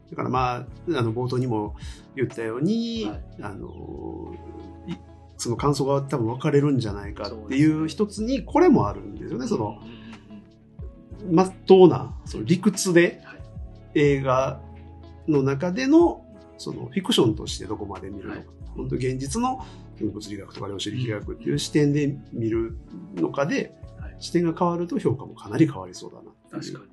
S2: だからまあ、あの冒頭にも言ったように、
S1: はい
S2: あのいその感想が多分分かれるんじゃないかっていう一つに、これもあるんですよね、その、
S1: うんうんうん
S2: まっとうな、その理屈で
S1: はい
S2: 映画の中での、そのフィクションとしてどこまで見るのか、
S1: はい
S2: 本当現実の物理学とか量子力学っていう視点で見るのかで、
S1: はい
S2: 視点が変わると評価もかなり変わりそうだなっていう
S1: 確かに。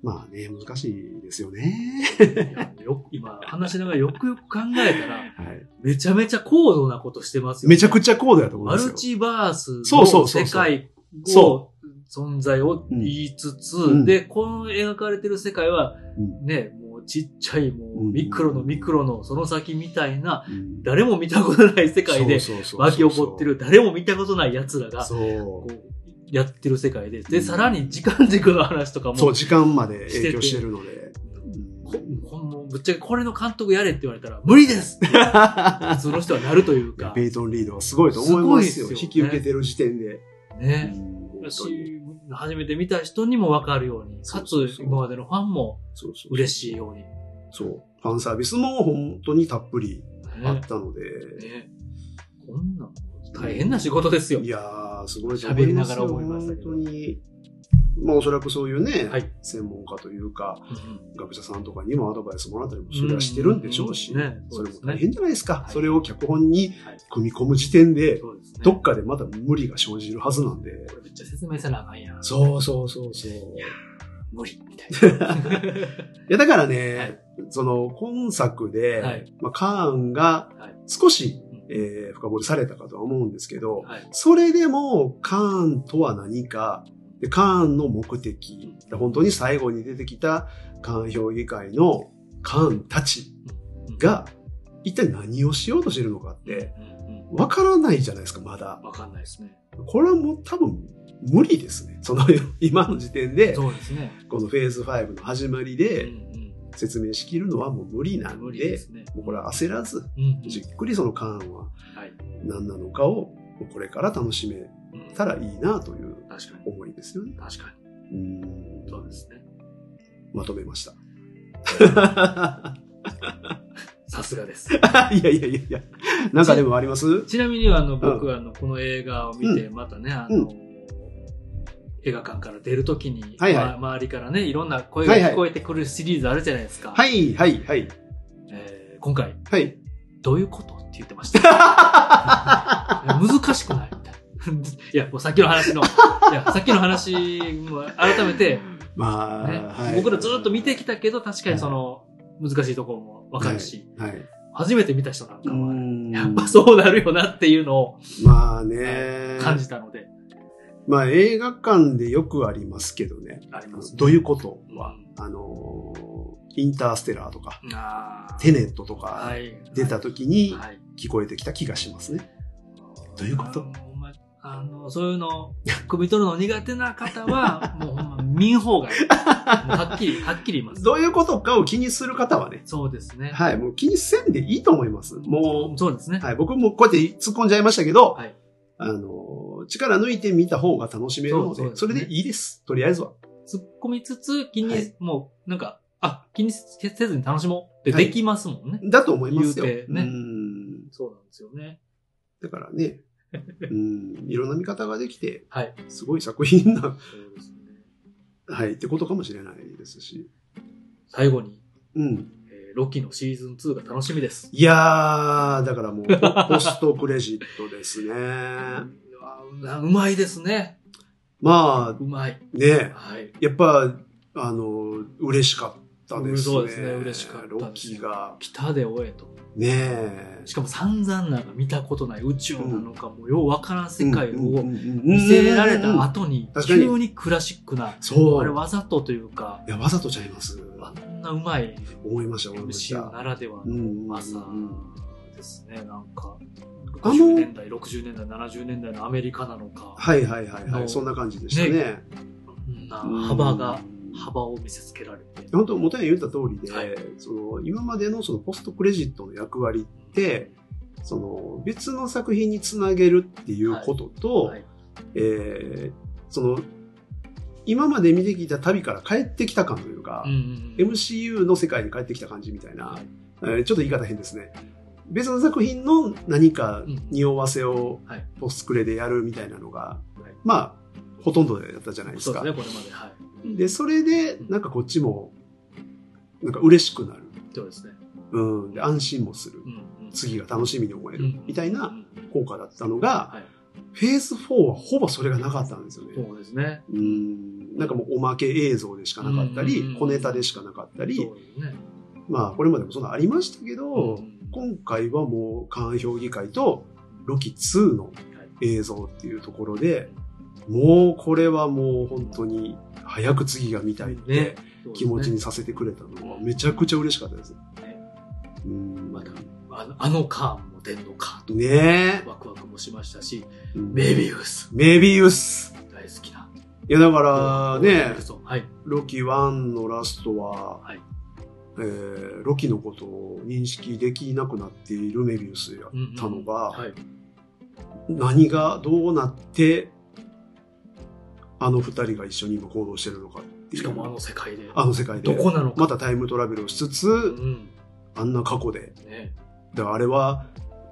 S2: まあね、難しいですよね。
S1: いやよく今、話しながらよくよく考えたら、
S2: はい。
S1: めちゃめちゃ高度なことしてますよ、ね。
S2: めちゃくちゃ高度やと思い
S1: マ
S2: ますよ。
S1: ルチバース
S2: そうそ
S1: の
S2: うそうそう
S1: 世界を
S2: そ、
S1: 存在を言いつつ、
S2: ん
S1: で、この描かれてる世界は、
S2: うん
S1: ね、もうちっちゃい、もううんミクロのミクロのその先みたいな、
S2: うん
S1: 誰も見たことない世界で
S2: そうそうそう
S1: 湧き起こってる、誰も見たことない奴らが、
S2: そ
S1: こ
S2: う。
S1: う、やってる世界で、
S2: う
S1: で、
S2: ん
S1: さらに時間軸の話とかも、
S2: そう、時間まで影響してるので。
S1: ここんぶっちゃけこれの監督やれって言われたら、無理です
S2: (laughs)
S1: って普通の人はなるというか、
S2: ベイトン・リードはすごいと思いま
S1: す
S2: すよ。
S1: ごいですよね
S2: 引き受けてる時点で。
S1: ね。
S2: うん
S1: だ
S2: 本当に
S1: し、初めて見た人にも分かるように、
S2: そ
S1: か
S2: う
S1: つ
S2: そうそう
S1: 今までのファンも
S2: そうそう
S1: 嬉しいように。
S2: そう。ファンサービスも本当にたっぷりあ
S1: ね
S2: ったので。
S1: ねこんなん大変な仕事ですよ
S2: い。やー、すごいと思いますよ。
S1: 喋りながら思いましたけど
S2: 本当に。まあ、おそらくそういうね、
S1: はい
S2: 専門家というか、
S1: うん
S2: 学者さんとかにもアドバイスもらったりもそれはしてるんでしょうし、
S1: うんねそ
S2: それも
S1: うですね
S2: 大変じゃないですか、
S1: はい
S2: それを脚本に
S1: はい
S2: 組み込む時点で、
S1: そうですね。
S2: どっかでまだ無理が生じるはずなんで。
S1: これめっちゃ説明せなあかんやん。
S2: そうそうそうそう。い
S1: 無理みたい
S2: (laughs)
S1: な。
S2: や、だからね、
S1: はい
S2: その、今作で、
S1: はい
S2: まあ、カーンが
S1: はい
S2: 少し、
S1: うん
S2: えー深掘りされたかとは思うんですけど、
S1: はい
S2: それでも、カーンとは何か、でカーンの目的、本当に最後に出てきたカーン評議会のカーンたちが、一体何をしようとしてるのかっ
S1: うん
S2: て、
S1: うんうん
S2: わからないじゃないですか、まだ。
S1: わかんないですね。
S2: これはもう多分、無理ですね。その、 (laughs) 今の時点で、
S1: そうですね。
S2: このフェーズ5の始まり
S1: うん
S2: で説明しきるのはもう無理な
S1: うん
S2: ん
S1: 無理
S2: で、
S1: ですね。
S2: もうこれは焦らず、
S1: うんうん
S2: じっくりそのカーンは
S1: はい
S2: 何なのかを、これから楽しめ
S1: うん
S2: たらいいなという
S1: 確かに。
S2: 思いですよね。
S1: 確かに。
S2: うん
S1: そうですね。
S2: まとめました。 (laughs)
S1: さすがです。 (laughs)
S2: いやいやいやいや、なんかでもあります
S1: ちなみにあの僕はあのこの映画を見てまたね、あ
S2: う
S1: の映画館から出るときに、
S2: はいはい
S1: ま周りからねいろんな声が聞こえてくるシリーズあるじゃないですか、
S2: はい、はい、はい、
S1: えー今回
S2: はい。
S1: 「どういうこと?」って言ってました (laughs) いや難しくないみたいな (laughs) いやもうさっきの話のいやさっきの話も改めて、ね
S2: まあ、はい、
S1: 僕らずっと見てきたけど確かにその難しいところも分かるし、
S2: はい。
S1: 初めて見た人なんか
S2: う
S1: は
S2: ん
S1: やっぱそうなるよなっていうのを
S2: まあね、
S1: 感じたので、
S2: まあ映画館でよくありますけどね。
S1: あります、
S2: どういうこと
S1: うん
S2: は、あのー、インターステラーとか、
S1: あー
S2: テネットと
S1: は
S2: か
S1: い、
S2: 出た時に
S1: はい、
S2: 聞こえてきた気がしますね。どういうこと
S1: あのほんまあの、そういうの、汲み取るの苦手な方
S2: (laughs)
S1: は、もうほんま、見ん方がいい。もうはっきり、はっきり言います。
S2: どういうことかを気にする方はね、
S1: そうですね。
S2: はい、もう気にせんでいいと思います。も
S1: そうですね。
S2: う、はい、僕もこうやって突っ込んじゃいましたけど、
S1: はい
S2: あの、力抜いてみた方が楽しめる
S1: そ
S2: ので、そう
S1: そうですね
S2: れでいいです。とりあえずは。
S1: 突っ込みつつ、気に、
S2: はい
S1: もう、なんか、あ、気にせずに楽しもうってできますもんね。
S2: だと思いますよ。
S1: 言うてね
S2: うん。
S1: そうなんですよね。
S2: だか
S1: (laughs)
S2: らね、うん、いろんな見方ができて、
S1: はい。
S2: すごい作品な、
S1: そうですね。
S2: はい、ってことかもしれないですし。
S1: 最後に、
S2: うん。
S1: えーロキのシーズン2が楽しみです。
S2: いやー、だからも
S1: (laughs)
S2: う、ポポストクレジットですね。
S1: うわうなうまいですね。
S2: まあ、
S1: うまい。
S2: ね、
S1: はい。
S2: やっぱ、あの、嬉しかったですね。
S1: そうですね嬉しかったです
S2: ロッキーが。
S1: 北で追えと。
S2: ねえ。
S1: しかも散々なんか見たことない宇宙なのかもようわからん世界
S2: うんう
S1: を
S2: んうんうん
S1: 見せられた後に
S2: 確かに
S1: 急にクラシックな、
S2: そう
S1: あれわざとというか、
S2: いや、わざとちゃいます。
S1: あんなうまい
S2: 思いました、思いまし
S1: MCU
S2: た。
S1: ならでは
S2: う
S1: の
S2: んうんうん
S1: まさですね、なんか。
S2: あの
S1: 50年代、60年代、70年代のアメリカなのか、
S2: はいはいはいは
S1: の
S2: い。そんな感じでしたね。
S1: こんな
S2: うん
S1: 幅が、。幅を見せつけられて。
S2: 本当、元に言った通りで、
S1: はい
S2: その、今までのそのポストクレジットの役割って、その、別の作品につなげるっていうことと、
S1: はい、
S2: えーその、今まで見てきた旅から帰ってきた感というか、
S1: うんうんうん
S2: MCU の世界に帰ってきた感じみたいな
S1: はい、
S2: えーちょっと言い方変ですね。別の作品の何か匂わせを
S1: はい
S2: ポスクレでやるみたいなのが、
S1: はい
S2: まあ、ほとんどだったじゃないで
S1: そ
S2: す
S1: うで
S2: か。
S1: すね、これまで。はい。
S2: で、それで、なんかこっちも、なんか嬉しくなる。
S1: そうですね。
S2: うん。で安心もする
S1: う。んうん
S2: 次が楽しみに思え
S1: う
S2: る
S1: ん。
S2: みたいな
S1: うん
S2: 効果だったのが、
S1: はい。
S2: フェーズ4はほぼそれがなかったんですよね。
S1: そうですね。
S2: うんなんかもうおまけ映像でしかなかった
S1: うんうん
S2: り
S1: う、ん
S2: 小ネタでしかなかったり
S1: そ、うですね。
S2: まあこれまでもそんなのありましたけ
S1: う
S2: ど
S1: ん、うん
S2: 今回はもう、関評議会とロキ2の
S1: はい
S2: 映像っていうところで、もうこれはもう本当に早く次が見たいっ
S1: ね
S2: て気持ちにさせてくれたのはめちゃくちゃ嬉しかったです。うん
S1: またあのあのカーンも出んのかと
S2: ねえ。
S1: ワクワクもしましたし、
S2: うん
S1: メビウス、
S2: メビウス。
S1: 大好きな。
S2: いやだからね
S1: メビウ、スをはい。
S2: ロキ1のラストは、
S1: はい
S2: えーロキのことを認識できなくなっているメビウスや
S1: うんうん
S2: たのが
S1: はい。
S2: 何がどうなってあの二人が一緒に今行動してるのかっていう
S1: しかもあの世界で。
S2: あの世界で
S1: どこなのか。
S2: またタイムトラベルをしつつ、
S1: うん。
S2: あんな過去で
S1: ね。
S2: であれは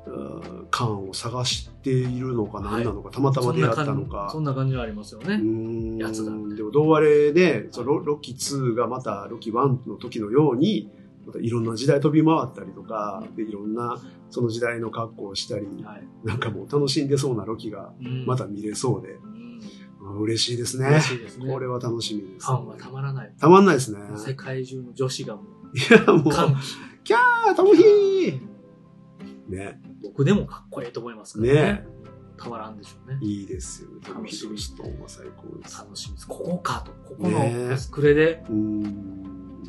S2: うーカーンを探しているのか
S1: はい
S2: 何なのか、たまたま出会ったのか
S1: そんな感じそんな感じはありますよ
S2: う
S1: ね。
S2: ーん
S1: やつだみたいな
S2: でもどうあれねそのロロキ2がまたロキ1の時のようにまたいろんな時代飛び回ったりとかでいろんなその時代の格好をしたり
S1: はい。
S2: なんかもう楽しんでそうなロキが
S1: うん
S2: また。見れそうで、
S1: うん
S2: うん嬉しいですね
S1: 嬉しいですね。
S2: これは楽しみです、
S1: ファンはたまらない。
S2: たまんないですね
S1: 世界中の女子がもう、
S2: いやもう
S1: 歓喜。
S2: あー楽しいね
S1: 僕でもかっこいいと思いますからね。
S2: ね
S1: たまらんでしょうね。
S2: いいですよね
S1: 楽しみ
S2: トムヒルストンは最高です
S1: 楽しみです。ここかと。ここ
S2: ね
S1: のスクレで、
S2: うーん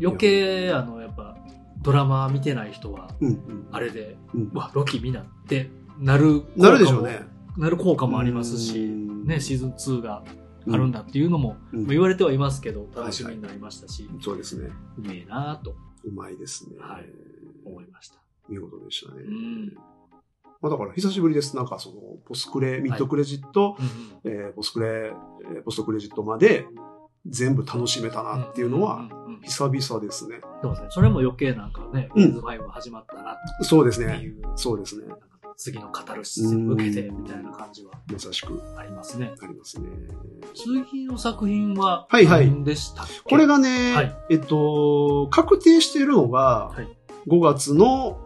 S1: 余計、あの、やっぱ、ドラマ見てない人は、
S2: うんうん
S1: あれで、
S2: うん
S1: うわ、ロキ見なって、なる効果も、
S2: なるでしょうね
S1: なる効果もありますし、
S2: うん
S1: ね、シーズン2があるんだっていうのも、
S2: うん
S1: まあ言われてはいますけど、楽しみになりましたし、
S2: そうですね
S1: うめえなぁと
S2: うまいですね、
S1: はい思いました。
S2: 見事でしたね、
S1: うん
S2: まあ、だから久しぶりですなんかそのポスクレミッドクレジット、
S1: うん
S2: えーポスクレ、えーポストクレジットまで全部楽しめたなっていうのは、
S1: んうんうん
S2: 久々ですね
S1: そうですね。それも余計なんかね、
S2: うん
S1: フェーズ5が始まったな
S2: そうです
S1: って
S2: ね
S1: いう、
S2: そうですね
S1: なんか次のカタルシスに向けてみたいな感じは
S2: まさしく
S1: ありますね。
S2: ありますね
S1: 次の作品は、
S2: はいはい
S1: 何でしたっけ
S2: これ、がね、
S1: はい
S2: えっと、確定しているのが
S1: はい、
S2: 5月の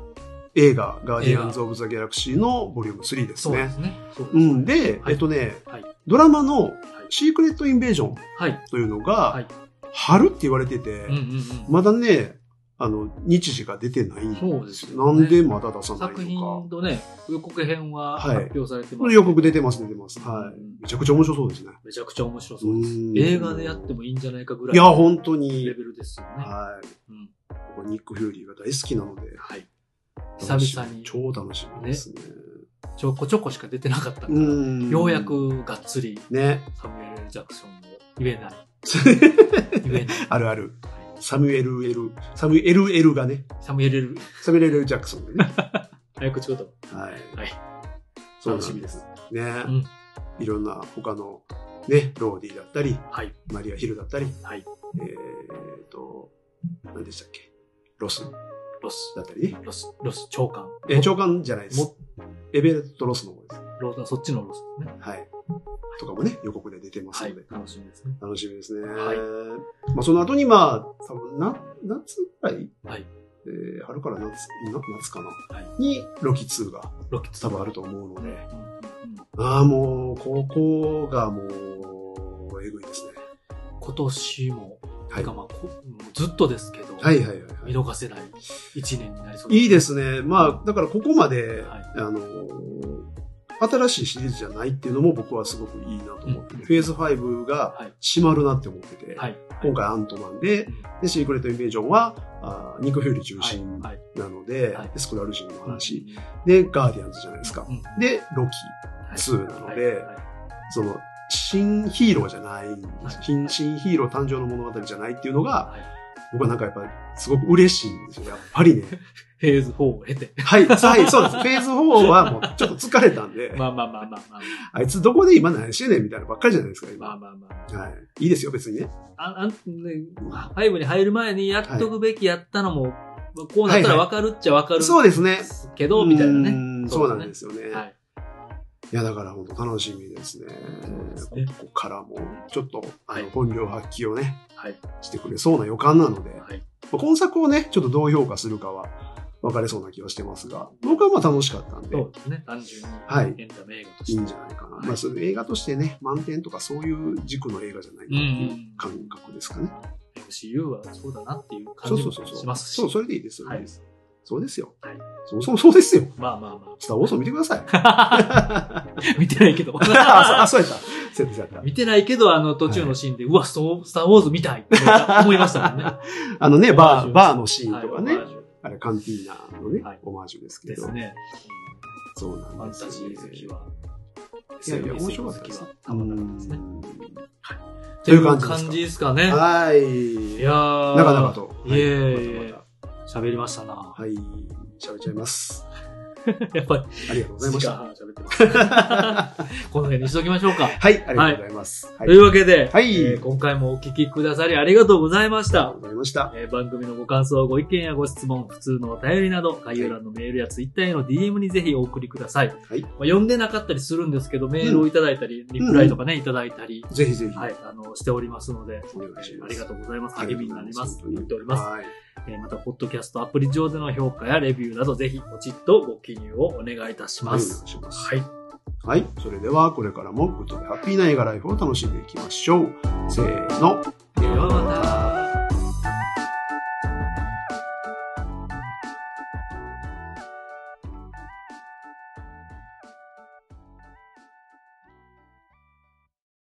S2: 映画、ガーディアンズ・オブ・ザ・ギャラクシーのボリューム3です
S1: そうで
S2: ね。
S1: すね。そうです
S2: う
S1: ね
S2: ん、で、
S1: はい
S2: えっとね、
S1: はい。
S2: ドラマの
S1: はい
S2: シークレット・インベージョン
S1: はい。
S2: というの
S1: は
S2: が
S1: い、
S2: 春って言われてて
S1: うん、うんうん。
S2: まだね、あの、日時が出てないんです
S1: そうですよ
S2: な
S1: ね
S2: んでまだ出さない
S1: 作
S2: の
S1: 品
S2: か。
S1: とね、予告編は
S2: はい
S1: 発表されて
S2: こ
S1: ます、
S2: れ予告出てます、出てます。はい。
S1: うん
S2: めちゃくちゃ面白そうですね。
S1: めちゃくちゃ面白そうです。
S2: うん
S1: 映画でやってもいいんじゃないかぐら
S2: い
S1: い
S2: や、
S1: の
S2: 本当
S1: レ
S2: に
S1: ベ。ルですよね。
S2: はい。
S1: うん
S2: 僕ニック・フューリーが大好きなので、
S1: はい。久々に
S2: 楽しみ超楽しみですね。
S1: ちょこちょこしか出てなかったから、
S2: うん。
S1: ようや。くがっつり
S2: ね。
S1: サミュエル・ L ジャクソンを言え
S2: (laughs)
S1: ない。言えない。
S2: あるある。サミュエル・エル、サミュエル・エルがね、
S1: サミュエル・ L
S2: サミュエル・エル・ジャクソン
S1: (laughs)
S2: でね。
S1: 早口言葉。
S2: はい。
S1: はい。
S2: そう
S1: 楽
S2: な
S1: し
S2: ん
S1: み
S2: で。
S1: ですす。
S2: ね、
S1: ん
S2: いろんな他の、ね、ローディだったり、
S1: はい。
S2: マリア・ヒルだったり、
S1: はい。
S2: えっ、と、何でしたっけロス
S1: ロス
S2: だ。ったりね。
S1: ロス。ロス。長官。
S2: えー、長官じゃないです
S1: も。
S2: エベレット・ロスの方です。
S1: ローそっちのロスですね。
S2: はい。とかもね、予告で出てます
S1: は
S2: の
S1: い
S2: で。。
S1: 楽しみですね。
S2: 楽しみですね。
S1: はい
S2: まあ、その後に、まあ、多分な、夏ぐらい
S1: はい。
S2: えー春から夏、な夏かな、
S1: はい
S2: に、ロキ2が
S1: ロケット
S2: 多分あると思うの
S1: うん
S2: で、
S1: うんうん
S2: ああ、もう、ここがもう、えぐいですね。
S1: 今年も、
S2: はい。
S1: てか
S2: は
S1: まあ、こもうずっとですけど、
S2: いはいはいはい。
S1: 見逃せない一年になりそう。
S2: いいですすね。まあ、だからここまで、
S1: はい
S2: あのー新しいシリーズじゃないっていうのも僕はすごくいいなと思ってて、
S1: うん
S2: フェーズ5が
S1: はい
S2: 閉まるなって思ってて、
S1: はい。
S2: 今回アントマンで、
S1: うん
S2: でシークレット・インベージョンは、あーニック・フューリー中
S1: はい
S2: 心
S1: はい。
S2: なので、
S1: はい
S2: でスクラル人の話、
S1: うん
S2: で、ガーディアンズじゃないですか。
S1: うん
S2: で、ロ
S1: はい
S2: キ2なので、
S1: はいはい
S2: その、新ヒーローじゃないんです、
S1: はい
S2: 新新ヒーロー誕生の物語じゃないっていうのが、
S1: はい
S2: 僕はなんかやっぱりすごく嬉しいんですよ。やっぱりね。
S1: (laughs) フェーズ4を経て。
S2: はい、はい、そうです。フェーズ4はもうちょっと疲れたんで、
S1: まあまあまあまあまあ。
S2: あいつどこで今何してんねんみたいなばっかりじゃないですか、今。
S1: まあまあまあ。
S2: はい。いいですよ、別にね。
S1: あ、あん、ね、5に入る前にやっとくべきやったのも、まあこうなった
S2: はい
S1: ら
S2: はい
S1: わかるっちゃわかる
S2: そうですね。
S1: けど、みたいなね。
S2: ね
S1: そ
S2: そうう
S1: ですね
S2: なんですよね。、
S1: はいい。
S2: や、だから本当楽しみですね。
S1: そうですね
S2: ここからも、ちょっと、あ
S1: は
S2: の、
S1: い
S2: 本領発揮をね、
S1: はい。
S2: してくれそうな予感なので、
S1: はい。
S2: まあ今作をね、ちょっとどう評価するかは分かれそうな気はしてますが、僕はまあ楽しかったんで、
S1: そうですね。単純に
S2: はい
S1: エンタメ映画と
S2: い
S1: し
S2: い
S1: て。
S2: んじゃないかな。
S1: はい
S2: まあそういう映画としてね、満点とかそういう軸の映画じゃないなっていう感覚ですかね。
S1: MCU はそうだなっていう
S2: そ
S1: 感
S2: う
S1: じ
S2: そ
S1: も
S2: うそうそう。
S1: しますし。
S2: そう、それでいいですよ。
S1: はい
S2: いいですそうですよ。
S1: はい
S2: そうそうそうですよ。
S1: まあまあま
S2: スター・ウォーズを見てください。
S1: (laughs) あ。見てないけど。 (laughs)
S2: あ、そうあそうやった。そうやったそうやっ
S1: 見てないけど、あの、途中のシーンで、うわ、そう、スター・ウォーズ見たいって思いましたもんね。
S2: た。あ (laughs) のね、バ
S1: オマージ
S2: ー、
S1: ュ
S2: バーのシーンとか
S1: はいオ
S2: ね
S1: マー、ジュ
S2: あれ、カンティーナのね
S1: はい、
S2: オマージュですけ
S1: で
S2: ど
S1: す。ね。
S2: そうな
S1: ファ
S2: ん
S1: ン
S2: ですよ
S1: タ
S2: ね。
S1: ジー好きは。
S2: いやい
S1: SF
S2: や、面白かったです
S1: 好きはたまらないですね。とい
S2: というう
S1: 感
S2: 感
S1: じ
S2: じ
S1: ですかね
S2: う。んはい。
S1: いやー、
S2: なかなかと。
S1: いえいえいえ
S2: はいまたま
S1: 喋りましたな。
S2: たはい。喋っちゃいます。
S1: やっぱり、
S2: ありがとうございました。は
S1: 一時間半喋ってます。 (laughs) この辺にしときましょうか。
S2: い、ありがとうございます。はい。
S1: というわけで、
S2: はい
S1: えー今回もお聞きくださりありがとうございまし
S2: ありが
S1: た
S2: とう。ございました。
S1: えー番組のご感想、ご意見やご質問、普通のお便りなど、概要欄のメールやツイッターへの DM にぜひお送りください。
S2: はい
S1: まあ、読んでなかったりするんですけど、メールをいただいたり、リプライとかね、いただいたり、
S2: ぜひぜひ。
S1: はい、あの、しておりますので、
S2: お願
S1: え
S2: いし
S1: ー
S2: ま
S1: あ
S2: す。
S1: りがとうございます。
S2: あり
S1: 励
S2: が
S1: み
S2: と
S1: に
S2: う
S1: な
S2: ござい
S1: り
S2: ます
S1: ます。
S2: 本当に
S1: 言っております。
S2: はい。
S1: えーまた、ポッドキャストアプリ上での評価やレビューなど、ぜひポチッとご記入をお願いいたし
S2: は
S1: ま
S2: いお願
S1: す
S2: い。します。
S1: はい。
S2: はい。それでは、これからもグッドでハッピーな映画ライフを楽しんでいきましょう。せーの。
S1: ではまた。